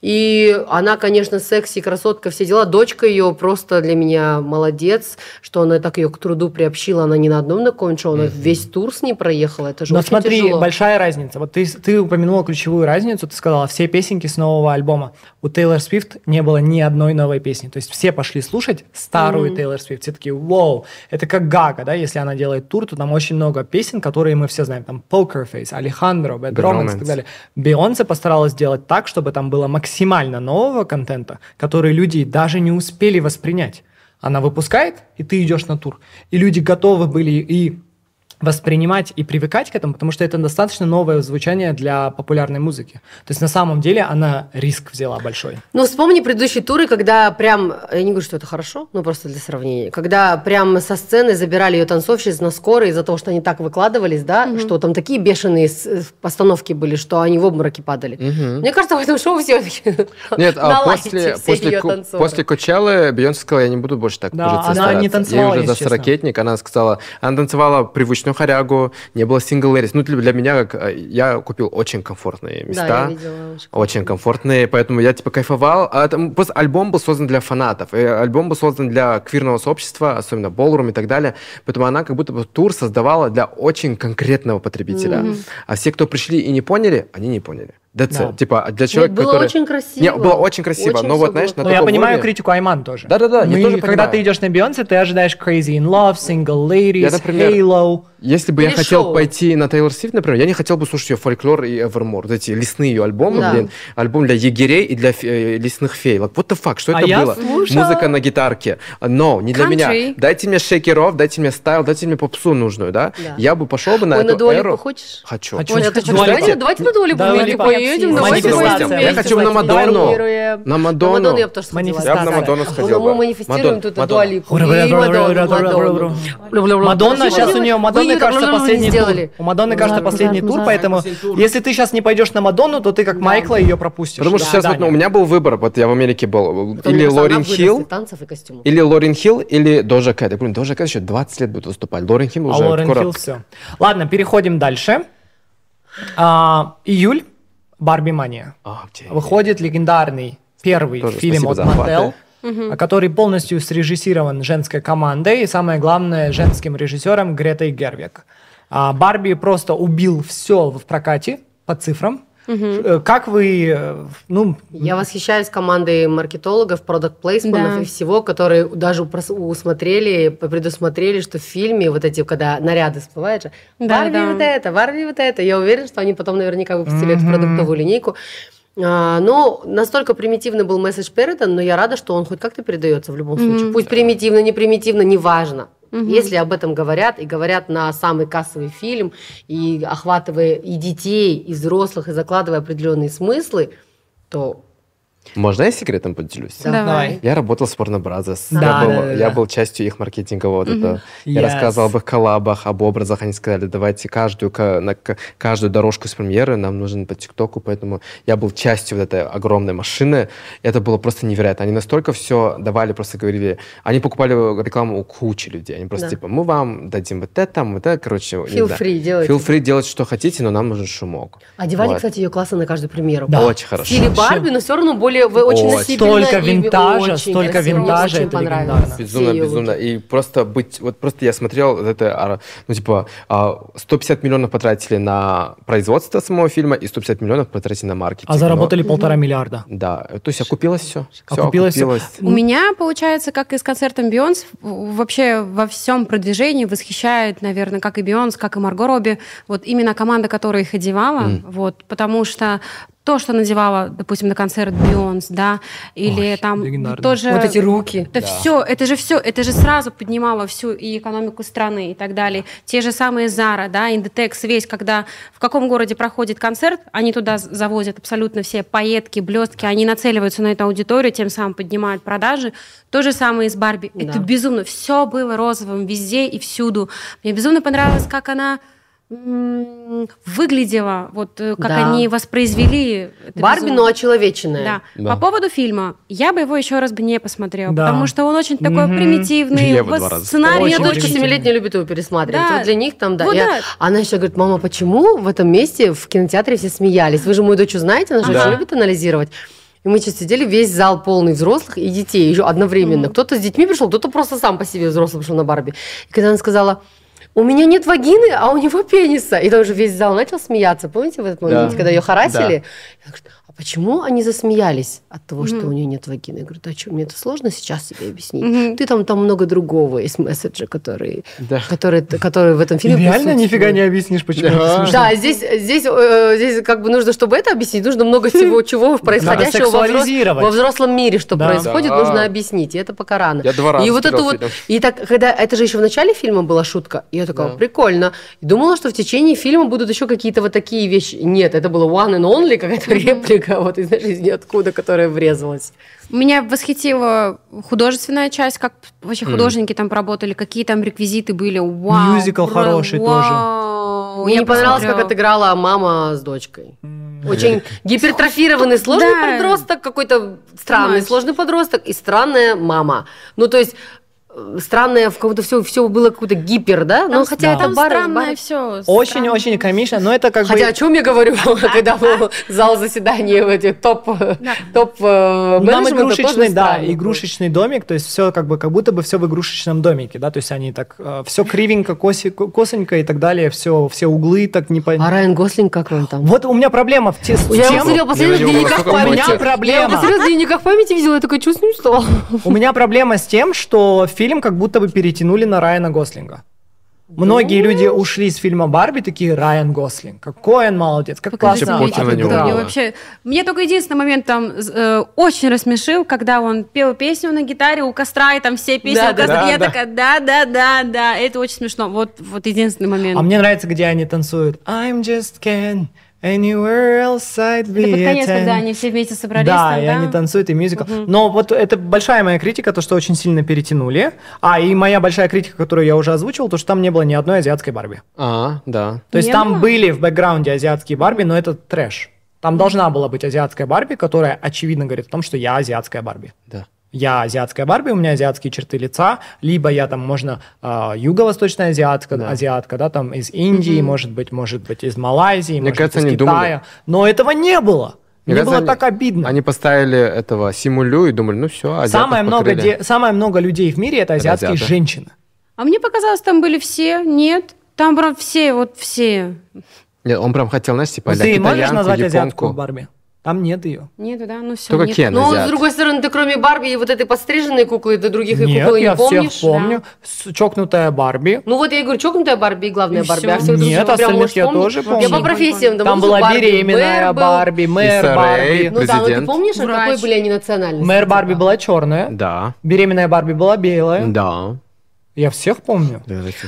Speaker 1: и она, конечно, секси, красотка, все дела. Дочка ее просто для меня молодец, что она так ее к труду приобщила, она не на одном закончила, она весь тур с ней проехала, это же
Speaker 4: Но
Speaker 1: очень
Speaker 4: смотри,
Speaker 1: тяжело.
Speaker 4: большая разница. Вот ты, ты упомянула ключевую разницу, ты сказала, все песенки с нового альбома. У Тейлор Свифт не было ни одной новой песни. То есть все пошли слушать старую Тейлор Свифт. Все такие, вау, это как Гага, да, если она делает тур, то там очень много песен, которые мы все знаем. Там Poker Face, Alejandro,
Speaker 3: Bad
Speaker 4: Bad Romance
Speaker 3: Romance.
Speaker 4: и так далее. Бейонсе постаралась сделать так, чтобы там было максимально нового контента, который люди даже не успели воспринять. Она выпускает, и ты идешь на тур. И люди готовы были и воспринимать и привыкать к этому, потому что это достаточно новое звучание для популярной музыки. То есть на самом деле она риск взяла большой.
Speaker 1: Ну, вспомни предыдущие туры, когда прям, я не говорю, что это хорошо, но просто для сравнения, когда прям со сцены забирали ее танцовщиц на скорой из-за того, что они так выкладывались, да, что там такие бешеные с- э, постановки были, что они в обмороки падали. Мне кажется, в этом шоу все-таки
Speaker 3: Нет, а после, после, Ку- после Кучеллы Бейонсе сказала, я не буду больше так
Speaker 4: Да,
Speaker 3: кружиться
Speaker 4: она
Speaker 3: стараться».
Speaker 4: не танцевала,
Speaker 3: Ей уже
Speaker 4: если
Speaker 3: за
Speaker 4: честно.
Speaker 3: сорокетник, она сказала, она танцевала привычную хорягу, не было сингл Ну, для, для меня, как, э, я купил очень комфортные места.
Speaker 1: Да, я видела.
Speaker 3: Очень комфортные, поэтому я типа кайфовал. А там просто альбом был создан для фанатов, и альбом был создан для квирного сообщества, особенно Ballroom и так далее. Поэтому она как будто бы тур создавала для очень конкретного потребителя. А все, кто пришли и не поняли, они не поняли. That's
Speaker 4: Да.
Speaker 3: it. Типа для
Speaker 1: Нет,
Speaker 3: человека,
Speaker 1: было
Speaker 3: который...
Speaker 1: очень красиво.
Speaker 3: Не, было очень красиво,
Speaker 1: Очень
Speaker 3: но
Speaker 1: всё
Speaker 3: вот,
Speaker 1: было
Speaker 3: знаешь, на
Speaker 4: Но я
Speaker 3: таком
Speaker 4: понимаю
Speaker 3: уровне-
Speaker 4: критику Айман тоже.
Speaker 3: Да-да-да, я
Speaker 4: Мы-
Speaker 3: тоже
Speaker 4: Когда
Speaker 3: понимаю.
Speaker 4: ты идешь на Бейонсе, ты ожидаешь Crazy in Love, Single Ladies,
Speaker 3: Я, например,
Speaker 4: Halo.
Speaker 3: Если бы я
Speaker 1: Или
Speaker 3: хотел
Speaker 1: шоу.
Speaker 3: пойти на Тейлор Свифт, например, я не хотел бы слушать ее фольклор и Эвермор. Вот эти лесные ее альбомы,
Speaker 1: Да.
Speaker 3: блин. Альбом для егерей и для фе- э, лесных фей. Вот what the fuck, что
Speaker 4: А
Speaker 3: это
Speaker 4: я
Speaker 3: было?
Speaker 4: слушала.
Speaker 3: Музыка на гитарке. Но, не для меня.
Speaker 2: Country.
Speaker 3: Дайте мне шейкеров, дайте мне стайл, дайте мне попсу нужную, да?
Speaker 1: Да.
Speaker 3: Я бы пошел бы на
Speaker 1: Ой,
Speaker 3: эту
Speaker 1: на Дуалипу
Speaker 3: эру.
Speaker 1: хочешь?
Speaker 3: Хочу.
Speaker 4: Хочу.
Speaker 1: Оля, ты что,
Speaker 4: Дуа Липа.
Speaker 1: давайте, давайте на Дуалипу
Speaker 4: Дуа
Speaker 1: мы
Speaker 4: Липа.
Speaker 1: поедем. давайте
Speaker 4: Манифестация.
Speaker 1: вместе
Speaker 4: Я
Speaker 1: вместе
Speaker 3: хочу на
Speaker 1: пойдем.
Speaker 3: Мадонну.
Speaker 1: Планируем.
Speaker 3: На Мадонну.
Speaker 1: я бы тоже сходила. Ну,
Speaker 4: Манифестация. Я бы на
Speaker 3: Мадонну сходил
Speaker 1: Мы
Speaker 3: бы.
Speaker 1: манифестируем
Speaker 3: Мадонна,
Speaker 1: тут на
Speaker 3: Мадонна.
Speaker 1: Дуалипу.
Speaker 4: Ура, ура,
Speaker 1: И
Speaker 4: ура, ура,
Speaker 1: Мадонну,
Speaker 4: ура, ура, ура, ура.
Speaker 1: Мадонну. Бля-бля-бля.
Speaker 4: Мадонна
Speaker 1: Спасибо.
Speaker 4: сейчас у нее,
Speaker 1: Вы
Speaker 4: Мадонна,
Speaker 1: её
Speaker 4: кажется,
Speaker 1: давно не
Speaker 4: последний
Speaker 1: сделали.
Speaker 4: тур. У Мадонны, кажется,
Speaker 2: Ужасно,
Speaker 4: последний
Speaker 2: ужасно,
Speaker 4: тур,
Speaker 2: ужасно.
Speaker 4: поэтому если ты сейчас не пойдешь на Мадонну, то ты как Майкла ее пропустишь.
Speaker 3: Потому что
Speaker 4: Да.
Speaker 3: сейчас вот,
Speaker 4: Свидания.
Speaker 3: ну, у меня был выбор, вот я в Америке был,
Speaker 1: Потом
Speaker 3: или
Speaker 1: мне кажется, она
Speaker 3: Лорин
Speaker 1: выдаст и
Speaker 3: Хилл,
Speaker 1: танцев, и костюмов.
Speaker 3: или Лорин Хилл, или Дожа Кэт. Я помню, Дожа Кэт еще 20 лет будет выступать. Лорин Хилл
Speaker 4: А
Speaker 3: уже
Speaker 4: Лорен
Speaker 3: скоро.
Speaker 4: Хилл все. Ладно, переходим дальше. А, июль. Барби Мания.
Speaker 3: А, где?
Speaker 4: Э, Выходит легендарный первый
Speaker 3: Тоже
Speaker 4: фильм
Speaker 3: спасибо
Speaker 4: от
Speaker 3: за охваты.
Speaker 4: Мандел, который полностью срежиссирован женской командой и, самое главное, женским режиссером Гретой Гервик. А, Барби просто убил все в прокате по цифрам. Э, Как вы, э, ну,
Speaker 1: Я восхищаюсь командой маркетологов, продакт-плейсменов
Speaker 2: Да.
Speaker 1: и всего, которые даже упрос- усмотрели, предусмотрели, что в фильме вот эти, когда наряды всплывают же,
Speaker 2: Да,
Speaker 1: Барби
Speaker 2: да.
Speaker 1: вот это, Барби вот это. Я уверен, что они потом наверняка выпустили эту продуктовую линейку. А, но настолько примитивный был месседж передан, но я рада, что он хоть как-то передается в любом случае. Пусть примитивно, не примитивно, неважно. Если об этом говорят, и говорят на самый кассовый фильм, и охватывая и детей, и взрослых, и закладывая определенные смыслы, то
Speaker 3: Можно я секретом поделюсь?
Speaker 1: Да.
Speaker 4: давай.
Speaker 3: Я работал с Warner Brothers.
Speaker 4: Да,
Speaker 3: я, был,
Speaker 4: да, да,
Speaker 3: я
Speaker 4: да.
Speaker 3: был частью их маркетингового вот этого. Я
Speaker 4: Yes.
Speaker 3: рассказывал об их коллабах, об образах. Они сказали, давайте каждую, ка- на к- каждую дорожку с премьеры нам нужен по ТикТоку. Поэтому я был частью вот этой огромной машины. Это было просто невероятно. Они настолько все давали, просто говорили... Они покупали рекламу у кучи людей. Они просто
Speaker 1: Да.
Speaker 3: типа, мы вам дадим вот это, там, вот это, короче... не
Speaker 1: Feel
Speaker 3: знаю.
Speaker 1: free делайте.
Speaker 3: Feel free делать, что хотите, но нам нужен шумок.
Speaker 1: Одевали,
Speaker 3: Вот.
Speaker 1: кстати, ее классно на каждую премьеру.
Speaker 4: Да.
Speaker 3: Очень
Speaker 1: В
Speaker 3: хорошо.
Speaker 1: стиле Барби, но все равно более вы- очень
Speaker 3: Очень.
Speaker 1: носибельно
Speaker 4: Столько
Speaker 1: и ви-
Speaker 4: винтажа,
Speaker 1: очень
Speaker 4: столько
Speaker 1: красиво. Мне
Speaker 4: винтажа,
Speaker 1: очень
Speaker 4: это
Speaker 1: понравилось.
Speaker 4: легендарно.
Speaker 3: Безумно,
Speaker 1: Все её
Speaker 3: безумно.
Speaker 1: луки.
Speaker 3: И просто быть, вот просто я смотрел вот это, а, ну типа а, 150 миллионов потратили на производство самого фильма и 150 миллионов потратили на маркетинг.
Speaker 4: А заработали
Speaker 3: Но-
Speaker 4: полтора миллиарда.
Speaker 3: да, то есть окупилось все.
Speaker 4: Окупилось всё.
Speaker 2: У меня, получается, как и с концертом Бионс, вообще во всем продвижении восхищает, наверное, как и Бионс, как и Марго Робби, вот именно команда, которая их одевала, вот, потому что то, что надевала, допустим, на концерт Бионс, да, или
Speaker 4: Ой,
Speaker 2: там
Speaker 4: легендарно.
Speaker 2: тоже...
Speaker 1: Вот эти руки.
Speaker 2: Это все, это же все, это же сразу поднимало всю и экономику страны и так далее. Те же самые Зара, да, Индетекс, весь, когда в каком городе проходит концерт, они туда з- завозят абсолютно все поетки, блестки, они нацеливаются на эту аудиторию, тем самым поднимают продажи. То же самое и с Барби.
Speaker 1: Да.
Speaker 2: Это безумно. Все было розовым везде и всюду. Мне безумно понравилось, как она м, выглядела, вот э, как
Speaker 1: Да.
Speaker 2: они воспроизвели. это
Speaker 1: Барби,
Speaker 2: безумно.
Speaker 1: но очеловеченная.
Speaker 2: Да.
Speaker 3: Да.
Speaker 2: По поводу фильма, я бы его еще раз бы не посмотрела,
Speaker 4: Да.
Speaker 2: потому что он очень такой
Speaker 4: Мгм.
Speaker 2: примитивный.
Speaker 3: Я его
Speaker 2: вот
Speaker 3: два раза
Speaker 1: У
Speaker 2: сценарий
Speaker 1: меня
Speaker 4: Очень
Speaker 2: очень-
Speaker 1: дочка семилетняя любит его пересматривать.
Speaker 2: Да.
Speaker 1: Вот для них там, да.
Speaker 2: Вот
Speaker 1: Я-
Speaker 2: да.
Speaker 1: Она еще говорит, мама, почему в этом месте в кинотеатре все смеялись? Вы же мою дочь знаете, она же
Speaker 3: Да.
Speaker 1: очень любит анализировать. И мы сейчас сидели, весь зал полный взрослых и детей еще одновременно. Кто-то с детьми пришел, кто-то просто сам по себе взрослый пришел на Барби. И когда она сказала, у меня нет вагины, а у него пениса. И там уже весь зал начал смеяться. Помните в этот момент, когда ее харасили? Я говорю, а почему они засмеялись от того, что у нее нет вагины? Я говорю, да что, мне это сложно сейчас себе объяснить.
Speaker 2: Мгм.
Speaker 1: Ты там, там много другого из месседжа, который,
Speaker 3: Да.
Speaker 1: который, который в этом фильме
Speaker 4: Реально
Speaker 1: присутствует.
Speaker 4: нифига не объяснишь, почему
Speaker 3: Да.
Speaker 4: это смешно.
Speaker 1: ну. Да, здесь, здесь, э, здесь как бы нужно, чтобы это объяснить, нужно много всего чего происходящего во, взрос-
Speaker 4: сексуализировать.
Speaker 1: во взрослом мире, что
Speaker 4: Да.
Speaker 1: происходит,
Speaker 3: Да.
Speaker 1: нужно объяснить. И это пока рано.
Speaker 3: Я два раза
Speaker 1: и вот это
Speaker 3: смотрел
Speaker 1: вот,
Speaker 3: фильм.
Speaker 1: и так, когда это же еще в начале фильма была шутка, и я такая,
Speaker 3: Да.
Speaker 1: прикольно. И думала, что в течение фильма будут еще какие-то вот такие вещи. Нет, это было one and only, какая-то реплика, вот из, знаешь, из ниоткуда, которая врезалась.
Speaker 2: Меня восхитила художественная часть, как
Speaker 3: Хм.
Speaker 2: вообще художники там поработали, какие там реквизиты были. Вау,
Speaker 4: Мюзикл
Speaker 2: просто
Speaker 4: хороший тоже.
Speaker 2: вау.
Speaker 1: Мне
Speaker 2: Я
Speaker 1: не понравилось, как
Speaker 2: посмотрела.
Speaker 1: отыграла мама с дочкой. Очень гипертрофированный сложный
Speaker 2: Да.
Speaker 1: подросток, какой-то странный
Speaker 2: Понимаешь.
Speaker 1: сложный подросток и странная мама. Ну, то есть э, странное в каком-то все, все было какое-то гипер, да?
Speaker 2: Там
Speaker 1: Ну, хотя
Speaker 4: да.
Speaker 1: это
Speaker 2: Там
Speaker 1: бар-
Speaker 2: странное
Speaker 1: бар-
Speaker 2: все.
Speaker 4: Очень-очень комично, но это как
Speaker 1: Хотя о
Speaker 4: бы...
Speaker 1: чем я говорю, когда был зал заседания в этих топ,
Speaker 2: Да.
Speaker 1: топ э,
Speaker 4: Ну, Там
Speaker 1: менеджмента, тоже
Speaker 4: игрушечный, да,
Speaker 1: странно было.
Speaker 4: игрушечный домик, то есть все как бы, как будто бы все в игрушечном домике, да, то есть они так, все кривенько, коси- ко- косонько и так далее, все, все углы так не по...
Speaker 1: А Райан Гослинг как он там?
Speaker 4: Вот у меня проблема в те, с
Speaker 1: Я
Speaker 4: тем-
Speaker 1: его смотрела последний раз в
Speaker 3: видел его
Speaker 1: дневниках
Speaker 3: настолько
Speaker 4: у
Speaker 1: памяти.
Speaker 4: меня
Speaker 3: Помните?
Speaker 1: Я его
Speaker 4: проблема.
Speaker 1: последний раз в дневниках памяти видела, я такое чувствую, что...
Speaker 4: У меня проблема с тем, что фильм как будто бы перетянули на Райана Гослинга. Многие
Speaker 2: Ну.
Speaker 4: люди ушли с фильма Барби такие Райан Гослинг, какой он молодец, как
Speaker 2: Покажите
Speaker 4: классно
Speaker 2: мне
Speaker 4: он
Speaker 3: Чепухи на
Speaker 2: этот
Speaker 3: него
Speaker 4: отыграл».
Speaker 2: дом. Мне
Speaker 3: было.
Speaker 2: вообще, мне только единственный момент там э, очень рассмешил, когда он пел песню на гитаре у костра и там все песни
Speaker 1: Да,
Speaker 2: у костра.
Speaker 3: да,
Speaker 2: я
Speaker 3: да.
Speaker 2: такая, да, да, да, да, это очень смешно. Вот, вот единственный момент.
Speaker 4: А мне нравится, где они танцуют I'm just can anywhere else I'd be
Speaker 2: это под конец,
Speaker 4: a ten».
Speaker 2: когда они все вместе собрались.
Speaker 4: Да,
Speaker 2: там,
Speaker 4: и
Speaker 2: да?
Speaker 4: они танцуют, и мюзикл. Но вот это большая моя критика, то, что очень сильно перетянули. А, и моя большая критика, которую я уже озвучил, то, что там не было ни одной азиатской Барби.
Speaker 3: А, да.
Speaker 4: То есть
Speaker 2: Не
Speaker 4: там
Speaker 2: было?
Speaker 4: были в бэкграунде азиатские Барби, но это трэш. Там должна была быть азиатская Барби, которая очевидно говорит о том, что я азиатская Барби.
Speaker 3: Да.
Speaker 4: Я азиатская Барби, у меня азиатские черты лица, либо я там, можно, а, юго-восточная азиатка,
Speaker 3: Да.
Speaker 4: азиатка, да, там из Индии, может быть, может быть, из Малайзии, может
Speaker 3: кажется,
Speaker 4: быть, из
Speaker 3: они
Speaker 4: Китая.
Speaker 3: думали.
Speaker 4: Но этого не было. Мне,
Speaker 3: кажется,
Speaker 4: было
Speaker 3: они-
Speaker 4: так обидно.
Speaker 3: Они поставили этого симулю и думали, ну все,
Speaker 4: Самое много, де- самое много людей в мире это азиатские
Speaker 3: азиаты.
Speaker 4: женщины.
Speaker 2: А мне показалось, там были все. Нет, там прям все, вот все.
Speaker 3: Нет, он прям хотел, знаешь, типа,
Speaker 4: Вот
Speaker 3: ля
Speaker 4: ты можешь
Speaker 3: китаянку,
Speaker 4: назвать азиатку
Speaker 3: японку.
Speaker 4: Барби? Там нет ее.
Speaker 2: Нету, да, ну все.
Speaker 3: Только
Speaker 2: нет.
Speaker 3: Кен
Speaker 1: Ну,
Speaker 3: азиат.
Speaker 1: с другой стороны, ты кроме Барби и вот этой подстриженной куклы, до других и
Speaker 4: Нет,
Speaker 1: кукол
Speaker 4: я
Speaker 1: не помнишь?
Speaker 4: всех помню. С- Чокнутая Барби.
Speaker 1: Ну вот я и говорю, чокнутая Барби и главная
Speaker 2: И
Speaker 1: Барби.
Speaker 2: всё.
Speaker 1: А всех других
Speaker 4: Нет,
Speaker 1: прям
Speaker 4: остальных
Speaker 1: можешь
Speaker 4: я
Speaker 1: помнить.
Speaker 4: тоже
Speaker 1: Я
Speaker 4: помню.
Speaker 1: по профессиям.
Speaker 4: Там
Speaker 1: был
Speaker 4: была
Speaker 1: Барби,
Speaker 4: беременная
Speaker 1: мэр был.
Speaker 4: Барби, мэр
Speaker 3: Исарей.
Speaker 4: Барби.
Speaker 1: Ну да, но ты
Speaker 3: президент.
Speaker 1: помнишь, а
Speaker 2: Врач.
Speaker 1: какой были они национальности?
Speaker 4: Мэр Барби была черная,
Speaker 3: Да.
Speaker 4: беременная Барби была белая.
Speaker 3: Да.
Speaker 4: Я всех помню.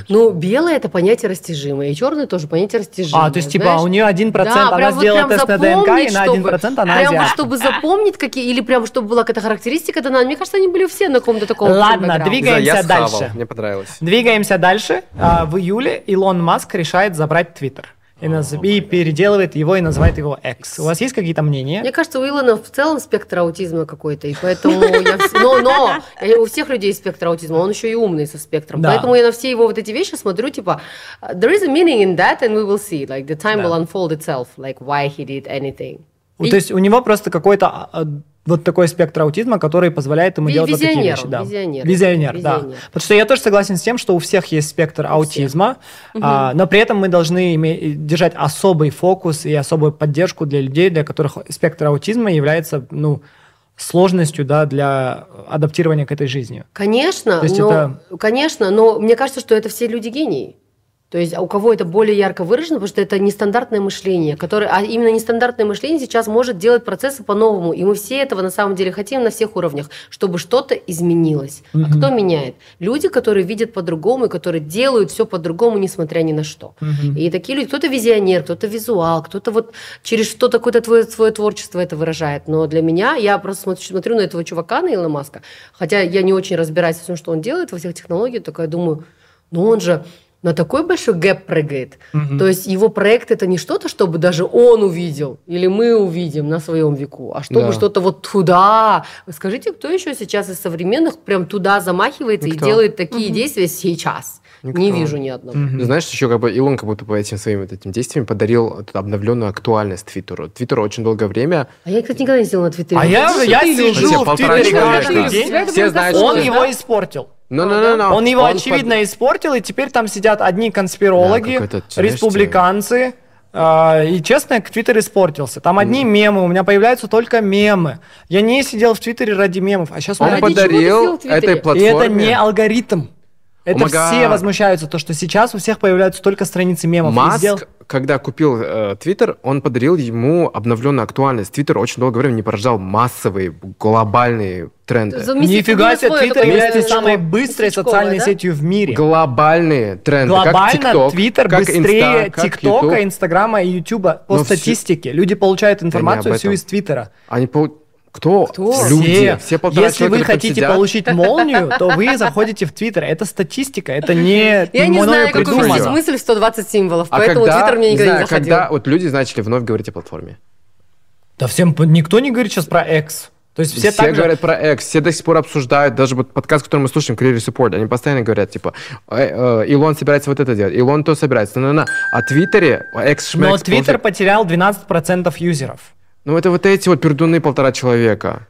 Speaker 1: Ну, белое это понятие растяжимое, и черное тоже понятие растяжимое.
Speaker 4: А, то есть, типа,
Speaker 1: знаешь?
Speaker 4: у нее 1%
Speaker 1: Да,
Speaker 4: она
Speaker 1: прям вот
Speaker 4: сделала
Speaker 1: прям
Speaker 4: тест на
Speaker 1: запомнить,
Speaker 4: ДНК, и на
Speaker 1: чтобы-
Speaker 4: 1% она
Speaker 1: Прям вот
Speaker 4: азиатка.
Speaker 1: чтобы запомнить, какие, или прям чтобы была какая-то характеристика дана. Мне кажется, они были все на каком-то таком...
Speaker 4: Ладно,
Speaker 1: бэкграунде.
Speaker 4: двигай.
Speaker 3: Да, я
Speaker 4: Двигаемся
Speaker 3: схавал,
Speaker 4: дальше.
Speaker 3: мне понравилось.
Speaker 4: Двигаемся дальше. А, в июле Илон Маск решает забрать Твиттер. И, наз- и переделывает его и называет его X. У вас есть какие-то мнения?
Speaker 1: Мне кажется, у Илона в целом спектр аутизма какой-то, и поэтому я... вс- Но, но, э, у всех людей спектр аутизма, он еще и умный со спектром.
Speaker 4: Да.
Speaker 1: Поэтому я на все его вот эти вещи смотрю, типа, there is a meaning in that, and we will see, like, the time
Speaker 4: Да.
Speaker 1: will unfold itself, like, why he did anything.
Speaker 4: Ну, То есть у него просто какой-то а, а, вот такой спектр аутизма, который позволяет ему
Speaker 1: Ви-
Speaker 4: делать вот такие
Speaker 1: визионер,
Speaker 4: вещи. Да.
Speaker 1: визионер.
Speaker 4: Визионер, да.
Speaker 1: Визионер.
Speaker 4: Потому что я тоже согласен с тем, что у всех есть спектр аутизма, а, но при этом мы должны име- держать особый фокус и особую поддержку для людей, для которых спектр аутизма является ну, сложностью да, для адаптирования к этой жизни.
Speaker 1: Конечно,
Speaker 4: То есть
Speaker 1: но,
Speaker 4: это-
Speaker 1: конечно, но мне кажется, что это все люди гении. То есть а у кого это более ярко выражено, потому что это нестандартное мышление, которое, а именно нестандартное мышление сейчас может делать процессы по-новому. И мы все этого на самом деле хотим на всех уровнях, чтобы что-то изменилось. А кто меняет? Люди, которые видят по-другому и которые делают все по-другому, несмотря ни на что. И такие люди, кто-то визионер, кто-то визуал, кто-то вот через что-то какое-то твое, свое творчество это выражает. Но для меня, я просто смотрю, смотрю на этого чувака, на Илона Маска, хотя я не очень разбираюсь во всем, что он делает, во всех технологиях, такая думаю, ну он же на такой большой гэп прыгает. То есть его проект это не что-то, чтобы даже он увидел или мы увидим на своем веку, а чтобы
Speaker 3: Да.
Speaker 1: что-то вот туда. Скажите, кто еще сейчас из современных прям туда замахивается
Speaker 3: Никто.
Speaker 1: и делает такие действия сейчас? Не
Speaker 3: Никто.
Speaker 1: вижу ни одного.
Speaker 3: Знаешь, еще как бы Илон как будто по этим своим вот этим действиям подарил эту обновленную актуальность Твиттеру. Твиттеру очень долгое время...
Speaker 1: А я, кстати, никогда не сидела на Твиттере.
Speaker 4: А я,
Speaker 1: Вот
Speaker 4: я
Speaker 1: ты
Speaker 4: сижу
Speaker 1: любишь.
Speaker 3: Вообще,
Speaker 4: в
Speaker 3: полтора
Speaker 4: Твиттере
Speaker 3: человека.
Speaker 4: каждый день.
Speaker 1: Тебя это
Speaker 3: Все
Speaker 1: просто
Speaker 3: знают,
Speaker 1: Что
Speaker 4: Он
Speaker 3: что
Speaker 1: ты-
Speaker 4: его испортил.
Speaker 3: No, no, no, no.
Speaker 4: Он его,
Speaker 3: под-
Speaker 4: очевидно, испортил, и теперь там сидят одни
Speaker 3: Да,
Speaker 4: конспирологи,
Speaker 3: какой-то трэш
Speaker 4: республиканцы. а, И честно, Твиттер испортился. Там одни мемы, у меня появляются только мемы. Я не сидел в Твиттере ради мемов, а сейчас у
Speaker 3: Он
Speaker 4: меня...
Speaker 1: ради чего ты сидел
Speaker 3: подарил
Speaker 1: в Твиттере?
Speaker 3: этой
Speaker 4: И
Speaker 3: платформе.
Speaker 4: это не алгоритм. Это
Speaker 3: О,
Speaker 4: все
Speaker 3: мага.
Speaker 4: возмущаются, то, что сейчас у всех появляются только страницы мемов. И
Speaker 3: Маск,
Speaker 4: сделал-
Speaker 3: когда купил э, Твиттер, он подарил ему обновленную актуальность. Твиттер очень долгое время не поражал массовые глобальные тренды.
Speaker 1: Заместитель
Speaker 4: Нифига себе,
Speaker 1: Минусвоя
Speaker 4: Твиттер
Speaker 1: такой,
Speaker 4: является
Speaker 1: э,
Speaker 4: самой быстрой
Speaker 1: Косячкова,
Speaker 4: социальной
Speaker 1: да?
Speaker 4: сетью в мире.
Speaker 3: Глобальные тренды, как
Speaker 4: Глобально
Speaker 3: TikTok,
Speaker 4: Твиттер
Speaker 3: как
Speaker 4: быстрее
Speaker 3: Insta, как
Speaker 4: ТикТока,
Speaker 3: YouTube.
Speaker 4: Инстаграма и Ютуба по
Speaker 3: Но всё-
Speaker 4: статистике. Люди получают информацию
Speaker 3: об
Speaker 4: всю
Speaker 3: этом.
Speaker 4: из Твиттера.
Speaker 3: Они пол- Кто?
Speaker 1: Кто?
Speaker 3: Люди. Все, полтора
Speaker 4: Если
Speaker 3: человека
Speaker 4: вы
Speaker 3: там
Speaker 4: хотите
Speaker 3: сидят.
Speaker 4: получить молнию, то вы заходите в Твиттер. Это статистика, это не
Speaker 1: Я не
Speaker 4: мною
Speaker 1: знаю, как
Speaker 3: придумано.
Speaker 1: увидеть
Speaker 4: придумано.
Speaker 1: мысль в 120 символов,
Speaker 3: А
Speaker 1: поэтому
Speaker 3: когда,
Speaker 1: Твиттер мне
Speaker 3: не
Speaker 1: никогда не
Speaker 3: знаю,
Speaker 1: заходил.
Speaker 3: когда вот люди начали вновь говорить о платформе?
Speaker 4: Да всем по- никто не говорит сейчас про X. То есть все,
Speaker 3: Все,
Speaker 4: так же-
Speaker 3: говорят про экс, все до сих пор обсуждают, даже вот подкаст, который мы слушаем, Career Support, они постоянно говорят, типа, «Э, э, Илон собирается вот это делать, Илон то собирается, на на А Твиттере, экс
Speaker 4: Но
Speaker 3: шмекс,
Speaker 4: Твиттер
Speaker 3: ползает.
Speaker 4: потерял 12% юзеров.
Speaker 3: Ну это вот эти вот пердуны полтора человека.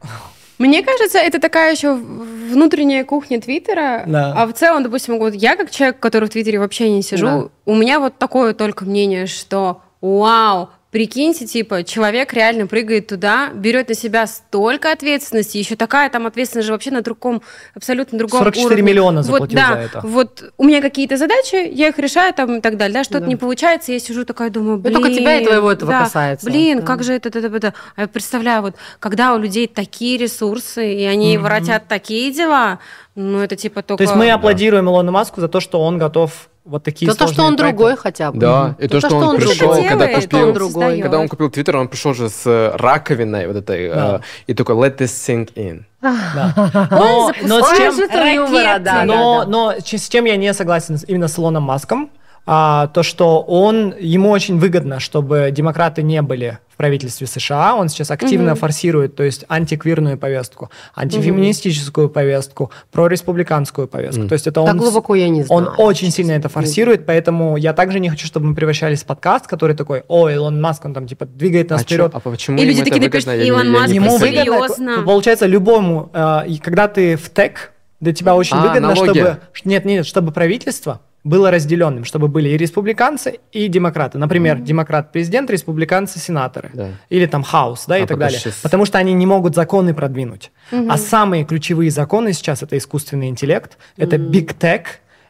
Speaker 2: Мне кажется, это такая еще в- внутренняя кухня Твиттера.
Speaker 4: Да.
Speaker 2: А в целом, допустим, вот я как человек, который в Твиттере вообще не сижу,
Speaker 4: Да.
Speaker 2: у меня вот такое только мнение, что вау, прикиньте, типа, человек реально прыгает туда, берет на себя столько ответственности, еще такая там ответственность же вообще на другом, абсолютно другом
Speaker 4: 44
Speaker 2: уровне.
Speaker 4: миллиона
Speaker 2: Вот,
Speaker 4: заплатил
Speaker 2: да,
Speaker 4: за это.
Speaker 2: Вот у меня какие-то задачи, я их решаю там и так далее, да, что-то не получается, я сижу такая, думаю,
Speaker 1: Ну,
Speaker 2: блин.
Speaker 1: только тебя и твоего этого
Speaker 2: да,
Speaker 1: касается.
Speaker 2: Блин,
Speaker 1: Да.
Speaker 2: как же это, это, это, это. А я представляю, вот, когда у людей такие ресурсы, и они воротят такие дела, ну, это типа только...
Speaker 4: То есть мы аплодируем Илону Маску за то, что он готов вот такие
Speaker 1: За то, что
Speaker 4: сложные
Speaker 1: он
Speaker 4: проекты.
Speaker 1: другой хотя бы.
Speaker 3: Да, и то, что он
Speaker 2: пришел,
Speaker 1: другой.
Speaker 2: когда
Speaker 1: То, что он
Speaker 2: купил.
Speaker 1: другой.
Speaker 2: Создаёт.
Speaker 3: Когда он купил Твиттер, он пришел же с э, раковиной вот этой, э,
Speaker 4: Да.
Speaker 3: и такой let this sink in.
Speaker 4: Да. Но, но с
Speaker 1: Он
Speaker 4: чем,
Speaker 1: же там юмора, да,
Speaker 4: но,
Speaker 1: да, да.
Speaker 4: но ч- с чем я не согласен с- именно с Илоном Маском, а, то, что он, ему очень выгодно, чтобы демократы не были в правительстве США, он сейчас активно форсирует, то есть антиквирную повестку, антифеминистическую повестку, прореспубликанскую повестку. То есть это
Speaker 1: Так
Speaker 4: он... с-
Speaker 1: глубоко я не знаю.
Speaker 4: он очень сильно это форсирует, поэтому я также не хочу, чтобы мы превращались в подкаст, который такой, о, Илон Маск, он там типа двигает нас
Speaker 3: а, чё-
Speaker 4: вперед.
Speaker 3: а почему
Speaker 2: И люди
Speaker 3: им это
Speaker 2: такие напишут,
Speaker 3: выгодно? Я не-
Speaker 2: «Илон
Speaker 3: я не
Speaker 2: Маск,
Speaker 4: Ему
Speaker 3: представляю.
Speaker 2: серьезно?
Speaker 4: выгодно, получается, любому, э, и когда ты в тег, для тебя очень
Speaker 3: А,
Speaker 4: выгодно,
Speaker 3: налоги.
Speaker 4: чтобы... ш- Нет, нет, чтобы правительство было разделенным, чтобы были и республиканцы, и демократы. Например, демократ-президент, республиканцы-сенаторы.
Speaker 3: Да.
Speaker 4: Или там хаус, да,
Speaker 3: А
Speaker 4: и так
Speaker 3: потом
Speaker 4: далее.
Speaker 3: щас-
Speaker 4: Потому что они не могут законы продвинуть. А самые ключевые законы сейчас это искусственный интеллект, это big tech,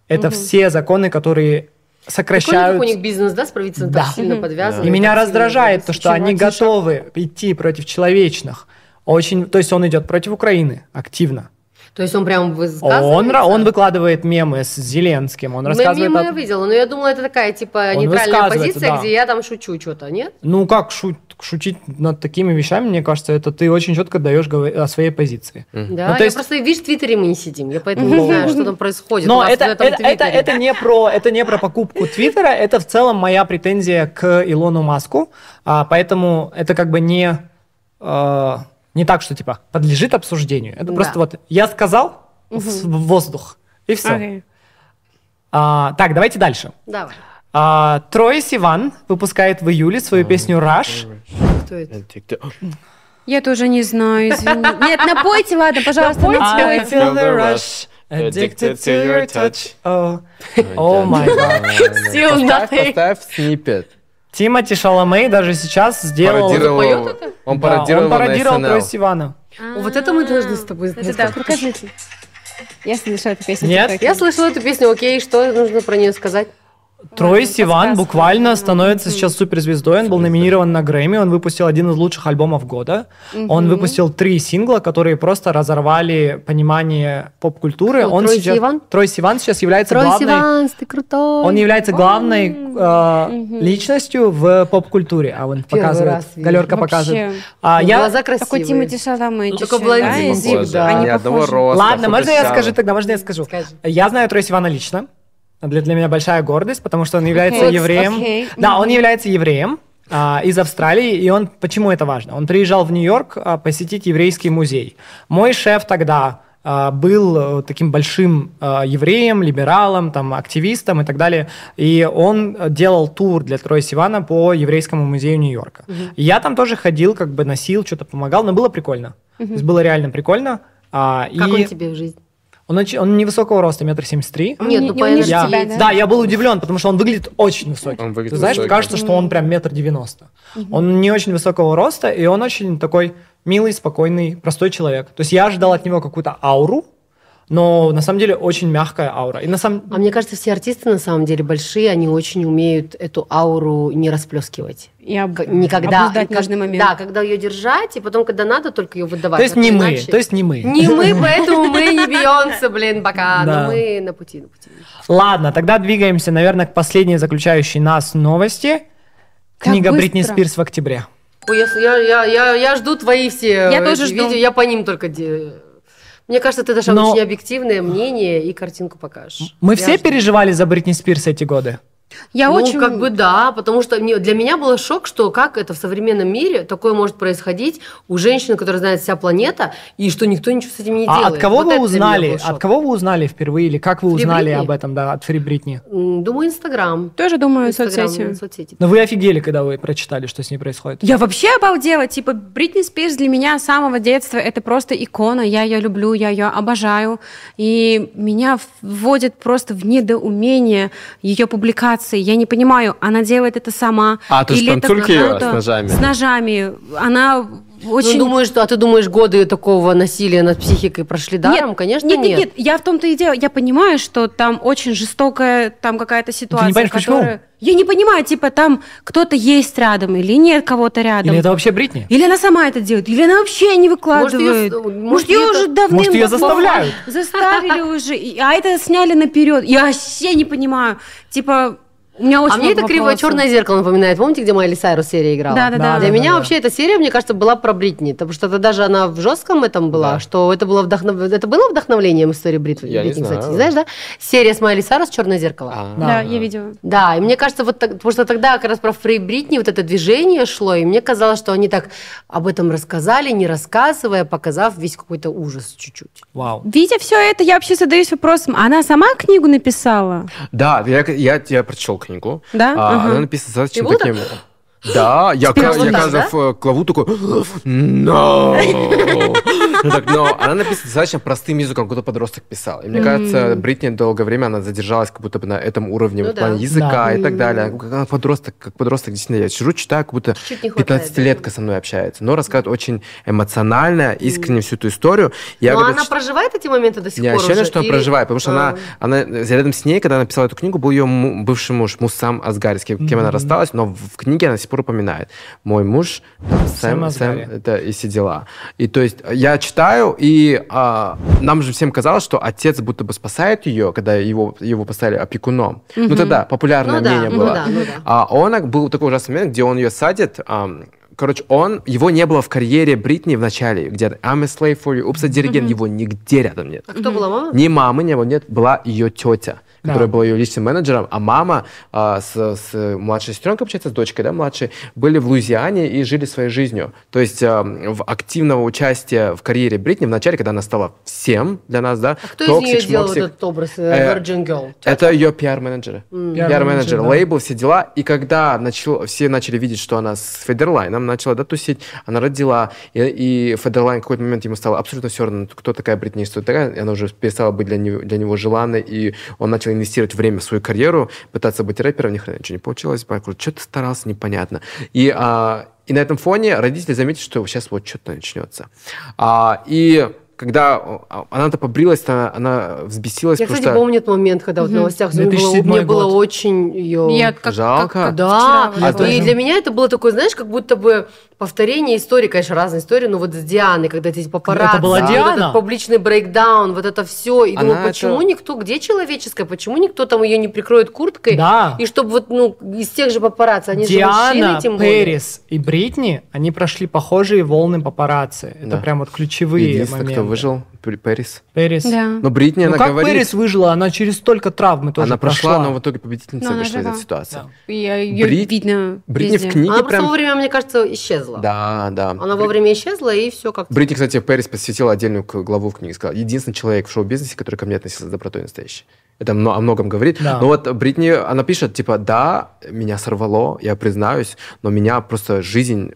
Speaker 4: это все законы, которые
Speaker 1: Прощают.
Speaker 4: сокращают...
Speaker 1: у них бизнес, да, с правительством так
Speaker 4: Да.
Speaker 1: сильно
Speaker 2: Мгм.
Speaker 1: подвязан.
Speaker 4: И меня
Speaker 1: так сильно
Speaker 4: раздражает
Speaker 1: зависит.
Speaker 4: то, что они
Speaker 1: Чего от Тиша?
Speaker 4: готовы идти против человечных. Очень, то есть он идет против Украины активно.
Speaker 1: То есть он прям
Speaker 4: Он,
Speaker 1: высказывается?
Speaker 4: ра- он выкладывает мемы с Зеленским, он
Speaker 1: Ну,
Speaker 4: рассказывает...
Speaker 1: мимо
Speaker 4: о-
Speaker 1: я видела, но я думала, это такая, типа,
Speaker 4: Он
Speaker 1: нейтральная
Speaker 4: высказывается,
Speaker 1: позиция,
Speaker 4: да.
Speaker 1: где я там шучу что-то, нет?
Speaker 4: Ну как шу- шутить над такими вещами, мне кажется, это ты очень четко даешь говор- о своей позиции.
Speaker 1: Да,
Speaker 4: Ну, то
Speaker 1: я
Speaker 4: есть-
Speaker 1: просто, видишь, в Твиттере мы не сидим, я поэтому не знаю, что там происходит у
Speaker 4: Но
Speaker 1: нас
Speaker 4: это,
Speaker 1: в этом
Speaker 4: это, это,
Speaker 1: Твиттере.
Speaker 4: это не про, это не про покупку Твиттера, это в целом моя претензия к Илону Маску. А, поэтому это как бы не, э, не так, что типа подлежит обсуждению. Это
Speaker 1: Да.
Speaker 4: просто вот я сказал в с- в воздух, и все.
Speaker 2: Окей.
Speaker 4: так, давайте дальше.
Speaker 1: Давай,
Speaker 4: А, Трой Сиван выпускает в июле свою песню «Rush».
Speaker 1: кто это?
Speaker 2: Я тоже не знаю, извини. Нет, напойте, ладно, пожалуйста,
Speaker 4: I
Speaker 2: напойте.
Speaker 4: feel the rush, addicted to your touch. Oh, oh my god.
Speaker 1: Still
Speaker 3: Поставь,
Speaker 1: nothing.
Speaker 3: поставь снипет.
Speaker 4: Тимати Шаламей даже сейчас сделал...
Speaker 3: Пародировал-
Speaker 1: Он запоет это?
Speaker 3: Он
Speaker 4: Да,
Speaker 3: пародировал,
Speaker 4: он
Speaker 3: на
Speaker 4: пародировал
Speaker 3: SNL.
Speaker 4: Трой Сивана.
Speaker 1: О, А, Вот это мы должны с тобой
Speaker 2: Это
Speaker 1: знать.
Speaker 2: да, покажите. Я слышала эту песню.
Speaker 4: Нет?
Speaker 2: в ТикТоке.
Speaker 1: Я слышала эту песню, окей, что нужно про нее сказать?
Speaker 4: Трой Сиван
Speaker 2: подсказка.
Speaker 4: буквально становится сейчас суперзвездой. Он был номинирован на Грэмми, он выпустил один из лучших альбомов года. Он выпустил три сингла, которые просто разорвали понимание поп-культуры.
Speaker 1: Кто,
Speaker 4: Он
Speaker 1: Трой
Speaker 4: сейчас-
Speaker 1: Сиван?
Speaker 4: Трой Сиван сейчас является
Speaker 1: Трой
Speaker 4: главной...
Speaker 1: Сиванс, ты крутой.
Speaker 4: Он является главной э, личностью в поп-культуре. А он показывает,
Speaker 1: раз вижу.
Speaker 4: галерка
Speaker 2: Вообще.
Speaker 4: показывает. А,
Speaker 1: Ну,
Speaker 4: я-
Speaker 1: Глаза
Speaker 2: Такой
Speaker 1: красивые.
Speaker 2: Тимати Шаламе.
Speaker 1: Ну,
Speaker 2: чуть-чуть,
Speaker 1: только блондин.
Speaker 2: да, из-
Speaker 1: Боже,
Speaker 2: они
Speaker 3: ни одного
Speaker 2: похожи.
Speaker 3: роста.
Speaker 4: Ладно, можно я
Speaker 3: супер
Speaker 4: скажу
Speaker 3: сява.
Speaker 4: тогда, можно я скажу?
Speaker 1: Скажи.
Speaker 4: Я знаю Трой Сивана лично. Для, для меня большая гордость, потому что он является
Speaker 2: Окей.
Speaker 4: евреем.
Speaker 2: Окей.
Speaker 4: Да, он является евреем а, из Австралии, и он почему это важно? Он приезжал в Нью-Йорк а, посетить еврейский музей. Мой шеф тогда а, был э, таким большим а, евреем, либералом, там, активистом и так далее. И он э, делал тур для Троя Сивана по еврейскому музею Нью-Йорка. И Я там тоже ходил, как бы носил, что-то помогал, но было прикольно. То есть было реально прикольно. А,
Speaker 1: Как
Speaker 4: и-
Speaker 1: он тебе в жизни?
Speaker 4: Он, оч- он невысокого роста, метр семьдесят три.
Speaker 1: Нет, ну
Speaker 2: не
Speaker 1: понятно.
Speaker 2: унижь
Speaker 4: Я-
Speaker 2: себя,
Speaker 4: да? я был удивлен, потому что он выглядит очень высоким.
Speaker 3: Он выглядит
Speaker 4: Ты знаешь,
Speaker 3: высоким.
Speaker 4: кажется, что он прям метр девяносто. Он не очень высокого роста, и он очень такой милый, спокойный, простой человек. То есть я ожидал от него какую-то ауру, но на самом деле очень мягкая аура. И на самом...
Speaker 1: А мне кажется, все артисты на самом деле большие, они очень умеют эту ауру не расплескивать.
Speaker 2: И об-
Speaker 1: К- Никогда.
Speaker 2: Обуздать
Speaker 1: Как-
Speaker 2: нужный момент.
Speaker 1: Да, когда ее держать, и потом, когда надо, только ее выдавать.
Speaker 4: То есть
Speaker 1: А
Speaker 4: не мы,
Speaker 1: иначе-
Speaker 4: то есть не мы.
Speaker 1: Не мы, поэтому мы не Бейонсе, блин, пока.
Speaker 4: Да.
Speaker 1: Но мы на пути, на пути.
Speaker 4: Ладно, тогда двигаемся, наверное, к последней заключающей нас новости.
Speaker 2: Так
Speaker 4: Книга
Speaker 2: быстро.
Speaker 4: Бритни Спирс в октябре.
Speaker 1: Ой, я, с- я- я- я- я жду твои все э,
Speaker 2: Я
Speaker 1: эти
Speaker 2: тоже жду.
Speaker 1: видео, я по ним только... де- Мне кажется, ты даже
Speaker 4: Но-
Speaker 1: очень объективное мнение и картинку покажешь.
Speaker 4: Мы
Speaker 1: Я
Speaker 4: все
Speaker 1: жду.
Speaker 4: переживали за Бритни Спирс эти годы.
Speaker 2: Я
Speaker 1: ну,
Speaker 2: очень...
Speaker 1: как бы да, потому что мне- для меня было шок, что как это в современном мире такое может происходить у женщины, которая знает вся планета, и что никто ничего с этим не
Speaker 4: а
Speaker 1: делает.
Speaker 4: от кого
Speaker 1: Вот
Speaker 4: вы
Speaker 1: это для меня был
Speaker 4: узнали?
Speaker 1: шок.
Speaker 4: От кого вы узнали впервые или как вы
Speaker 1: Фри
Speaker 4: узнали
Speaker 1: Бритни?
Speaker 4: об этом, да, от Фри Бритни?
Speaker 1: М, Думаю, Инстаграм.
Speaker 2: Тоже думаю,
Speaker 1: Инстаграм,
Speaker 2: соцсети.
Speaker 1: соцсети.
Speaker 4: Но Ну, вы офигели, когда вы прочитали, что с ней происходит.
Speaker 2: Я вообще обалдела, типа Бритни Спирс для меня с самого детства это просто икона, я ее люблю, я ее обожаю, и меня вводит просто в недоумение ее публикации. Я не понимаю, она делает это сама
Speaker 3: А, то есть
Speaker 2: или это
Speaker 3: танцульки
Speaker 2: кто-то
Speaker 3: с ножами?
Speaker 2: С ножами. Она очень
Speaker 1: Ну, думаешь, что, а ты думаешь, годы такого насилия над психикой прошли даром? Конечно,
Speaker 2: нет, нет, нет, я в том-то и дело. Я понимаю, что там очень жестокая там какая-то ситуация,
Speaker 4: понимаешь, почему?
Speaker 2: которая- Я не понимаю, типа там кто-то есть рядом или нет кого-то рядом.
Speaker 4: Или это вообще Бритни?
Speaker 2: Или она сама это делает, или она вообще не выкладывает.
Speaker 1: Может, её- может,
Speaker 2: её
Speaker 1: её
Speaker 2: уже
Speaker 1: это-
Speaker 2: давным
Speaker 4: Может, её заставляют?
Speaker 2: Заставили уже, и- а это сняли наперед. Я вообще не понимаю. Типа, у меня очень
Speaker 1: А мне это кривое черное зеркало напоминает. Помните, где Майли Сайрус серия играла?
Speaker 2: Да-да-да.
Speaker 1: Для
Speaker 4: Да-да-да.
Speaker 1: меня вообще эта серия, мне кажется, была про Бритни, потому что это даже она в жестком этом была,
Speaker 3: Да.
Speaker 1: что это было вдохнов... это было вдохновлением истории Бритни,
Speaker 3: Я не
Speaker 1: Бритни, кстати,
Speaker 3: знаю.
Speaker 1: знаешь, да? Серия с Майли Сайрус "Черное зеркало".
Speaker 3: А.
Speaker 2: Да, я видела.
Speaker 1: Да, и мне кажется, вот так, потому что тогда как раз про Фрей Бритни вот это движение шло, и мне казалось, что они так об этом рассказали, не рассказывая, показав весь какой-то ужас чуть-чуть.
Speaker 4: Вау.
Speaker 2: Видя все это, я вообще задаюсь вопросом, она сама книгу написала?
Speaker 3: Да, я, я, я прочел книгу.
Speaker 2: Да?
Speaker 3: А,
Speaker 2: Ага.
Speaker 3: Она написана
Speaker 1: Ты
Speaker 3: достаточно
Speaker 1: был
Speaker 3: таким... Да, я,
Speaker 1: Теперь
Speaker 3: ка-
Speaker 1: вот
Speaker 3: я
Speaker 1: так,
Speaker 3: каждый
Speaker 1: да?
Speaker 3: раз, э, главу такой... No! Ну так, но она написана достаточно простым языком, какой-то подросток писал. И мне кажется, Бритни долгое время она задержалась как будто бы на этом уровне
Speaker 1: Ну
Speaker 3: в плане
Speaker 1: да.
Speaker 3: языка
Speaker 4: Да.
Speaker 3: и так далее. Она Как она подросток, как подросток, действительно, я сижу, читаю, как будто
Speaker 1: Чуть-чуть не хватает,
Speaker 3: 15-летка со мной общается. Но рассказывает очень эмоционально, искренне всю эту историю. Я,
Speaker 1: Но Ну,
Speaker 3: когда
Speaker 1: а она
Speaker 3: чит-
Speaker 1: проживает эти моменты до сих
Speaker 3: я
Speaker 1: пор
Speaker 3: ощущение,
Speaker 1: уже,
Speaker 3: что она
Speaker 1: или-
Speaker 3: проживает, потому что она,
Speaker 1: А.
Speaker 3: она рядом с ней, когда она писала эту книгу, был ее му- бывший муж Мусам Асгари, с кем, кем она рассталась, но в, в книге она до сих пор упоминает. Мой муж там,
Speaker 4: Сэм
Speaker 3: Сэм, Сэм,
Speaker 4: Асгари.
Speaker 3: это и все дела. И то есть э, я читаю, и а, нам же всем казалось, что отец будто бы спасает ее, когда его, его поставили опекуном. Ну тогда популярное
Speaker 1: Ну да,
Speaker 3: мнение
Speaker 1: ну
Speaker 3: было.
Speaker 1: да, ну да.
Speaker 3: А он а, был такой ужасный момент, где он ее садит. ам, короче, он его не было в карьере Бритни в начале, где I'm a slave for you, упс, диригент, его нигде рядом нет.
Speaker 1: А кто была мама?
Speaker 3: Ни мамы не было, нет, была ее тетя,
Speaker 4: Да.
Speaker 3: которая была ее личным менеджером, а мама а, с, с младшей сестренкой, получается, с дочкой, да, младшей, были в Луизиане и жили своей жизнью. То есть а, в активного участия в карьере Бритни в начале, когда она стала всем для нас, да,
Speaker 1: А кто из нее
Speaker 3: токсик,
Speaker 1: сделал
Speaker 3: моксик,
Speaker 1: этот образ э,
Speaker 3: Э,
Speaker 1: Virgin Girl?
Speaker 3: это ее пиар-менеджеры. Пиар-менеджер,
Speaker 4: да.
Speaker 3: лейбл, все дела. И когда начал, все начали видеть, что она с Федерлайном начала да, тусить, она родила, и, и Федерлайн в какой-то момент ему стало абсолютно все равно, кто такая Бритни, что такая, и она уже перестала быть для него, для него желанной, и он начал инвестировать время в свою карьеру, пытаться быть рэпером, ни хрена ничего не получилось, что-то старался, непонятно. И, а, и на этом фоне родители заметили, что сейчас вот что-то начнется. А, и когда а, она-то побрилась, она, она взбесилась,
Speaker 1: Я,
Speaker 3: потому
Speaker 1: кстати,
Speaker 3: что-
Speaker 1: помню этот момент, когда вот в новостях было-
Speaker 4: 2007
Speaker 1: мне было
Speaker 4: год.
Speaker 1: очень ее...
Speaker 2: Я как- как-
Speaker 3: Жалко.
Speaker 2: как
Speaker 1: Да,
Speaker 2: вчера вот
Speaker 3: А
Speaker 2: это.
Speaker 1: и
Speaker 3: тоже.
Speaker 1: для меня это было такое, знаешь, как будто бы повторение истории, конечно, разные истории, но вот с Дианой, когда эти папарацци,
Speaker 4: Это была
Speaker 1: вот
Speaker 4: Диана?
Speaker 1: этот публичный брейкдаун, вот это все, и
Speaker 3: Она
Speaker 1: думаю, почему
Speaker 3: это-
Speaker 1: никто, где человеческая, почему никто там ее не прикроет курткой,
Speaker 4: Да.
Speaker 1: и чтобы вот, ну, из тех же папарацци, они же
Speaker 4: Диана,
Speaker 1: мужчины, тем более.
Speaker 4: Пэрис и Бритни, они прошли похожие волны папарацци. Это
Speaker 3: Да.
Speaker 4: прям вот ключевые
Speaker 3: Единственный,
Speaker 4: моменты.
Speaker 3: кто выжил, Пэ- Пэрис.
Speaker 4: Пэрис.
Speaker 2: Да.
Speaker 3: Но Бритни,
Speaker 4: Ну
Speaker 3: она
Speaker 4: как
Speaker 3: говорит,
Speaker 4: Пэрис выжила? Она через столько травмы тоже
Speaker 3: она прошла, но в итоге
Speaker 2: Но
Speaker 1: Ну,
Speaker 3: победительница
Speaker 2: она
Speaker 3: вышла из этой
Speaker 2: жива.
Speaker 3: ситуации.
Speaker 2: Я- её
Speaker 3: Брит-
Speaker 2: видно
Speaker 3: Бритни
Speaker 2: везде.
Speaker 3: в книге
Speaker 1: Она просто
Speaker 3: прям...
Speaker 1: вовремя, мне кажется, исчезла.
Speaker 3: Да, да.
Speaker 1: Она вовремя исчезла, и все как-то...
Speaker 3: Бритни, кстати, Пэрис посвятила отдельную к- главу в книге. Сказала, единственный человек в шоу-бизнесе, который ко мне относился с добротой настоящей. Это мно- о многом говорит.
Speaker 4: Да.
Speaker 3: Но вот Бритни, она пишет, типа, да, меня сорвало, я признаюсь, но меня просто жизнь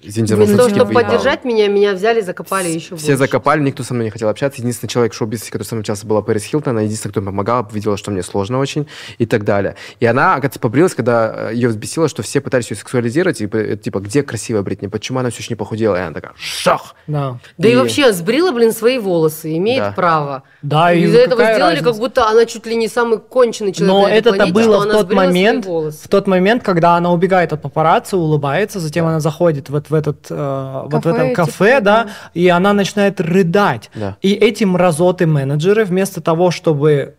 Speaker 3: Извините,
Speaker 1: Вы-
Speaker 3: Роман
Speaker 1: то,
Speaker 3: Садский
Speaker 1: чтобы
Speaker 3: выебал.
Speaker 1: поддержать меня, меня взяли, закопали еще
Speaker 3: Все
Speaker 1: больше.
Speaker 3: закопали, никто со мной не хотел общаться. Единственный человек в шоу-бизнесе, который со мной общался, была Пэрис Хилтон. Она единственная, кто мне помогала, видела, что мне сложно очень и так далее. И она, оказывается, побрилась, когда э, ее взбесило, что все пытались ее сексуализировать. И, э, типа, где красивая Бритни? Почему она все еще не похудела? И она такая, шах!
Speaker 4: Да.
Speaker 1: Да и,
Speaker 3: И-
Speaker 1: вообще, сбрила, блин, свои волосы, имеет
Speaker 3: Да.
Speaker 1: право.
Speaker 4: Да, и
Speaker 1: из-за этого
Speaker 4: А какая
Speaker 1: сделали,
Speaker 4: разница?
Speaker 1: как будто она чуть ли не самый конченый человек
Speaker 4: Но
Speaker 1: на этой
Speaker 4: это-то
Speaker 1: планете,
Speaker 4: было
Speaker 1: что
Speaker 4: в
Speaker 1: она
Speaker 4: тот
Speaker 1: сбрила свои
Speaker 4: момент,
Speaker 1: волосы.
Speaker 4: в тот момент, когда она убегает от папарацци, улыбается, затем она заходит вот в этот э, вот в
Speaker 2: Кафе,
Speaker 4: этом
Speaker 2: типа,
Speaker 4: кафе, да, и она начинает рыдать.
Speaker 3: Да.
Speaker 4: И эти мразоты менеджеры вместо того, чтобы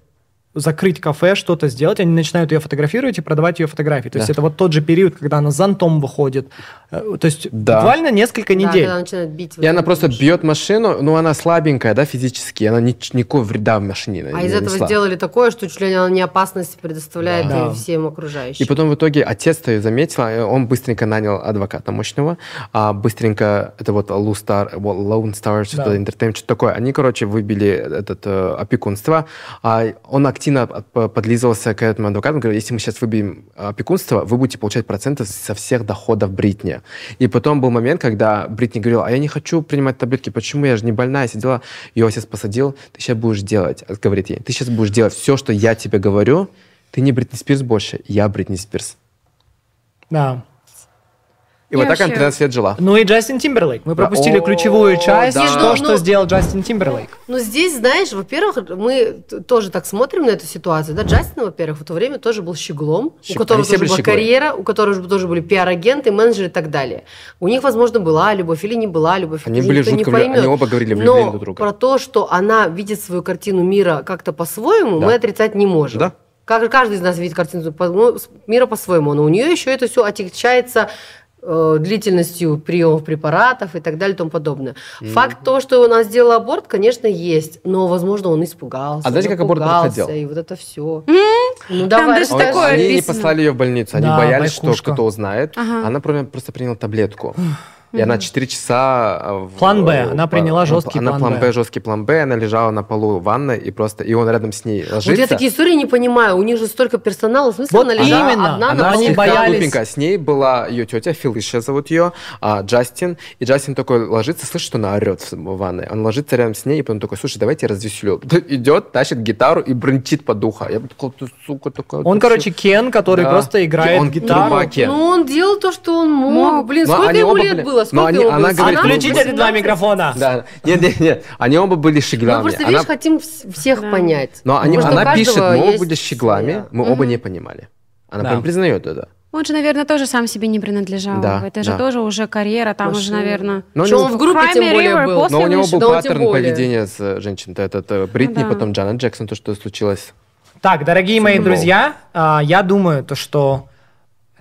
Speaker 4: закрыть кафе, что-то сделать, они начинают ее фотографировать и продавать ее фотографии. То есть
Speaker 3: Да.
Speaker 4: это вот тот же период, когда она с зонтом выходит. Э, То есть
Speaker 3: Да.
Speaker 4: буквально несколько
Speaker 1: Да,
Speaker 4: недель.
Speaker 1: когда она начинает бить. вот
Speaker 3: И она
Speaker 1: это.
Speaker 3: просто бьет машину, но она слабенькая, да, физически. Она нич- никакого вреда в машине
Speaker 1: А
Speaker 3: не
Speaker 1: из этого
Speaker 3: нанесла.
Speaker 1: сделали такое, что чуть ли не она не опасность предоставляет
Speaker 4: Да.
Speaker 1: и всем
Speaker 3: И
Speaker 1: окружающим.
Speaker 3: потом в итоге отец-то ее заметил, э, он быстренько нанял адвоката мощного, а быстренько, это вот Лу Стар, вот Lone Star, что-то
Speaker 4: Да.
Speaker 3: Entertainment, что-то такое. Они, короче, выбили этот э, опекунство. А он активно от- по- подлизывался к этому адвокату, говорил, если мы сейчас выбьем опекунство, вы будете получать проценты со всех доходов Бритни. И потом был момент, когда Бритни говорила, а я не хочу принимать таблетки, почему я же не больная, сидела, ее отец посадил, ты сейчас будешь делать, говорит ей, ты сейчас будешь делать все, что я тебе говорю, ты не Бритни Спирс больше, я Бритни Спирс.
Speaker 4: Да.
Speaker 3: И вот
Speaker 2: Я
Speaker 3: так она
Speaker 2: вообще-
Speaker 3: 13 лет жила.
Speaker 4: Ну и Джастин Тимберлейк. Мы
Speaker 3: Да.
Speaker 4: пропустили
Speaker 3: О,
Speaker 4: ключевую часть,
Speaker 3: да.
Speaker 4: то,
Speaker 1: Ну,
Speaker 4: что
Speaker 1: ну.
Speaker 4: сделал Джастин Тимберлейк.
Speaker 1: Ну, здесь, знаешь, во-первых, мы т- тоже так смотрим на эту ситуацию. Да, Джастин, во-первых, в то время тоже был щеглом,
Speaker 3: Щег-
Speaker 1: у которого
Speaker 3: они все
Speaker 1: тоже
Speaker 3: были
Speaker 1: была
Speaker 3: щеглы.
Speaker 1: карьера, у которого же тоже были пиар-агенты, менеджеры и так далее. У них, возможно, была любовь или не была любовь.
Speaker 3: Они
Speaker 1: это
Speaker 3: были
Speaker 1: никто не
Speaker 3: жутко влюблены,
Speaker 1: поймет.
Speaker 3: они оба говорили, влюблены
Speaker 1: Но
Speaker 3: друг в друга.
Speaker 1: про то, что она видит свою картину мира как-то по-своему,
Speaker 3: Да.
Speaker 1: мы отрицать не можем.
Speaker 3: Да.
Speaker 1: Как каждый из нас видит картину по- ну, с- мира по-своему, но у нее еще это все отягчается э, длительностью приемов препаратов и так далее и тому подобное. Факт то, что она сделала аборт, конечно, есть, но, возможно, он испугался.
Speaker 3: А знаете, как аборт
Speaker 1: напугался,
Speaker 3: проходил?
Speaker 1: И вот это все. Ну,
Speaker 2: даже
Speaker 1: расскажи.
Speaker 2: такое
Speaker 3: они не
Speaker 2: описано.
Speaker 3: послали ее в больницу, они
Speaker 4: Да,
Speaker 3: боялись, что
Speaker 4: байкушка.
Speaker 3: кто-то узнает.
Speaker 2: Ага.
Speaker 3: Она прям просто приняла таблетку. И она 4 часа... э, в-
Speaker 4: План Б,
Speaker 3: э,
Speaker 4: она
Speaker 3: по-
Speaker 4: приняла жесткий
Speaker 3: она
Speaker 4: план
Speaker 3: план
Speaker 4: Б.
Speaker 3: Б, жесткий план Б, она лежала на полу в ванной, и просто... И он рядом с ней ложится.
Speaker 1: Вот я такие истории не понимаю. У них же столько персонала. В смысле,
Speaker 4: Вот
Speaker 1: она лежала
Speaker 4: именно.
Speaker 1: одна
Speaker 4: Она
Speaker 1: на
Speaker 3: Она
Speaker 4: Они
Speaker 1: полу?
Speaker 3: слегка
Speaker 4: боялись.
Speaker 3: глупенькая. С ней была ее тетя, Филыша зовут ее, а, Джастин. И Джастин такой ложится, слышит, что она орет в ванной. Он ложится рядом с ней, и потом такой, слушай, давайте я развеселю. Идет, тащит гитару и брончит под ухо. Я бы такой, «Ты, сука, такая...
Speaker 4: Он,
Speaker 3: ты
Speaker 4: короче, Кен, который
Speaker 3: Да.
Speaker 4: просто играет
Speaker 3: Он
Speaker 4: гитару.
Speaker 3: труба Кен.
Speaker 1: Ну, он делал то, что он мог.
Speaker 2: Мог.
Speaker 1: Блин,
Speaker 3: Но
Speaker 1: сколько
Speaker 3: они
Speaker 1: ему
Speaker 3: оба
Speaker 1: лет
Speaker 3: были-
Speaker 1: было?
Speaker 3: но
Speaker 1: Сколько
Speaker 3: они-
Speaker 1: ему
Speaker 3: она
Speaker 1: было?
Speaker 3: говорит,
Speaker 1: Она-
Speaker 4: Включите эти два микрофона.
Speaker 3: Да. Нет, нет, нет. Они оба были щеглами.
Speaker 1: Мы Ну, просто,
Speaker 3: Она-
Speaker 1: видишь, хотим вс- всех
Speaker 2: Да.
Speaker 1: понять.
Speaker 3: Но они-
Speaker 1: Потому что у
Speaker 3: она пишет,
Speaker 1: каждого
Speaker 3: мы оба
Speaker 1: есть
Speaker 3: были щеглами.
Speaker 1: своя.
Speaker 3: Мы оба не понимали. Она
Speaker 4: Да.
Speaker 3: прям признает это.
Speaker 2: Он же, наверное, тоже сам себе не принадлежал.
Speaker 3: Да,
Speaker 2: Это же
Speaker 3: да.
Speaker 2: тоже уже карьера, там
Speaker 1: Вообще.
Speaker 2: уже, наверное...
Speaker 3: Но у
Speaker 1: Чё,
Speaker 3: него-
Speaker 1: он в группе тем
Speaker 2: Crime
Speaker 1: более
Speaker 2: River
Speaker 1: был.
Speaker 2: после
Speaker 3: Но у него
Speaker 2: вышел.
Speaker 3: был
Speaker 1: да, он Ну, тем
Speaker 3: паттерн
Speaker 1: более. Ну
Speaker 3: поведения с э, женщин-то. Этот э, Бритни,
Speaker 2: да.
Speaker 3: потом Джанет Джексон, то, что случилось.
Speaker 4: Так, дорогие мои
Speaker 3: Футбол.
Speaker 4: друзья, а, я думаю, то, что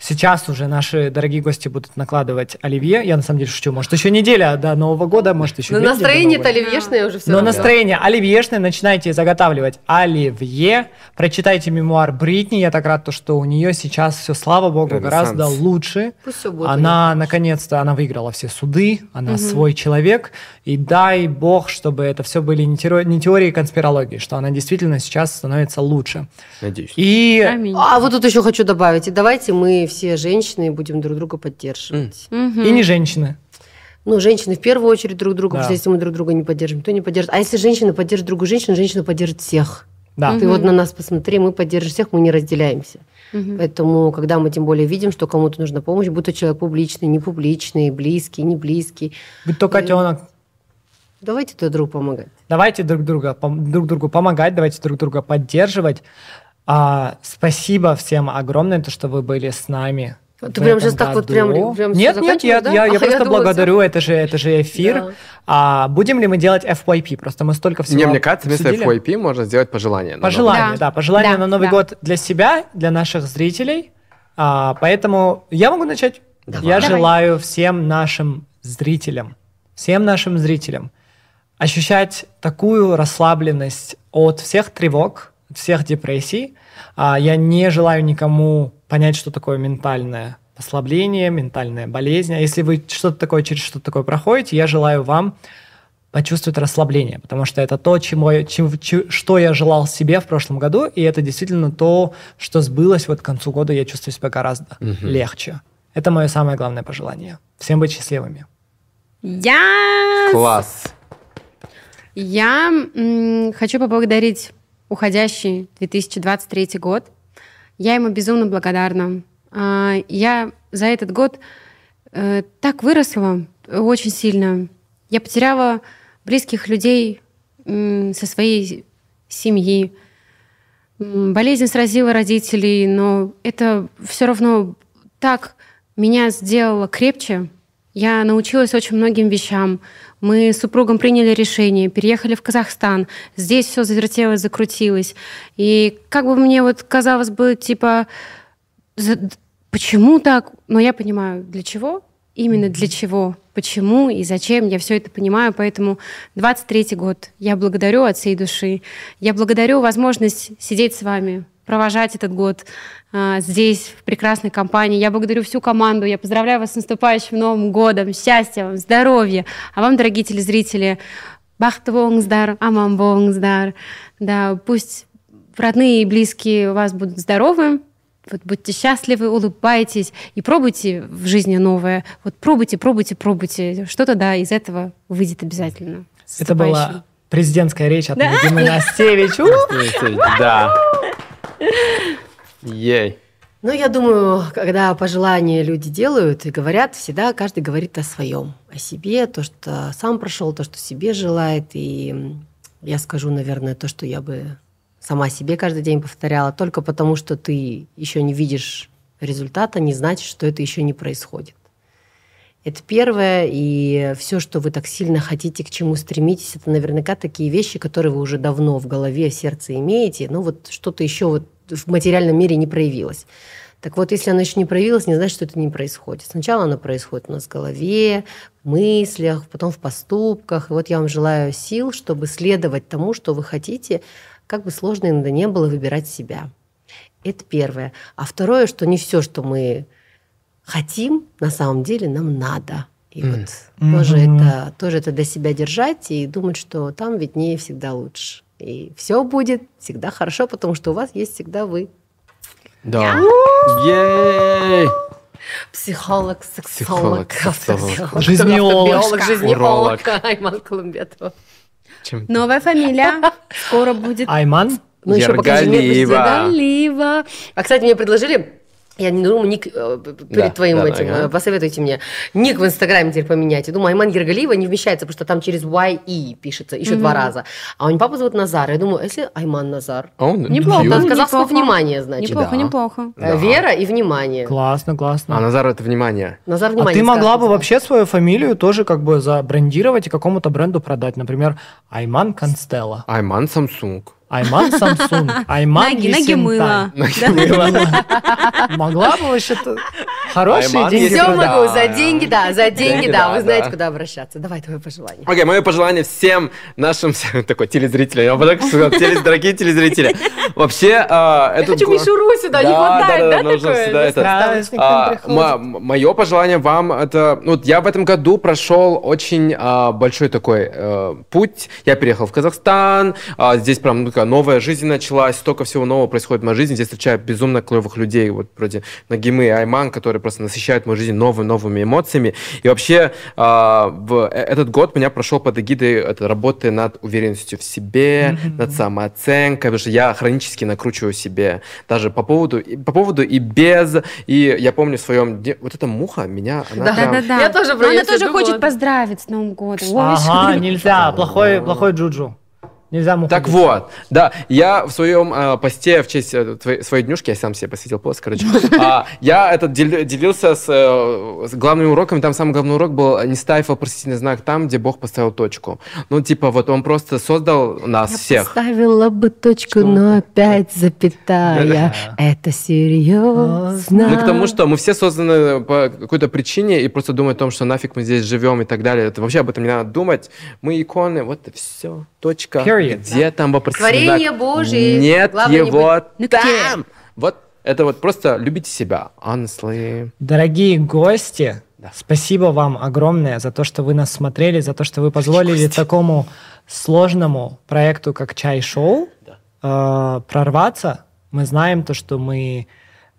Speaker 4: сейчас уже наши дорогие гости будут накладывать оливье. Я на самом деле шучу. Может, еще неделя до Нового года, может, еще
Speaker 1: Но
Speaker 4: две недели до
Speaker 1: настроение
Speaker 4: Нового
Speaker 1: то
Speaker 4: года.
Speaker 1: оливьешное уже все
Speaker 4: Но настроение оливьешное, начинайте заготавливать оливье, прочитайте мемуар Бритни, я так рад, то, что у нее сейчас все, слава богу,
Speaker 3: Ренессанс.
Speaker 4: гораздо лучше.
Speaker 1: Пусть все будет.
Speaker 4: Она, наконец-то, она выиграла все суды, она свой человек, и дай бог, чтобы это все были не, теоре- не теории конспирологии, что она действительно сейчас становится лучше.
Speaker 3: Надеюсь.
Speaker 4: И
Speaker 1: у
Speaker 2: Аминь.
Speaker 1: неё. А вот тут еще хочу добавить. И давайте мы все женщины будем друг друга поддерживать.
Speaker 2: Мгм.
Speaker 4: И не женщины.
Speaker 1: Ну, женщины в первую очередь друг друга,
Speaker 4: Да.
Speaker 1: потому что если мы друг друга не поддержим, то не поддержит. А если женщина поддержит другую женщину, женщина поддержит всех.
Speaker 4: Да.
Speaker 1: Ты вот на нас посмотри, мы поддержим всех, мы не разделяемся.
Speaker 2: Мгм.
Speaker 1: Поэтому, когда мы тем более видим, что кому-то нужна помощь, будь то человек публичный, не публичный, близкий, не близкий,
Speaker 4: Будь то котенок.
Speaker 1: давайте друг другу помогать.
Speaker 4: Давайте друг, друга, пом- друг другу помогать, давайте друг друга поддерживать. А, спасибо всем огромное, то, что вы были с нами.
Speaker 1: А
Speaker 4: в
Speaker 1: ты прям
Speaker 4: этом
Speaker 1: щас так вот
Speaker 4: году.
Speaker 1: прям- прям всё
Speaker 4: нет, нет, я,
Speaker 1: заканчиваешь, да?
Speaker 4: я, я
Speaker 1: А, я
Speaker 4: просто
Speaker 1: думала,
Speaker 4: благодарю, это же, это же эфир.
Speaker 1: Да.
Speaker 4: А будем ли мы делать FYP? Просто мы столько всего
Speaker 3: Не, мне кажется, вместо
Speaker 4: обсудили.
Speaker 3: FYP можно сделать пожелание. Ну, на Новый
Speaker 4: Пожелания,
Speaker 2: Да.
Speaker 4: да. пожелания
Speaker 2: Да,
Speaker 4: на Новый
Speaker 2: да.
Speaker 4: год для себя, для наших зрителей. А, поэтому я могу начать. Я
Speaker 2: Давай.
Speaker 4: желаю всем нашим зрителям, всем нашим зрителям ощущать такую расслабленность от всех тревог, от всех депрессий. А, я не желаю никому понять, что такое ментальное послабление, ментальная болезнь. А если вы что-то такое, через что-то такое проходите, я желаю вам почувствовать расслабление, потому что это то, чему, я- чем- чу- что я желал себе в прошлом году, и это действительно то, что сбылось вот к концу года, я чувствую себя гораздо легче. Это мое самое главное пожелание. Всем быть счастливыми.
Speaker 2: Я...
Speaker 3: ну, Класс.
Speaker 2: Я м, хочу поблагодарить уходящий 2023 год. Я ему безумно благодарна. А, Я за этот год э, так выросла э, очень сильно. Я потеряла близких людей м, со своей семьи. М, Болезнь сразила родителей, но это все равно так меня сделало крепче. Я научилась очень многим вещам. Мы с супругом приняли решение, переехали в Казахстан. Здесь все завертелось, закрутилось. И как бы мне вот казалось бы, типа, за- почему так? Но я понимаю, для чего, именно для чего, почему и зачем, я все это понимаю, поэтому 23-й год я благодарю от всей души, я благодарю возможность сидеть с вами, провожать этот год а, здесь, в прекрасной компании. Я благодарю всю команду, я поздравляю вас с наступающим Новым годом, счастья вам, здоровья, а вам, дорогие телезрители, бахты болыңыздар, аман болыңыздар. Да, пусть родные и близкие у вас будут здоровы, вот будьте счастливы, улыбайтесь и пробуйте в жизни новое. Вот пробуйте, пробуйте, пробуйте. Что-то, да, из этого выйдет обязательно. С
Speaker 4: Это была
Speaker 2: наступающим.
Speaker 4: президентская речь от Димы Настевич. У!
Speaker 3: Да. Ей.
Speaker 1: Ну, я думаю, когда пожелания люди делают и говорят, всегда каждый говорит о своем, о себе, то, что сам прошел, то, что себе желает. И м, я скажу, наверное, то, что я бы сама себе каждый день повторяла, только потому, что ты еще не видишь результата, не значит, что это еще не происходит. Это первое, и все, что вы так сильно хотите, к чему стремитесь, это наверняка такие вещи, которые вы уже давно в голове, в сердце имеете, но вот что-то еще вот в материальном мире не проявилось. Так вот, если оно еще не проявилось, не значит, что это не происходит. Сначала оно происходит у нас в голове, в мыслях, потом в поступках. И вот я вам желаю сил, чтобы следовать тому, что вы хотите, как бы сложно иногда не было выбирать себя. Это первое. А второе, что не все, что мы хотим, на самом деле нам надо. И
Speaker 3: Мгм.
Speaker 1: вот тоже,
Speaker 4: Мгм.
Speaker 1: это, тоже это для себя держать и думать, что там виднее всегда лучше. И все будет всегда хорошо, потому что у вас есть всегда вы.
Speaker 3: Да. Ей.
Speaker 1: Психолог,
Speaker 3: сексолог,
Speaker 1: сексолог,
Speaker 3: Психолог, сексолог,
Speaker 4: Жизнеолог.
Speaker 1: биолог,
Speaker 3: Уролог.
Speaker 1: жизнеолог. Айман Колумбетова.
Speaker 3: Чем-
Speaker 2: Новая фамилия скоро
Speaker 4: А,
Speaker 2: будет.
Speaker 4: Айман.
Speaker 1: Ну, еще пока же нет, подожди,
Speaker 3: Ергалиева.
Speaker 1: Ергалиева. А, кстати, мне предложили... Я не думаю, ник э, п- перед
Speaker 3: Да,
Speaker 1: твоим
Speaker 3: да, да,
Speaker 1: этим,
Speaker 3: ага.
Speaker 1: э, посоветуйте мне. Ник в Инстаграме теперь поменять. Я думаю, Айман Ергалиева не вмещается, потому что там через YE пишется еще два раза. А у него папа зовут Назар. Я думаю, а если Айман Назар?
Speaker 3: А Он
Speaker 2: Неплохо.
Speaker 3: cute.
Speaker 1: Он
Speaker 4: Ну,
Speaker 2: Неплохо.
Speaker 1: сказал, внимание, значит.
Speaker 2: неплохо,
Speaker 3: да.
Speaker 2: неплохо.
Speaker 1: Э, Вера и внимание.
Speaker 4: Классно, классно.
Speaker 3: А Назару это внимание.
Speaker 1: Назар,
Speaker 4: А
Speaker 1: внимание.
Speaker 4: ты могла
Speaker 1: сказал.
Speaker 4: бы вообще свою фамилию тоже как бы забрендировать и какому-то бренду продать. Например, Айман Констелла,
Speaker 3: Айман Самсунг.
Speaker 4: Айман Samsung, Айман
Speaker 2: Ноги, ноги мыло.
Speaker 4: Есентай. Могла бы вообще то- хорошие
Speaker 3: Айман
Speaker 4: деньги
Speaker 1: Все
Speaker 3: Есентай.
Speaker 4: продать.
Speaker 1: могу, за деньги, да, за деньги, да,
Speaker 3: типа, да,
Speaker 1: вы знаете,
Speaker 3: да.
Speaker 1: куда обращаться. Давай твое пожелание.
Speaker 3: Окей, мое пожелание всем нашим такой телезрителям. Я бы так сказал, телез- дорогие телезрители. Вообще, а,
Speaker 1: Я
Speaker 3: этот
Speaker 1: хочу
Speaker 3: го-
Speaker 1: Мишуру сюда, не
Speaker 3: Да,
Speaker 1: хватает,
Speaker 3: да,
Speaker 1: да,
Speaker 3: да, нужно
Speaker 1: такое?
Speaker 3: сюда это.
Speaker 4: Праздник
Speaker 3: А,
Speaker 4: там
Speaker 3: ма-
Speaker 4: приходит.
Speaker 3: м- мое пожелание вам это, ну, вот я в этом году прошел очень а, большой такой э, путь. Я переехал в Казахстан, а, здесь прям ну, такая новая жизнь началась, столько всего нового происходит в моей жизни. Здесь встречаю безумно клевых людей, вот вроде Нагимы и Айман, которые просто насыщают мою жизнь новыми новыми эмоциями. И вообще а, в э- этот год меня прошел под эгидой это, работы над уверенностью в себе, над самооценкой, потому что я хронически накручиваю себе даже по поводу, и- по поводу и без. И я помню в своем... де- Вот эта муха меня... Она
Speaker 1: Да,
Speaker 3: прям-
Speaker 2: Да, да, да.
Speaker 1: Я тоже про
Speaker 2: Но она
Speaker 1: неё всё
Speaker 2: тоже
Speaker 1: думала.
Speaker 2: хочет поздравить с Новым годом. Ой,
Speaker 4: Ага, нельзя, плохой, плохой джуджу. Нельзя муху
Speaker 3: Так
Speaker 4: бить.
Speaker 3: вот, да, я в своем э, посте в честь э, твоей- своей днюшки, я сам себе посвятил пост, короче, а, я этот дел- делился с, э, с главными уроками, там самый главный урок был «Не ставь вопросительный знак там, где Бог поставил точку». Ну, типа, вот он просто создал нас всех.
Speaker 1: Ставила бы точку, но опять запятая. Это серьезно.
Speaker 3: Ну, к тому, что мы все созданы по какой-то причине и просто думать о том, что нафиг мы здесь живем и так далее. Это вообще об этом не надо думать. Мы иконы, вот и все. Точка.
Speaker 4: Period.
Speaker 3: Где там вопросительный
Speaker 1: Творение
Speaker 3: знак?
Speaker 1: Божие.
Speaker 3: Нет
Speaker 1: Главное, не
Speaker 3: его
Speaker 2: быть- Ну, где?
Speaker 3: там. Вот это вот просто любите себя. Honestly.
Speaker 4: Дорогие гости, спасибо вам огромное за то, что вы нас смотрели, за то, что вы позволили такому сложному проекту, А, как Чай Шоу, э, прорваться. Мы знаем то, что мы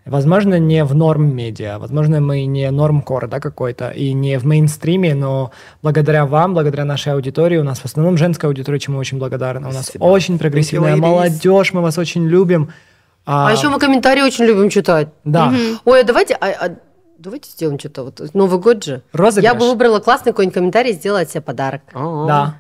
Speaker 4: Возможно, не в норм медиа, возможно, мы не норм кор, да, какой-то, и не в мейнстриме, но благодаря вам, благодаря нашей аудитории, у нас в основном женская аудитория, чему очень благодарна. У нас
Speaker 3: Спасибо.
Speaker 4: очень прогрессивная
Speaker 3: Thank you, ladies.
Speaker 4: молодежь, мы вас очень любим.
Speaker 1: А, еще мы комментарии очень любим читать.
Speaker 4: Да.
Speaker 1: Ой, а давайте, а- а давайте сделаем что-то. Вот Новый год же.
Speaker 4: Розыгрыш.
Speaker 1: Я бы выбрала классный какой-нибудь комментарий и сделала себе подарок.
Speaker 4: Да.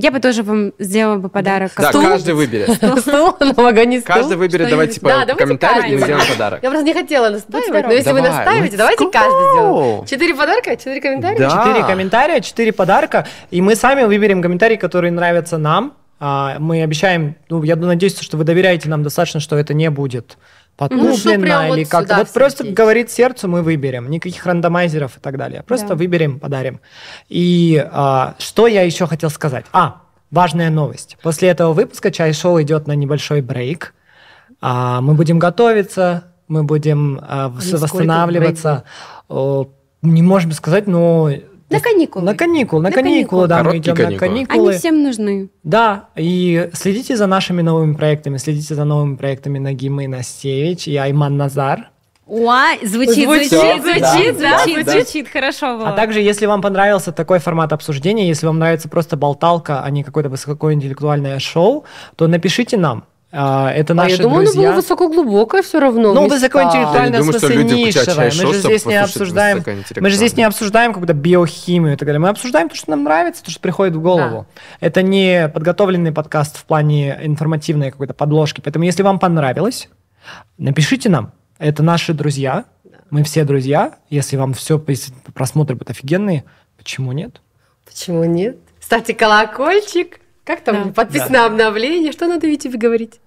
Speaker 2: Я бы тоже вам сделала бы подарок.
Speaker 3: Да,
Speaker 2: Стул.
Speaker 3: каждый выберет.
Speaker 1: Стул на вагоне стул.
Speaker 3: Каждый выберет, давайте
Speaker 5: Да,
Speaker 3: типа
Speaker 5: давайте
Speaker 3: комментарий и мы
Speaker 5: каждый.
Speaker 3: сделаем подарок.
Speaker 1: Я просто не хотела настаивать, но
Speaker 5: здоров.
Speaker 1: Ну, если вы
Speaker 3: Давай,
Speaker 1: наставите,
Speaker 3: let's
Speaker 1: давайте
Speaker 3: go.
Speaker 1: каждый сделаем. Четыре подарка, четыре комментария.
Speaker 3: Да.
Speaker 4: Четыре комментария, четыре подарка, и мы сами выберем комментарий, который нравится нам. А, Мы обещаем, ну, я надеюсь, что вы доверяете нам достаточно, что это не будет
Speaker 1: Ну, что
Speaker 4: подкуплено
Speaker 1: прям
Speaker 4: или
Speaker 1: вот
Speaker 4: как-то.
Speaker 1: сюда
Speaker 4: Вот просто
Speaker 1: всадить.
Speaker 4: говорит сердцу, мы выберем. Никаких рандомайзеров и так далее. Просто
Speaker 2: Да.
Speaker 4: выберем, подарим. И а, что я еще хотел сказать? А, важная новость. После этого выпуска чай-шоу идет на небольшой брейк. А, мы будем готовиться, мы будем а,
Speaker 1: А насколько
Speaker 4: восстанавливаться. О, Не можем сказать, но...
Speaker 2: На каникулы.
Speaker 4: На каникулы, на
Speaker 2: На
Speaker 4: каникулы,
Speaker 2: каникулы.
Speaker 4: да, мы
Speaker 3: Короткие
Speaker 4: идем на
Speaker 3: каникулы.
Speaker 4: каникулы.
Speaker 2: Они всем нужны.
Speaker 4: Да, и следите за нашими новыми проектами, следите за новыми проектами Нагимы Настевич и Айман Назар.
Speaker 2: Уай, звучит, звучит,
Speaker 5: Звучит, звучит,
Speaker 2: звучит,
Speaker 5: да,
Speaker 2: звучит,
Speaker 5: да, да.
Speaker 2: звучит, хорошо было.
Speaker 4: А также, если вам понравился такой формат обсуждения, если вам нравится просто болталка, а не какое-то высокоинтеллектуальное шоу, то напишите нам. А, Это
Speaker 1: А
Speaker 4: наши
Speaker 1: я думала, оно
Speaker 4: друзья.
Speaker 1: было высокоглубокое все равно.
Speaker 4: Ну,
Speaker 1: места.
Speaker 3: Я не
Speaker 4: высокоинтеллектуальное в
Speaker 3: думаю, что
Speaker 4: смысле
Speaker 3: люди включают
Speaker 4: нишевое.
Speaker 3: чай-шоу,
Speaker 4: Мы же
Speaker 3: чтобы
Speaker 4: здесь не
Speaker 3: послушать
Speaker 4: обсуждаем. Мы же здесь не обсуждаем какую-то биохимию и так далее. Мы обсуждаем то, что нам нравится, то, что приходит в голову. Это не подготовленный подкаст в плане информативной какой-то подложки. Поэтому, если вам понравилось, напишите нам. Это наши друзья. Мы все друзья. Если вам все, если просмотры будут офигенные, почему нет?
Speaker 1: Почему нет? Ставьте колокольчик. Как там?
Speaker 2: Да.
Speaker 1: Подписано на обновление. Что надо Витя говорить?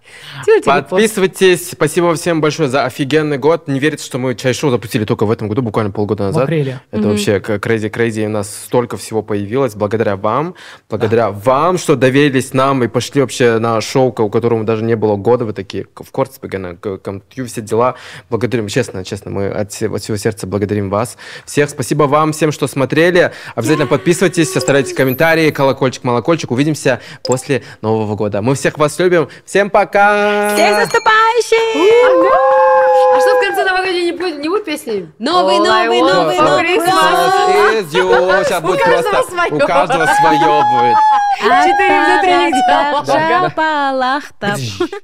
Speaker 1: Делайте репост.
Speaker 3: Подписывайтесь. Спасибо вам всем большое за офигенный год. Не верится, что мы чай-шоу запустили только в этом году, буквально полгода
Speaker 4: В
Speaker 3: назад.
Speaker 4: апреле.
Speaker 3: Это вообще crazy-crazy. У нас столько всего появилось благодаря вам. Благодаря вам, что доверились нам и пошли вообще на шоу, ко- у которого даже не было года. Вы такие, в course, we're gonna go- come to you», все дела. Благодарим, честно, честно, мы от, се- от всего сердца благодарим вас. Всех спасибо вам, всем, что смотрели. Обязательно подписывайтесь, оставляйте комментарии, колокольчик, молокольчик. Увидимся после Нового года. Мы всех вас любим. Всем пока!
Speaker 2: Всех заступающих!
Speaker 1: А что в конце нового года не будет? Не будет песни?
Speaker 2: Новый,
Speaker 1: All I
Speaker 2: новый,
Speaker 1: want
Speaker 2: новый,
Speaker 1: for
Speaker 2: новый
Speaker 1: Christmas
Speaker 3: Christmas is you. Сейчас
Speaker 1: У
Speaker 3: будет
Speaker 1: каждого
Speaker 3: просто...
Speaker 1: свое.
Speaker 3: У каждого свое будет.
Speaker 1: Четыре внутренних диалога.
Speaker 2: Шапалахта.